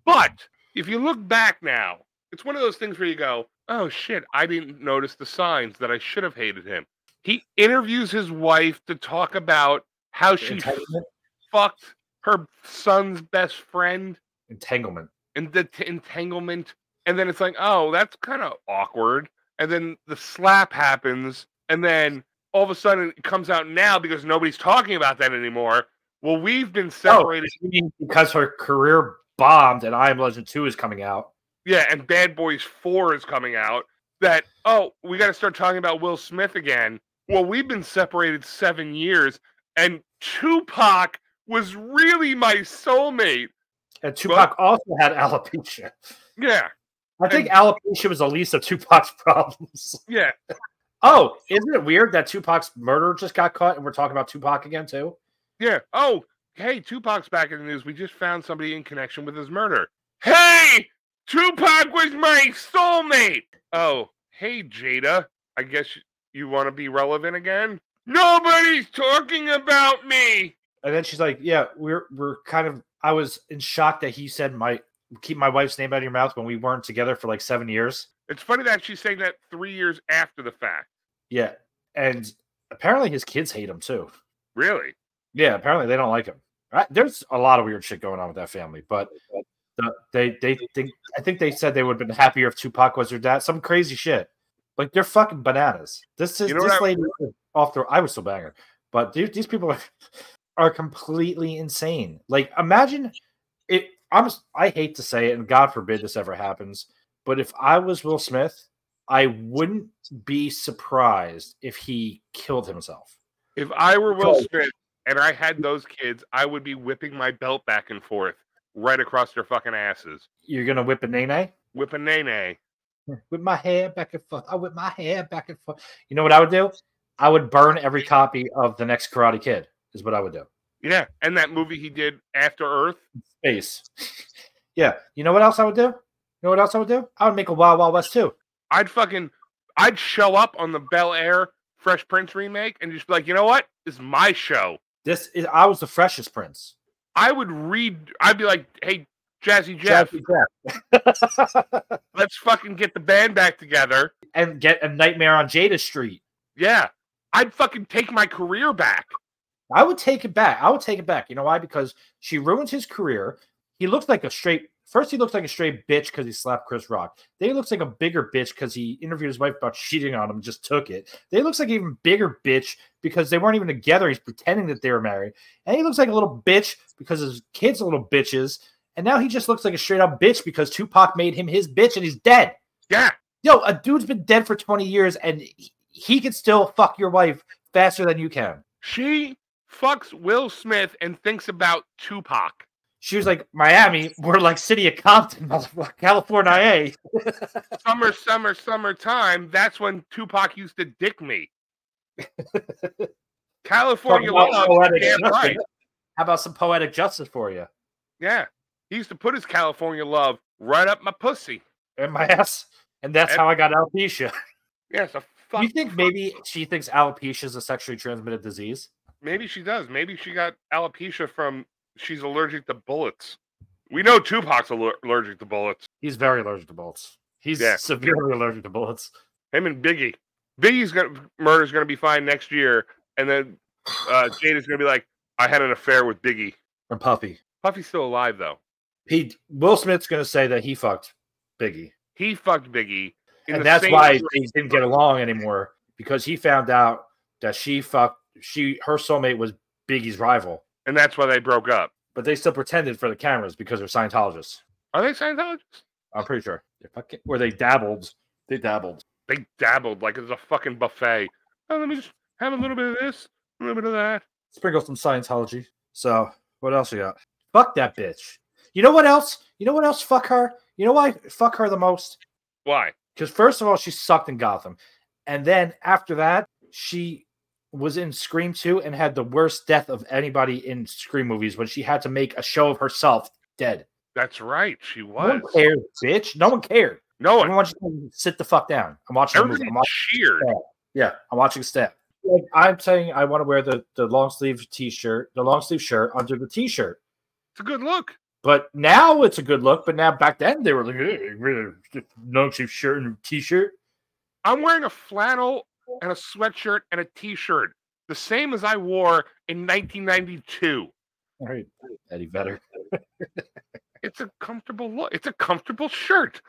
Speaker 5: But if you look back now, it's one of those things where you go, oh shit, I didn't notice the signs that I should have hated him. He interviews his wife to talk about how she
Speaker 3: Entanglement.
Speaker 5: fucked her son's best friend
Speaker 3: Entanglement.
Speaker 5: and the t- entanglement. And then it's like, oh, that's kind of awkward. And then the slap happens. And then all of a sudden it comes out now because nobody's talking about that anymore. Well, we've been separated.
Speaker 3: Oh, You mean because her career bombed and I Am Legend 2 is coming out.
Speaker 5: Yeah. And Bad Boys 4 is coming out. That, oh, we got to start talking about Will Smith again. Well, we've been separated seven years. And Tupac was really my soulmate.
Speaker 3: And Tupac also had alopecia.
Speaker 5: Yeah.
Speaker 3: I think alopecia was the least of Tupac's problems.
Speaker 5: Yeah.
Speaker 3: Oh, isn't it weird that Tupac's murder just got caught and we're talking about Tupac again too?
Speaker 5: Yeah. Oh, hey, Tupac's back in the news. We just found somebody in connection with his murder. Hey, Tupac was my soulmate. Oh, hey, Jada. I guess you want to be relevant again? Nobody's talking about me.
Speaker 3: And then she's like, "Yeah, we're we're kind of." I was in shock that he said my keep my wife's name out of your mouth when we weren't together for like seven years.
Speaker 5: It's funny that she's saying that three years after the fact.
Speaker 3: Yeah, and apparently his kids hate him too.
Speaker 5: Really?
Speaker 3: Yeah, apparently they don't like him. Right? There's a lot of weird shit going on with that family, but the, they they think I think they said they would have been happier if Tupac was their dad. Some crazy shit. Like they're fucking bananas. This is
Speaker 5: You know what
Speaker 3: this
Speaker 5: I-
Speaker 3: lady is off the. I was still banger, but dude, these people are, are completely insane. Like imagine it. I'm I hate to say it, and God forbid this ever happens. But if I was Will Smith, I wouldn't be surprised if he killed himself.
Speaker 5: If I were Will
Speaker 3: Right.
Speaker 5: Smith and I had those kids, I would be whipping my belt back and forth right across their fucking asses.
Speaker 3: You're gonna whip a nene.
Speaker 5: Whip a nay
Speaker 3: with my hair back and forth. I whip my hair back and forth. You know what I would do? I would burn every copy of the next Karate Kid. Is what I would do.
Speaker 5: Yeah. And that movie he did after Earth.
Speaker 3: Space. yeah. You know what else I would do? You know what else I would do? I would make a Wild Wild West too.
Speaker 5: I'd fucking I'd show up on the Bel Air Fresh Prince remake and just be like, you know what? This is my show.
Speaker 3: This is. I was the freshest prince.
Speaker 5: I would read I'd be like, hey, Jazzy Jeff,
Speaker 3: Jazzy Jeff.
Speaker 5: let's fucking get the band back together.
Speaker 3: and get a nightmare on Jada Street.
Speaker 5: Yeah. I'd fucking take my career back.
Speaker 3: I would take it back. I would take it back. You know why? Because she ruined his career. He looked like a straight First, he looks like a straight bitch because he slapped Chris Rock. Then he looks like a bigger bitch because he interviewed his wife about cheating on him and just took it. Then he looks like an even bigger bitch because they weren't even together. He's pretending that they were married. And he looks like a little bitch because his kids are little bitches. And now he just looks like a straight up bitch because Tupac made him his bitch and he's dead.
Speaker 5: Yeah.
Speaker 3: Yo, a dude's been dead for 20 years and he, he can still fuck your wife faster than you can.
Speaker 5: She fucks Will Smith and thinks about Tupac.
Speaker 3: She was like, Miami, we're like city of Compton, motherfucker, California. eh?"
Speaker 5: Summer, summer, summertime. That's when Tupac used to dick me. California
Speaker 3: Talk about
Speaker 5: love.
Speaker 3: poetic
Speaker 5: damn
Speaker 3: justice.
Speaker 5: right.
Speaker 3: How about some poetic justice for you?
Speaker 5: Yeah. He used to put his California love right up my pussy.
Speaker 3: And my ass. And that's
Speaker 5: And-
Speaker 3: how I got alopecia.
Speaker 5: Yeah, it's a
Speaker 3: Do
Speaker 5: fuck.
Speaker 3: you think maybe she thinks alopecia is a sexually transmitted disease?
Speaker 5: Maybe she does. Maybe she got alopecia from she's allergic to bullets. We know Tupac's aller- allergic to bullets.
Speaker 3: He's very allergic to bullets. He's
Speaker 5: Yeah.
Speaker 3: severely allergic to bullets.
Speaker 5: Him and Biggie. Biggie's gonna murder's gonna be fine next year, and then uh, Jade is gonna be like, "I had an affair with Biggie."
Speaker 3: Or Puffy.
Speaker 5: Puffy's still alive though.
Speaker 3: He Will Smith's gonna say that he fucked Biggie.
Speaker 5: He fucked Biggie, in the
Speaker 3: and that's
Speaker 5: same
Speaker 3: why
Speaker 5: way-
Speaker 3: they didn't get along anymore because he found out that she fucked she her soulmate was Biggie's rival,
Speaker 5: and that's why they broke up.
Speaker 3: but they still pretended for the cameras because they're Scientologists.
Speaker 5: Are they Scientologists?
Speaker 3: I'm pretty sure. They're fucking, or they dabbled. They dabbled.
Speaker 5: They dabbled like it's a fucking buffet. Oh, let me just have a little bit of this, a little bit of that.
Speaker 3: Sprinkle some Scientology. So what else you got? Fuck that bitch. You know what else? You know what else? Fuck her. You know why? I Fuck her the most.
Speaker 5: Why?
Speaker 3: Because first of all, she sucked in Gotham, and then after that, she was in Scream 2 and had the worst death of anybody in Scream movies when she had to make a show of herself dead.
Speaker 5: That's right. She
Speaker 3: No
Speaker 5: was.
Speaker 3: one cared, bitch. No one cared.
Speaker 5: No one.
Speaker 3: Everyone just said, sit the fuck down. I'm watching the movie.
Speaker 5: Everybody
Speaker 3: I'm watching,
Speaker 5: cheered.
Speaker 3: yeah, I'm watching Step. Like I'm saying, I want to wear the the long sleeve t-shirt, the long sleeve shirt under the t-shirt.
Speaker 5: It's a good look.
Speaker 3: But now it's a good look. But now back then they were like, "Eh, really, long sleeve shirt and t-shirt.
Speaker 5: I'm wearing a flannel and a sweatshirt and a t-shirt, the same as I wore in 1992.
Speaker 3: All right, Eddie Vedder.
Speaker 5: It's a comfortable look. It's a comfortable shirt.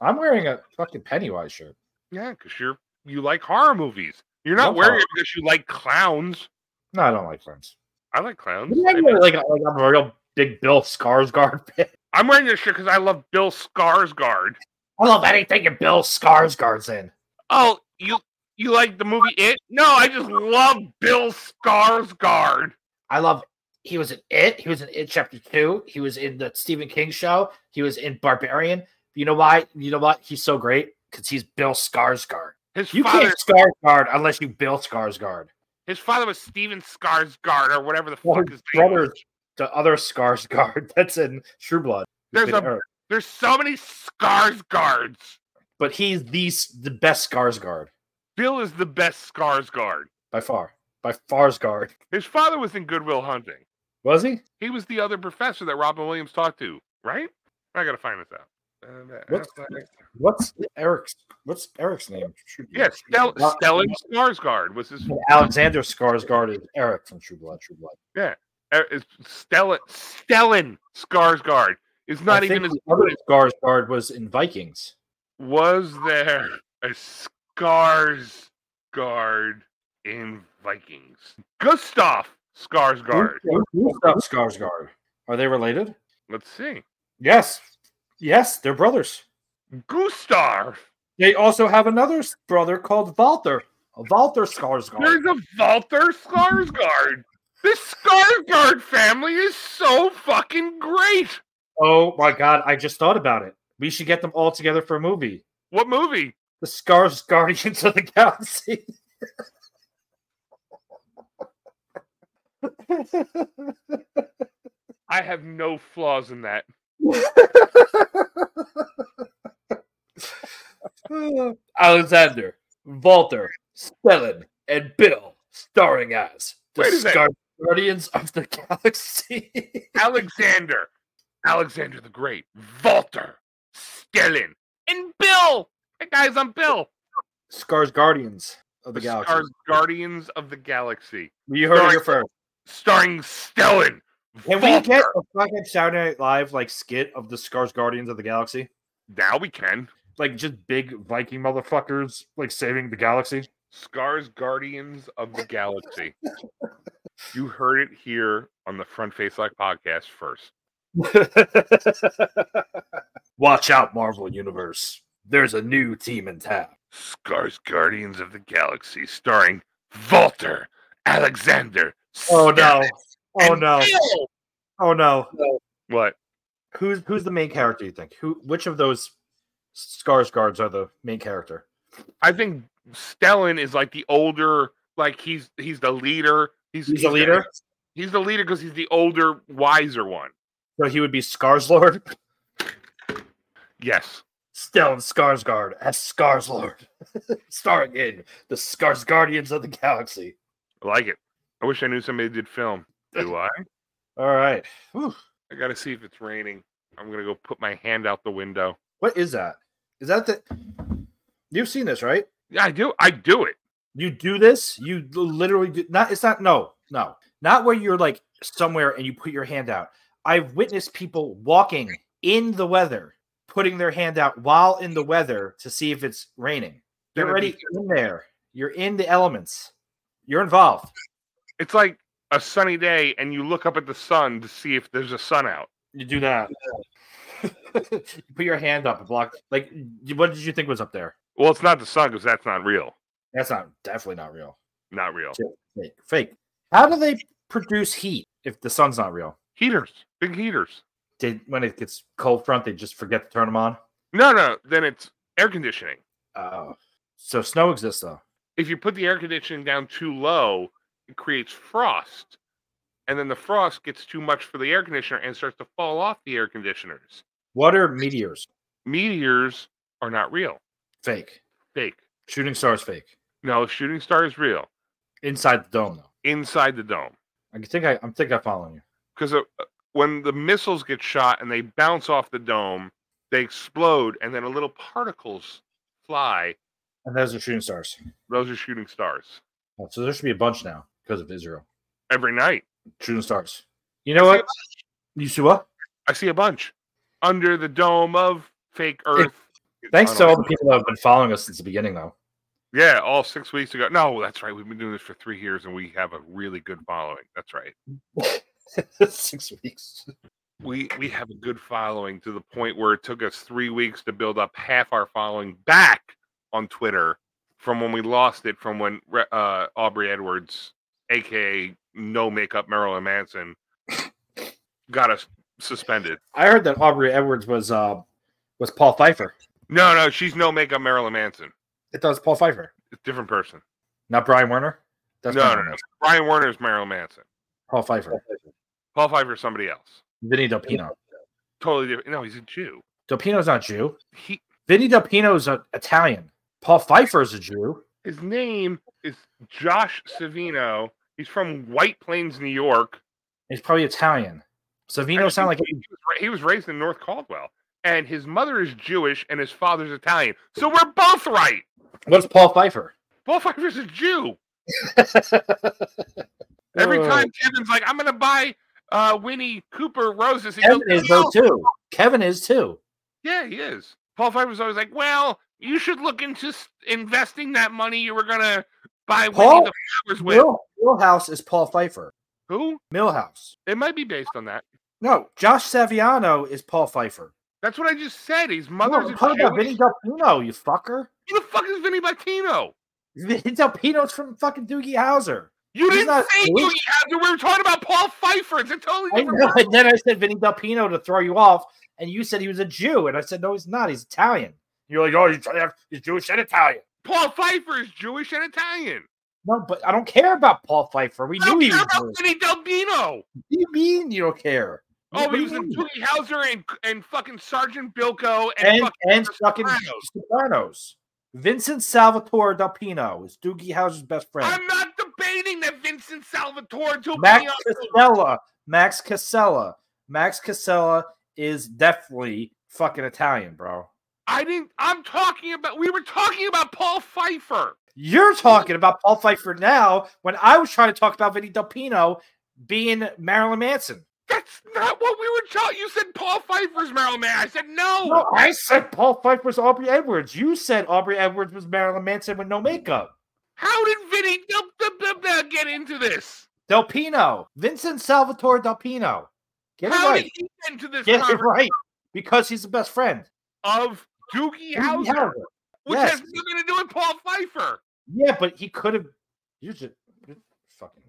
Speaker 3: I'm wearing a fucking Pennywise shirt.
Speaker 5: Yeah, because you're you like horror movies. You're not
Speaker 3: Love
Speaker 5: wearing
Speaker 3: horror.
Speaker 5: it because you like clowns.
Speaker 3: No, I don't like friends.
Speaker 5: I like clowns. I
Speaker 3: I'm
Speaker 5: mean,
Speaker 3: like, a- like I'm a real big Bill Skarsgård fan.
Speaker 5: I'm wearing this shirt because I love Bill Skarsgård.
Speaker 3: I love anything that Bill Skarsgård's in.
Speaker 5: Oh, you you like the movie It? No, I just love Bill Skarsgård.
Speaker 3: I love. He was in It. He was in It Chapter Two. He was in the Stephen King show. He was in Barbarian. You know why? You know what? He's so great because he's Bill Skarsgård.
Speaker 5: His
Speaker 3: You
Speaker 5: father,
Speaker 3: can't Skarsgård unless you Bill Skarsgård.
Speaker 5: his father was Steven Skarsgård or whatever the
Speaker 3: Well,
Speaker 5: fuck
Speaker 3: his
Speaker 5: his name
Speaker 3: brother-
Speaker 5: was.
Speaker 3: The other Skarsgård that's in True Blood.
Speaker 5: There's
Speaker 3: Been-
Speaker 5: a-
Speaker 3: or-
Speaker 5: There's so many Skarsgårds.
Speaker 3: but he's the s- the best Skarsgård
Speaker 5: Bill is the best Skarsgård.
Speaker 3: by far. By Farsgard.
Speaker 5: His father was in Goodwill Hunting.
Speaker 3: Was he?
Speaker 5: He was the other professor that Robin Williams talked to, right? I gotta find this out. Um,
Speaker 3: What's-
Speaker 5: outside-
Speaker 3: What's Eric's? What's Eric's name? True
Speaker 5: yeah,
Speaker 3: Blood.
Speaker 5: Stel-
Speaker 3: Not-
Speaker 5: Stellan Skarsgård was his.
Speaker 3: Alexander Skarsgård is Eric from True Blood. True Blood.
Speaker 5: er, is Stellan Stellan Skarsgård is not
Speaker 3: I
Speaker 5: even
Speaker 3: think
Speaker 5: as
Speaker 3: the other Skarsgård was in Vikings.
Speaker 5: was there a Skarsgård in Vikings? Gustav Skarsgård.
Speaker 3: Who- who- who's up Skarsgård. Are they related?
Speaker 5: Let's see.
Speaker 3: Yes. Yes, they're brothers.
Speaker 5: Gustav.
Speaker 3: They also have another s- brother called Walter. Walter Skarsgård.
Speaker 5: There's a Walter Skarsgård. This Skarsgård family is so fucking great.
Speaker 3: Oh my god, I just thought about it. We should get them all together for a movie.
Speaker 5: What movie?
Speaker 3: The Scars Guardians of the Galaxy.
Speaker 5: I have no flaws in that.
Speaker 3: Alexander, Walter, Stellan, and Bill, starring as the
Speaker 5: Wait a second.
Speaker 3: Scar- Guardians of the Galaxy.
Speaker 5: Alexander, Alexander the Great, Walter, Stellan, and Bill. That guy's on Bill.
Speaker 3: Scars Guardians of the, Galaxy.
Speaker 5: Stars Guardians of the Galaxy,
Speaker 3: you heard it
Speaker 5: Scar-
Speaker 3: here first.
Speaker 5: starring Stellan
Speaker 3: Can we get a fucking Saturday Night Live like skit of the Scars Guardians of the Galaxy?
Speaker 5: Now we can.
Speaker 3: Like just big Viking motherfuckers like saving the galaxy.
Speaker 5: Scars Guardians of the Galaxy. you heard it here on the Front Face Lock podcast first.
Speaker 3: Watch out, Marvel Universe. There's a new team in town.
Speaker 5: Scars Guardians of the Galaxy, starring Walter Alexander.
Speaker 3: Oh no.
Speaker 5: Stamets.
Speaker 3: Oh no. Oh no.
Speaker 5: What?
Speaker 3: Who's who's the main character you think? Who which of those Scars guards are the main character?
Speaker 5: I think Stellan is like the older, like he's he's the leader. He's,
Speaker 3: He's the leader.
Speaker 5: he's the leader because he's the older, wiser one.
Speaker 3: So he would be Scars Lord.
Speaker 5: Yes.
Speaker 3: Stellan Skarsgård as Scars Lord. Starring in the Scars Guardians of the Galaxy.
Speaker 5: I like it. I wish I knew somebody did film. Do I?
Speaker 3: All right.
Speaker 5: I gotta see if it's raining. I'm gonna go put my hand out the window.
Speaker 3: What is that? Is that the You've seen this, right?
Speaker 5: Yeah, I do. I do it.
Speaker 3: You do this? You l- literally do not it's not no, no. Not where you're like somewhere and you put your hand out. I've witnessed people walking in the weather, putting their hand out while in the weather to see if it's raining. You're
Speaker 5: Gotta
Speaker 3: already
Speaker 5: be-
Speaker 3: in there. You're in the elements. You're involved.
Speaker 5: It's like a sunny day, and you look up at the sun to see if there's a sun out.
Speaker 3: You do that. you put your hand up and block. Like, y- what did you think was up there?
Speaker 5: Well, it's not the sun because that's not real.
Speaker 3: That's not definitely not real.
Speaker 5: Not real.
Speaker 3: Fake. Fake. How do they produce heat if the sun's not real?
Speaker 5: Heaters, big heaters.
Speaker 3: Did when it gets cold front, they just forget to turn them on.
Speaker 5: No, no. Then it's air conditioning.
Speaker 3: Oh, so snow exists though.
Speaker 5: if you put the air conditioning down too low, it creates frost. And then the frost gets too much for the air conditioner and starts to fall off the air conditioners.
Speaker 3: What are meteors?
Speaker 5: Meteors are not real.
Speaker 3: Fake.
Speaker 5: Fake.
Speaker 3: Shooting stars fake.
Speaker 5: No, shooting star is real.
Speaker 3: Inside the dome though.
Speaker 5: Inside the dome.
Speaker 3: I think I, I'm think I'm following you.
Speaker 5: Because uh, when the missiles get shot and they bounce off the dome, they explode and then a little particles fly.
Speaker 3: And those are shooting stars.
Speaker 5: Those are shooting stars
Speaker 3: Oh, So there should be a bunch now because of Israel.
Speaker 5: every night.
Speaker 3: Shooting stars. You know
Speaker 5: I see a
Speaker 3: what? You see what?
Speaker 5: I see a bunch under the dome of fake Earth.
Speaker 3: Thanks
Speaker 5: I
Speaker 3: to
Speaker 5: don't
Speaker 3: all the people that have been following us since the beginning, though.
Speaker 5: Yeah, all six weeks ago. No, that's right. We've been doing this for three years and we have a really good following. That's right.
Speaker 3: Six weeks.
Speaker 5: We we have a good following to the point where it took us three weeks to build up half our following back on Twitter from when we lost it from when Re- uh, Aubrey Edwards, aka No Makeup Marilyn Manson, got us suspended.
Speaker 3: I heard that Aubrey Edwards was uh was Paul Pfeiffer.
Speaker 5: No, no, she's No Makeup Marilyn Manson.
Speaker 3: It does Paul Pfeiffer,
Speaker 5: It's a different person.
Speaker 3: not Brian Werner.
Speaker 5: No,
Speaker 3: Brian
Speaker 5: no,
Speaker 3: Werner.
Speaker 5: no. Brian Werner's Marilyn Manson.
Speaker 3: Paul Pfeiffer.
Speaker 5: Paul Pfeiffer's somebody else.
Speaker 3: Vinny Delpino.
Speaker 5: Totally different. No, he's a Jew.
Speaker 3: Delpino's not Jew.
Speaker 5: He
Speaker 3: Vinny Delpino's a, Italian. Paul Pfeiffer's a Jew.
Speaker 5: His name is Josh Savino. He's from White Plains, New York.
Speaker 3: He's probably Italian. Savino sound like
Speaker 5: he was, ra- he was raised in North Caldwell, and his mother is Jewish and his father's Italian. So we're both right.
Speaker 3: what's Paul Pfeiffer?
Speaker 5: Paul Pfeiffer's a Jew. Every
Speaker 3: Oh.
Speaker 5: time Kevin's like, "I'm gonna buy uh, Winnie Cooper roses," he
Speaker 3: Kevin
Speaker 5: goes,
Speaker 3: is though
Speaker 5: "No."
Speaker 3: too. Kevin is too.
Speaker 5: Yeah, he is. Paul Pfeiffer's always like, "Well, you should look into s- investing that money you were gonna buy
Speaker 3: Paul
Speaker 5: Winnie the Flowers with."
Speaker 3: Mill, Millhouse is Paul Pfeiffer.
Speaker 5: Who?
Speaker 3: Millhouse.
Speaker 5: It might be based on that.
Speaker 3: No, Josh Saviano is Paul Pfeiffer.
Speaker 5: That's what I just said. His
Speaker 3: No,
Speaker 5: mother's
Speaker 3: I'm
Speaker 5: a
Speaker 3: talking about
Speaker 5: Jew.
Speaker 3: Vinny Delpino, you fucker.
Speaker 5: Who the fuck is Vinny Martino?
Speaker 3: Vinny Delpino's from fucking Doogie Howser.
Speaker 5: You
Speaker 3: He's
Speaker 5: didn't
Speaker 3: not
Speaker 5: say
Speaker 3: Jewish.
Speaker 5: you had to. We were talking about Paul Pfeiffer. It's a totally
Speaker 3: I
Speaker 5: different.
Speaker 3: know. And then I said Vinny Delpino to throw you off, and you said he was a Jew, and I said no, he's not. He's Italian. You're like, oh, he's, trying to have- he's Jewish and Italian.
Speaker 5: Paul Pfeiffer is Jewish and Italian.
Speaker 3: No, but I don't care about Paul Pfeiffer. We
Speaker 5: I
Speaker 3: knew
Speaker 5: don't
Speaker 3: he
Speaker 5: care
Speaker 3: was
Speaker 5: about
Speaker 3: Jewish.
Speaker 5: Vinny Delbino.
Speaker 3: What do you mean you don't care? What
Speaker 5: Oh,
Speaker 3: do
Speaker 5: he
Speaker 3: you
Speaker 5: was in
Speaker 3: mean?
Speaker 5: Doogie Howser and and fucking Sergeant Bilko and,
Speaker 3: and
Speaker 5: fucking
Speaker 3: and
Speaker 5: Chris
Speaker 3: fucking
Speaker 5: Sopranos.
Speaker 3: Sopranos. Vincent Salvatore Delpino is Doogie Howser's best friend.
Speaker 5: I'm not debating that Vincent Salvatore
Speaker 3: Max
Speaker 5: Delbino.
Speaker 3: Casella. Max Casella. Max Casella is definitely fucking Italian, bro.
Speaker 5: I didn't. I'm talking about. We were talking about Paul Pfeiffer.
Speaker 3: You're talking about Paul Pfeiffer now when I was trying to talk about Vinny Delpino being Marilyn Manson.
Speaker 5: That's not what we were taught. You said Paul Pfeiffer's Marilyn Manson. I said no.
Speaker 3: No, I said Paul Pfeiffer was Aubrey Edwards. You said Aubrey Edwards was Marilyn Manson with no makeup.
Speaker 5: How did Vinny Del, Del, Del, Del get into this?
Speaker 3: Del Pino, Vincent Salvatore Del Pino. Get it
Speaker 5: How
Speaker 3: right.
Speaker 5: did he get into this
Speaker 3: Get it
Speaker 5: conversation
Speaker 3: right because he's the best friend.
Speaker 5: of
Speaker 3: Doogie
Speaker 5: Doogie Howser,
Speaker 3: Howser.
Speaker 5: which
Speaker 3: yes.
Speaker 5: has nothing to do with Paul Pfeiffer?
Speaker 3: Yeah, but he could have. You're just you're fucking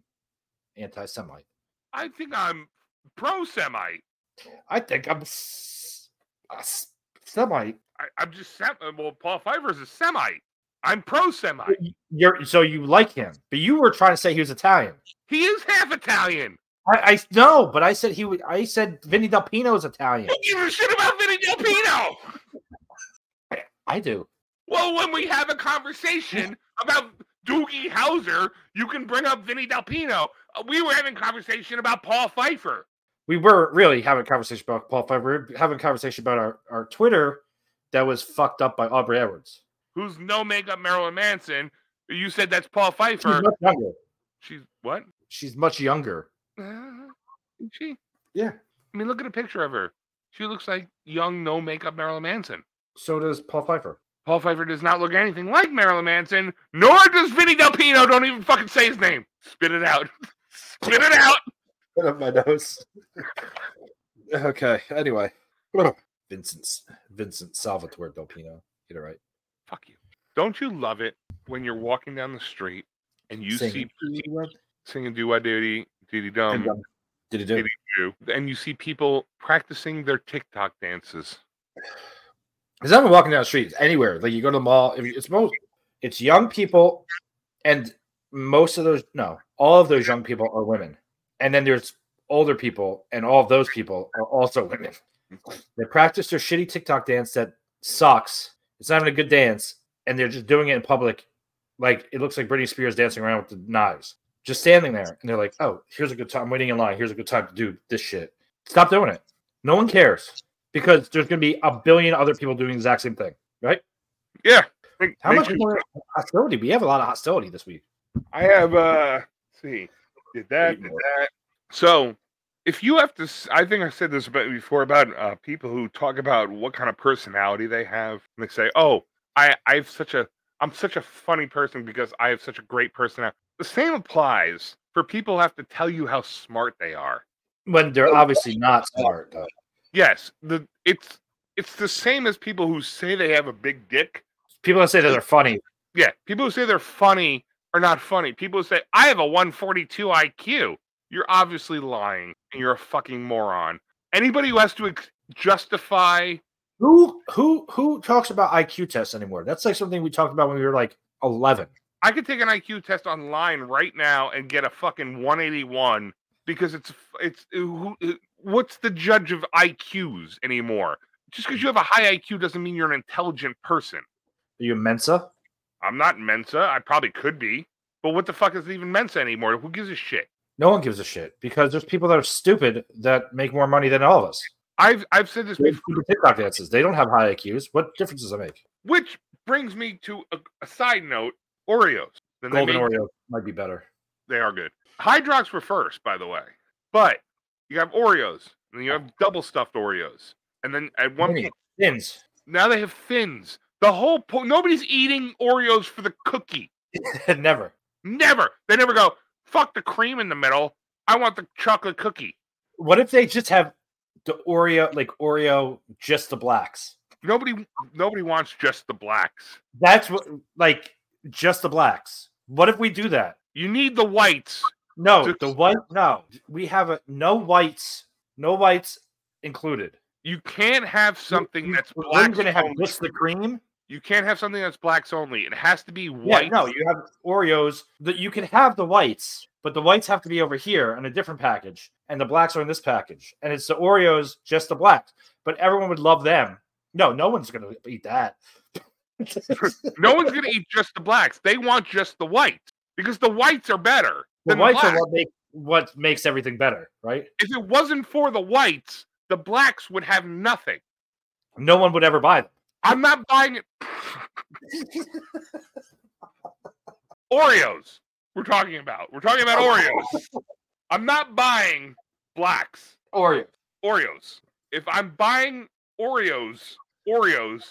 Speaker 3: anti-Semite.
Speaker 5: I think I'm pro Semite.
Speaker 3: I think I'm s- a s- Semite.
Speaker 5: I'm just Sem- uh, well. Paul Pfeiffer's a Semite. I'm pro Semite.
Speaker 3: You're so you like him, but you were trying to say he was Italian.
Speaker 5: He is half Italian.
Speaker 3: I, I no, but I said he. wa- I said Vinny Del Pino's Italian.
Speaker 5: Who gives a shit about Vinny Del Pino?
Speaker 3: I do.
Speaker 5: Well, when we have a conversation about Doogie Howser, you can bring up Vinny Del Pino. Uh, We were having conversation about Paul Pfeiffer.
Speaker 3: we were really having a conversation about Paul Pfeiffer. We were having a conversation about our, our Twitter that was fucked up by Aubrey Edwards.
Speaker 5: who's no makeup Marilyn Manson. You said that's Paul
Speaker 3: She's
Speaker 5: Pfeiffer.
Speaker 3: much younger.
Speaker 5: She's what?
Speaker 3: She's much younger.
Speaker 5: Uh, is she?
Speaker 3: Yeah.
Speaker 5: I mean, look at a picture of her. She looks like young, no makeup Marilyn Manson.
Speaker 3: So does Paul Pfeiffer.
Speaker 5: Paul Pfeiffer does not look anything like Marilyn Manson, nor does Vinny Del Pino. Don't even fucking say his name. Spit it out. Spit it out.
Speaker 3: Put up my nose. okay. Anyway, Vincent's Vincent Salvatore Del Pino. Get it right.
Speaker 5: Fuck you. Don't you love it when you're walking down the street and you
Speaker 3: Sing.
Speaker 5: see people singing "Do I Diddy Diddy Dum"?
Speaker 3: uh, um, Did he do?
Speaker 5: Did do, and you see people practicing their TikTok dances.
Speaker 3: Because I've been walking down the street anywhere. Like you go to the mall, if you, it's most it's young people, and most of those no, all of those young people are women, and then there's older people, and all of those people are also women. They practice their shitty TikTok dance that sucks. It's not even a good dance, and they're just doing it in public. Like it looks like Britney Spears dancing around with the knives, just standing there, and they're like, "Oh, here's a good time. I'm waiting in line. Here's a good time to do this shit. Stop doing it. No one cares." because there's going to be a billion other people doing the exact same thing, right?
Speaker 5: Yeah. Make-
Speaker 3: How
Speaker 5: make
Speaker 3: much
Speaker 5: sure-
Speaker 3: more hostility? We have a lot of hostility this week.
Speaker 5: I have uh let's see. Did that,
Speaker 3: Eight
Speaker 5: did
Speaker 3: more.
Speaker 5: that. So if you have to s- I think I said this about before about uh people who talk about what kind of personality they have and they say, Oh, I I have such a I'm such a funny person because I have such a great personality. The same applies for people who have to tell you how smart they are.
Speaker 3: When they're obviously not Oh, smart, though.
Speaker 5: Yes, the it's it's the same as people who say they have a big dick
Speaker 3: People that say that they're funny,
Speaker 5: Yeah, people who say they're funny are not funny. People who say I have a 142 IQ, you're obviously lying and you're a fucking moron. Anybody who has to ex- justify
Speaker 3: who who who talks about IQ tests anymore? That's like something we talked about when we were like eleven.
Speaker 5: I could take an IQ test online right now and get a fucking 181 because it's it's who, who- what's the judge of IQs anymore? Just because you have a high IQ doesn't mean you're an intelligent person.
Speaker 3: Are you Mensa?
Speaker 5: I'm not Mensa. I probably could be, but what the fuck is even Mensa anymore? Who gives a shit?
Speaker 3: No one gives a shit because there's people that are stupid that make more money than all of us.
Speaker 5: I've I've said this
Speaker 3: They
Speaker 5: before.
Speaker 3: have stupid TikTok dances. They don't have high IQs. What difference does it make?
Speaker 5: Which brings me to a, a side note: Oreos. Then
Speaker 3: Golden
Speaker 5: they, made-
Speaker 3: Oreo might be better.
Speaker 5: they are good. Hydrox were first, by the way. But you have Oreos, and then you have double stuffed Oreos, and then at one
Speaker 3: Mini
Speaker 5: point
Speaker 3: Thins.
Speaker 5: now they have fins. The whole point: nobody's eating Oreos for the cookie.
Speaker 3: Never.
Speaker 5: Never. They never go. Fuck the cream in the middle. I want the chocolate cookie.
Speaker 3: What if they just have the Oreo, like Oreo, just the blacks?
Speaker 5: Nobody, nobody wants just the blacks.
Speaker 3: That's what, like, just the blacks. What if we do that?
Speaker 5: You need the whites.
Speaker 3: No,
Speaker 5: Just-
Speaker 3: the white. No, we have a no whites, no whites included.
Speaker 5: You can't have something that's
Speaker 3: We're
Speaker 5: black.
Speaker 3: going to have just the cream.
Speaker 5: You can't have something that's blacks only. It has to be
Speaker 3: Yeah,
Speaker 5: white.
Speaker 3: no, you have Oreos. That you can have the whites, but the whites have to be over here in a different package, and the blacks are in this package. And it's the Oreos, just the blacks. But everyone would love them. No, no one's going to eat that.
Speaker 5: no one's gonna eat just the blacks. They want just the whites because the whites are better
Speaker 3: the
Speaker 5: than the
Speaker 3: whites
Speaker 5: blacks.
Speaker 3: are what make what makes everything better, right?
Speaker 5: If it wasn't for the whites, the blacks would have nothing.
Speaker 3: No one would ever buy them.
Speaker 5: I'm not buying it. Oreos. We're talking about. We're talking about Oreos. I'm not buying blacks.
Speaker 3: Oreo.
Speaker 5: Oreos. If I'm buying Oreos, Oreos,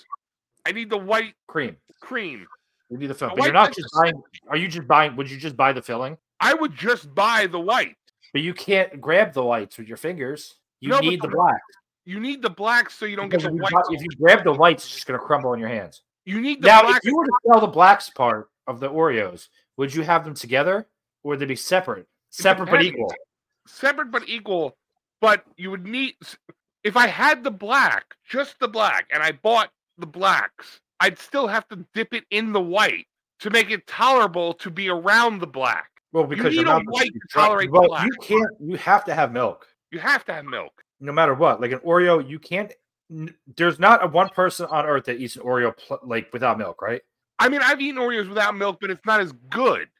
Speaker 5: I need the white
Speaker 3: cream.
Speaker 5: Cream.
Speaker 3: You need the filling.
Speaker 5: A
Speaker 3: But you're
Speaker 5: white
Speaker 3: not
Speaker 5: French
Speaker 3: just
Speaker 5: fries.
Speaker 3: buying. Are you just buying? Would you just buy the filling?
Speaker 5: I would just buy the white.
Speaker 3: But you can't grab the whites with your fingers. You
Speaker 5: No, but
Speaker 3: need the
Speaker 5: the-
Speaker 3: black.
Speaker 5: You need the black so you don't
Speaker 3: Because
Speaker 5: get
Speaker 3: if
Speaker 5: the
Speaker 3: you,
Speaker 5: white.
Speaker 3: gra- if you grab the whites, it's just going to crumble in your hands.
Speaker 5: You need the
Speaker 3: Now,
Speaker 5: black.
Speaker 3: if you were to sell the blacks part of the Oreos, would you have them together or would they be separate? Separate but
Speaker 5: depends.
Speaker 3: equal.
Speaker 5: separate but equal. But you would need if I had the black, just the black, and I bought the blacks, I'd still have to dip it in the white to make it tolerable to be around the black.
Speaker 3: Well, because
Speaker 5: you
Speaker 3: your
Speaker 5: need a
Speaker 3: mouth is
Speaker 5: white
Speaker 3: too
Speaker 5: to
Speaker 3: dry.
Speaker 5: tolerate
Speaker 3: Well,
Speaker 5: black.
Speaker 3: You can't. You have to have milk,
Speaker 5: You have to have milk.
Speaker 3: no matter what. Like an Oreo, you can't. n- There's not a one person on earth that eats an Oreo pl- like without milk, right?
Speaker 5: I mean, I've eaten Oreos without milk, but it's not as good.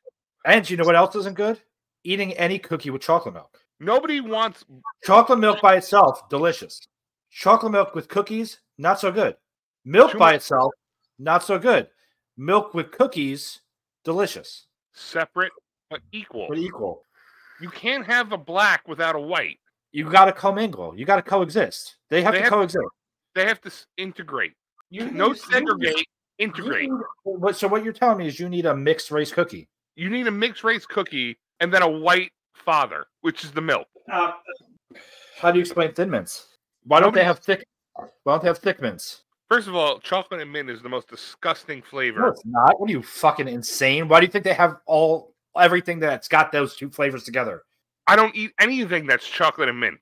Speaker 3: And you know what else isn't good? Eating any cookie with chocolate milk.
Speaker 5: Nobody wants
Speaker 3: Chocolate milk by itself, delicious. Chocolate milk with cookies, not so good. Milk
Speaker 5: Too
Speaker 3: by
Speaker 5: much-
Speaker 3: itself, not so good. Milk with cookies, delicious.
Speaker 5: separate but equal.
Speaker 3: But e equal.
Speaker 5: You can't have a black without a white.
Speaker 3: You got to commingle. You got to coexist. They have
Speaker 5: They
Speaker 3: to
Speaker 5: have-
Speaker 3: coexist.
Speaker 5: They have to s- integrate.
Speaker 3: You
Speaker 5: No segregate, integrate.
Speaker 3: You need- what- so what you're telling me is you need a mixed race cookie.
Speaker 5: You need a mixed race cookie and then a white father, which is the milk.
Speaker 3: How do you explain thin mints? Why don't they have thick? Why don't they have thick mints?
Speaker 5: First of all, chocolate and mint is the most disgusting
Speaker 3: No,
Speaker 5: flavor.
Speaker 3: it's not. What are you fucking insane? Why do you think they have all everything that's got those two flavors together?
Speaker 5: I don't eat anything that's chocolate and mint.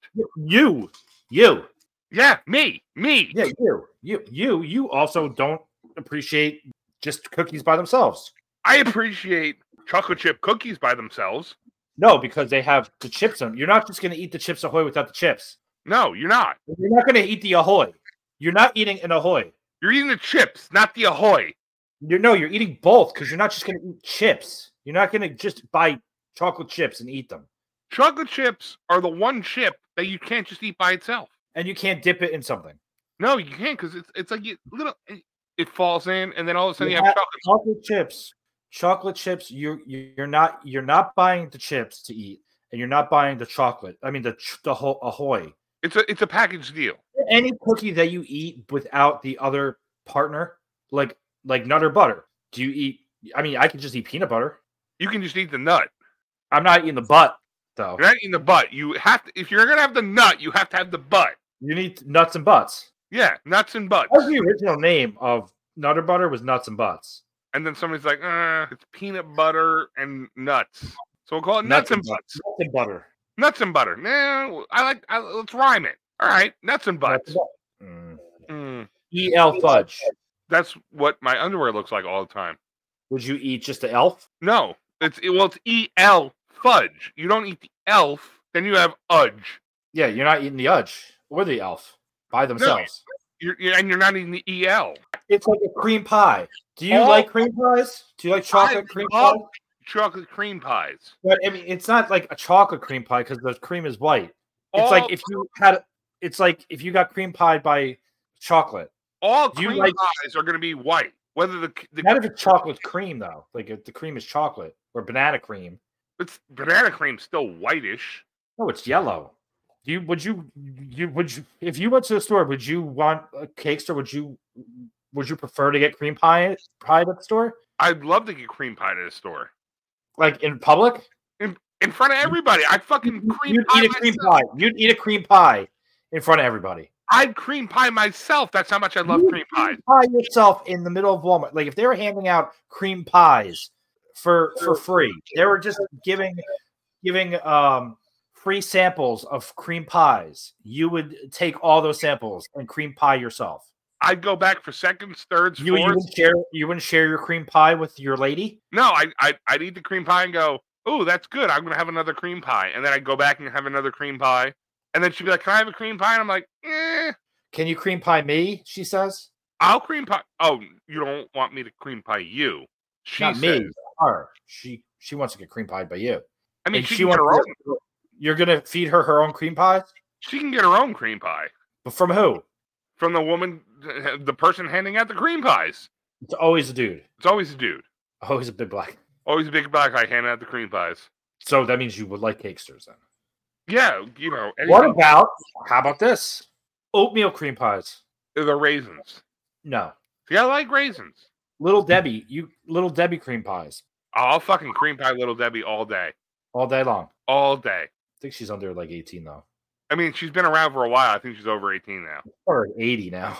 Speaker 3: You, you,
Speaker 5: Yeah, me, me.
Speaker 3: yeah, you, you, you, you also don't appreciate just cookies by themselves.
Speaker 5: I appreciate chocolate chip cookies by themselves.
Speaker 3: No, because they have the chips on. You're not just going to eat the chips ahoy without the chips.
Speaker 5: No, you're not.
Speaker 3: You're not going to eat the ahoy. You're not eating an ahoy.
Speaker 5: You're eating the chips, not the ahoy.
Speaker 3: You're no, you're eating both because you're not just going to eat chips. You're not going to just buy chocolate chips and eat them.
Speaker 5: Chocolate chips are the one chip that you can't just eat by itself.
Speaker 3: And you can't dip it in something.
Speaker 5: No, you can't because it's it's like you little it- it falls in and then all of a sudden
Speaker 3: You
Speaker 5: you have
Speaker 3: have-
Speaker 5: chocolate.
Speaker 3: chocolate chips chocolate chips you you- you're not you're not buying the chips to eat and you're not buying the chocolate i mean the ch- the whole ahoy
Speaker 5: It's a it's a package deal.
Speaker 3: any cookie that you eat without the other partner like like nut or butter do you eat i mean i could just eat peanut butter
Speaker 5: You can just eat the nut.
Speaker 3: i'm not eating the butt though
Speaker 5: You're not eating the butt. You have to if you're gonna have the nut, you have to have the butt.
Speaker 3: you need nuts and butts
Speaker 5: Yeah, nuts and butts.
Speaker 3: that was the original name of nut or butter was nuts and butts
Speaker 5: And then somebody's like, uh, it's peanut butter and nuts. So we'll call it nuts, and butts.
Speaker 3: nuts and butter
Speaker 5: Nuts and butter. Nah, I like. I, let's rhyme it. All right, nuts and
Speaker 3: Nuts
Speaker 5: butts.
Speaker 3: and Mm.
Speaker 5: Mm,
Speaker 3: el fudge
Speaker 5: that's what my underwear looks like all the time.
Speaker 3: would you eat just the elf
Speaker 5: No, it's it, well, it's E L fudge. You don't eat the elf, then you have udge.
Speaker 3: Yeah, you're not eating the udge or the elf by themselves.
Speaker 5: You're, you're, and you're not eating the E L.
Speaker 3: It's like a cream pie. Do you
Speaker 5: Oh.
Speaker 3: like cream pies? Do you like chocolate cream
Speaker 5: love-
Speaker 3: pie?
Speaker 5: Chocolate cream pies.
Speaker 3: But I mean, it's not like a chocolate cream pie because the cream is white. It's like
Speaker 5: All-
Speaker 3: if you had, it's like if you got cream pie by chocolate.
Speaker 5: All
Speaker 3: you
Speaker 5: cream
Speaker 3: like-
Speaker 5: pies are going to be white. Whether the, the
Speaker 3: Not if it's chocolate cream though. Like if the cream is chocolate or banana cream.
Speaker 5: it's banana cream's still whitish.
Speaker 3: No, it's yellow. Do you would you you would you if you went to the store would you want uh, cakes or would you would you prefer to get cream pie pie at the store
Speaker 5: I'd love to get cream pie at the store
Speaker 3: like in public?
Speaker 5: in front of everybody. I fucking cream
Speaker 3: You'd eat
Speaker 5: pie
Speaker 3: a cream
Speaker 5: myself.
Speaker 3: pie. You'd eat a cream pie in front of everybody.
Speaker 5: I'd cream pie myself. That's how much I love
Speaker 3: You'd
Speaker 5: cream pie.
Speaker 3: Pie yourself in the middle of Walmart. Like if they were handing out cream pies for for free, they were just giving giving um free samples of cream pies. You would take all those samples and cream pie yourself.
Speaker 5: I'd go back for seconds, thirds,
Speaker 3: You, you
Speaker 5: fourths.
Speaker 3: wouldn't share you wouldn't share your cream pie with your lady.
Speaker 5: No, I, I I'd eat the cream pie and go, "Oh, that's good. I'm gonna have another cream pie." And then I'd go back and have another cream pie. And then she'd be like, "Can I have a cream pie?" And I'm like, "Eh,
Speaker 3: Can you cream pie me? She says.
Speaker 5: I'll cream pie." Oh, you don't want me to cream pie you? She
Speaker 3: Not me.
Speaker 5: says-
Speaker 3: Her. She she wants to get cream pie by you.
Speaker 5: I mean,
Speaker 3: And
Speaker 5: she,
Speaker 3: she
Speaker 5: can get her
Speaker 3: wants
Speaker 5: own.
Speaker 3: You're gonna feed her her own cream pie?
Speaker 5: She can get her own cream pie
Speaker 3: But from who?
Speaker 5: from the woman, the person handing out the cream pies.
Speaker 3: It's always a dude.
Speaker 5: It's always a dude.
Speaker 3: Always a big black.
Speaker 5: Always a big black guy handing out the cream pies.
Speaker 3: So that means you would like cakesters then.
Speaker 5: Yeah, you know.
Speaker 3: What
Speaker 5: anything.
Speaker 3: about how about this? Oatmeal cream pies.
Speaker 5: the raisins?
Speaker 3: No.
Speaker 5: See, I like raisins.
Speaker 3: Little Debbie, you little Debbie cream pies
Speaker 5: I'll fucking cream pie Little Debbie all day,
Speaker 3: all day long. I
Speaker 5: all day.
Speaker 3: think she's under like 18 though.
Speaker 5: I mean, she's been around for a while. I think she's over eighteen now.
Speaker 3: Or 80 now.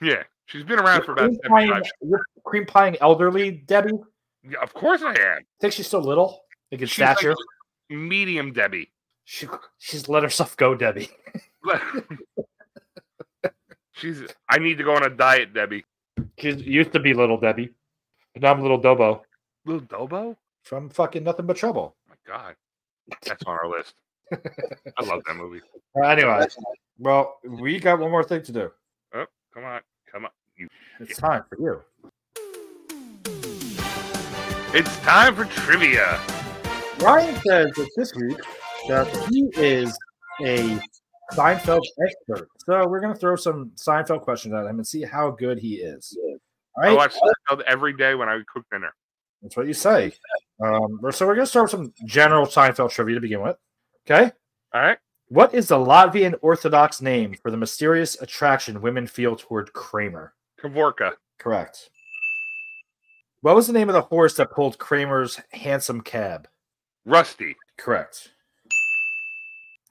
Speaker 5: Yeah, she's been around for about
Speaker 3: Cream pieing,
Speaker 5: seventy-five.
Speaker 3: you're cream pieing elderly Debbie. I
Speaker 5: Yeah, of course I am.
Speaker 3: think she's still little. Like in
Speaker 5: She's like
Speaker 3: stature.
Speaker 5: medium Debbie.
Speaker 3: she, she's let herself go, Debbie.
Speaker 5: she's. I need to go on a diet, Debbie.
Speaker 3: She used to be little Debbie, but now I'm little Dobo
Speaker 5: Little Dobo.
Speaker 3: from fucking nothing but trouble.
Speaker 5: my god, that's on our list. I love that movie.
Speaker 3: Uh, anyway, well, we got one more thing to do.
Speaker 5: Oh, come on, come on. You-
Speaker 3: It's time for you.
Speaker 5: It's time for trivia.
Speaker 3: Ryan says that this week that he is a Seinfeld expert. So we're gonna throw some Seinfeld questions at him and see how good he is. All
Speaker 5: Oh, I
Speaker 3: right,
Speaker 5: watch Seinfeld every day when I cook dinner.
Speaker 3: that's what you say. Um, we're- so we're gonna start with some general Seinfeld trivia to begin with. Okay,
Speaker 5: All right.
Speaker 3: what is the Latvian Orthodox name for the mysterious attraction women feel toward Kramer?
Speaker 5: Kavorka.
Speaker 3: Correct. What was the name of the horse that pulled Kramer's handsome cab?
Speaker 5: Rusty.
Speaker 3: Correct.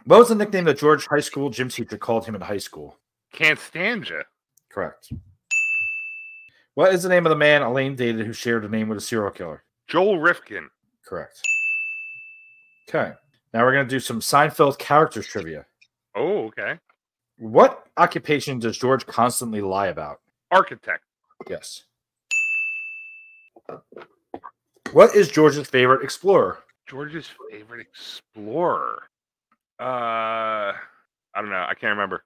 Speaker 3: What was the nickname that George High School gym teacher called him in high school?
Speaker 5: Can't stand ya.
Speaker 3: Correct. What is the name of the man Elaine dated who shared a name with a serial killer?
Speaker 5: Joel Rifkin.
Speaker 3: Correct. Okay. Now we're going to do some Seinfeld characters trivia.
Speaker 5: Oh, okay.
Speaker 3: What occupation does George constantly lie about?
Speaker 5: Architect.
Speaker 3: Yes. What is George's favorite explorer?
Speaker 5: George's favorite explorer. Uh, I don't know. I can't remember.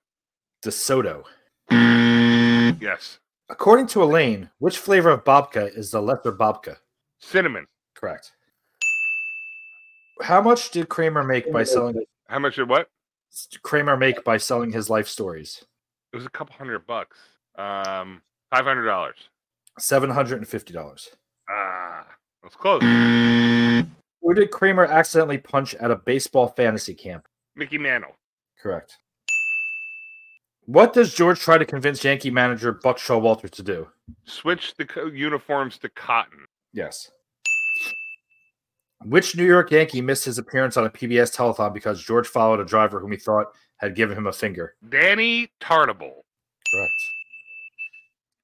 Speaker 3: DeSoto.
Speaker 5: Yes.
Speaker 3: According to Elaine, which flavor of babka is the lesser babka?
Speaker 5: Cinnamon.
Speaker 3: Correct. How much did Kramer make by selling
Speaker 5: How much did what?
Speaker 3: Kramer make by selling his life stories?
Speaker 5: It was a couple hundred bucks. Um, five hundred dollars.
Speaker 3: Seven hundred and fifty dollars.
Speaker 5: Ah, that's close.
Speaker 3: Who did Kramer accidentally punch at a baseball fantasy camp?
Speaker 5: Mickey Mantle.
Speaker 3: Correct. What does George try to convince Yankee manager Buck Showalter to do?
Speaker 5: Switch the co- uniforms to cotton.
Speaker 3: Yes. Which New York Yankee missed his appearance on a PBS telethon because George followed a driver whom he thought had given him a finger?
Speaker 5: Danny Tartable.
Speaker 3: Correct.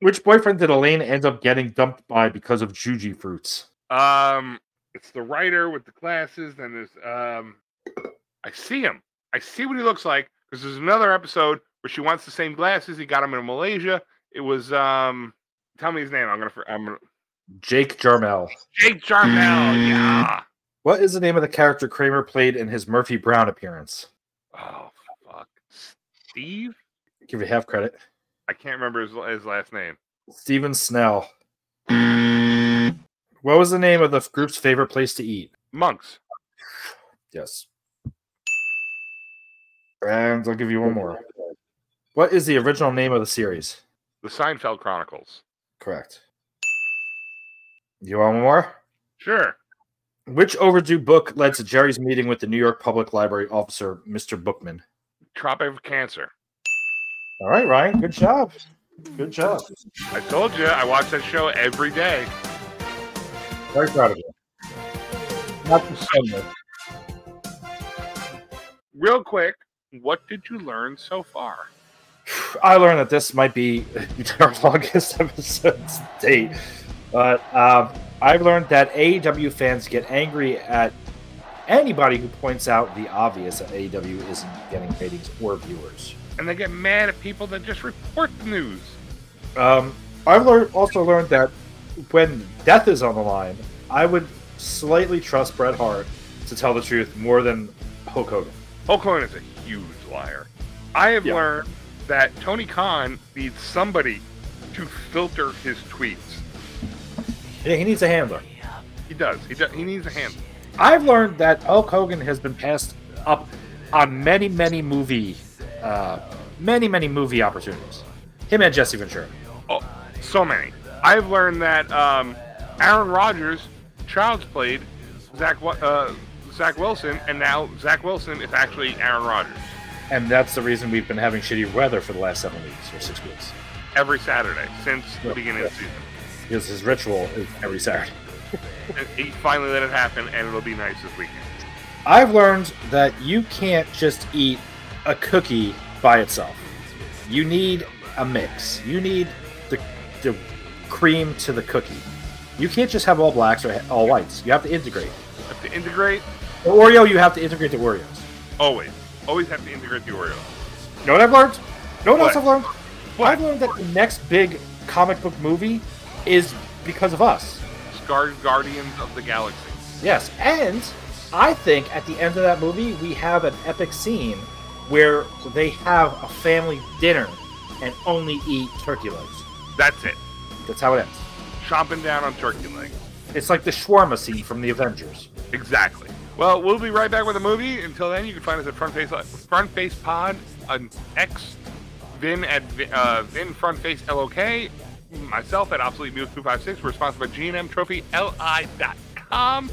Speaker 3: Which boyfriend did Elaine end up getting dumped by because of Juji fruits?
Speaker 5: Um, it's the writer with the glasses. Then there's um, I see him. I see what he looks like because there's another episode where she wants the same glasses. He got them in Malaysia. It was um, tell me his name. I'm gonna. fr- I'm gonna,
Speaker 3: Jake Jarmel.
Speaker 5: Jake Jarmel. Yeah.
Speaker 3: What is the name of the character Kramer played in his Murphy Brown appearance?
Speaker 5: Oh fuck, Steve.
Speaker 3: Give you half credit.
Speaker 5: I can't remember his, his last name.
Speaker 3: Steven Snell. What was the name of the group's favorite place to eat?
Speaker 5: Monks.
Speaker 3: Yes. And I'll give you one more. What is the original name of the series?
Speaker 5: The Seinfeld Chronicles.
Speaker 3: Correct. You want one more?
Speaker 5: Sure.
Speaker 3: Which overdue book led to Jerry's meeting with the New York Public Library officer, Mr. Bookman?
Speaker 5: Tropic of Cancer.
Speaker 3: All right, Ryan. Good job. Good job.
Speaker 5: I told you I watch that show every day.
Speaker 3: Very proud of you. Not the same.
Speaker 5: Real quick, what did you learn so far?
Speaker 3: I learned that this might be our longest episode to date, but um, I've learned that AEW fans get angry at anybody who points out the obvious that AEW isn't getting ratings or viewers.
Speaker 5: and they get mad at people that just report the news.
Speaker 3: Um, I've learned, also learned that when death is on the line, I would slightly trust Bret Hart to tell the truth more than Hulk Hogan.
Speaker 5: Hulk Hogan is a huge liar. I have
Speaker 3: Yeah.
Speaker 5: learned that Tony Khan needs somebody to filter his tweets.
Speaker 3: Yeah, he needs a handler.
Speaker 5: He does. He does. He needs a hand.
Speaker 3: I've learned that Hulk Hogan has been passed up on many, many movie, uh, many, many movie opportunities. Him and Jesse Ventura.
Speaker 5: Oh, so many. I've learned that um, Aaron Rodgers, Child's played Zach, Wi- uh, Zach Wilson, and now Zach Wilson is actually Aaron Rodgers
Speaker 3: And that's the reason we've been having shitty weather for the last seven weeks or six weeks.
Speaker 5: every Saturday since the
Speaker 3: Yeah.
Speaker 5: beginning of the season.
Speaker 3: Because his ritual is every Saturday.
Speaker 5: And he finally let it happen, and it'll be nice this weekend.
Speaker 3: I've learned that you can't just eat a cookie by itself. You need a mix. You need the, the cream to the cookie. You can't just have all blacks or all whites. You have to integrate.
Speaker 5: Have to integrate
Speaker 3: The Oreo, you have to integrate the Oreos.
Speaker 5: always, always have to integrate the Oreos.
Speaker 3: You know what I've learned? You know what, else
Speaker 5: What?
Speaker 3: I've learned? I've learned that the next big comic book movie is because of us.
Speaker 5: Scar Guardians of the Galaxy.
Speaker 3: Yes, and I think at the end of that movie we have an epic scene where they have a family dinner and only eat turkey legs.
Speaker 5: That's it.
Speaker 3: That's how it ends.
Speaker 5: Chomping down on turkey leg.
Speaker 3: It's like the shawarma scene from the Avengers.
Speaker 5: Exactly. Well, we'll be right back with the movie. Until then, you can find us at Front Face Front Face Pod on X, Vin at Vi- uh, Vin Front Face LOK, myself at Obsolete Mule Two Five Six. We're sponsored by G and M Trophy LI.com.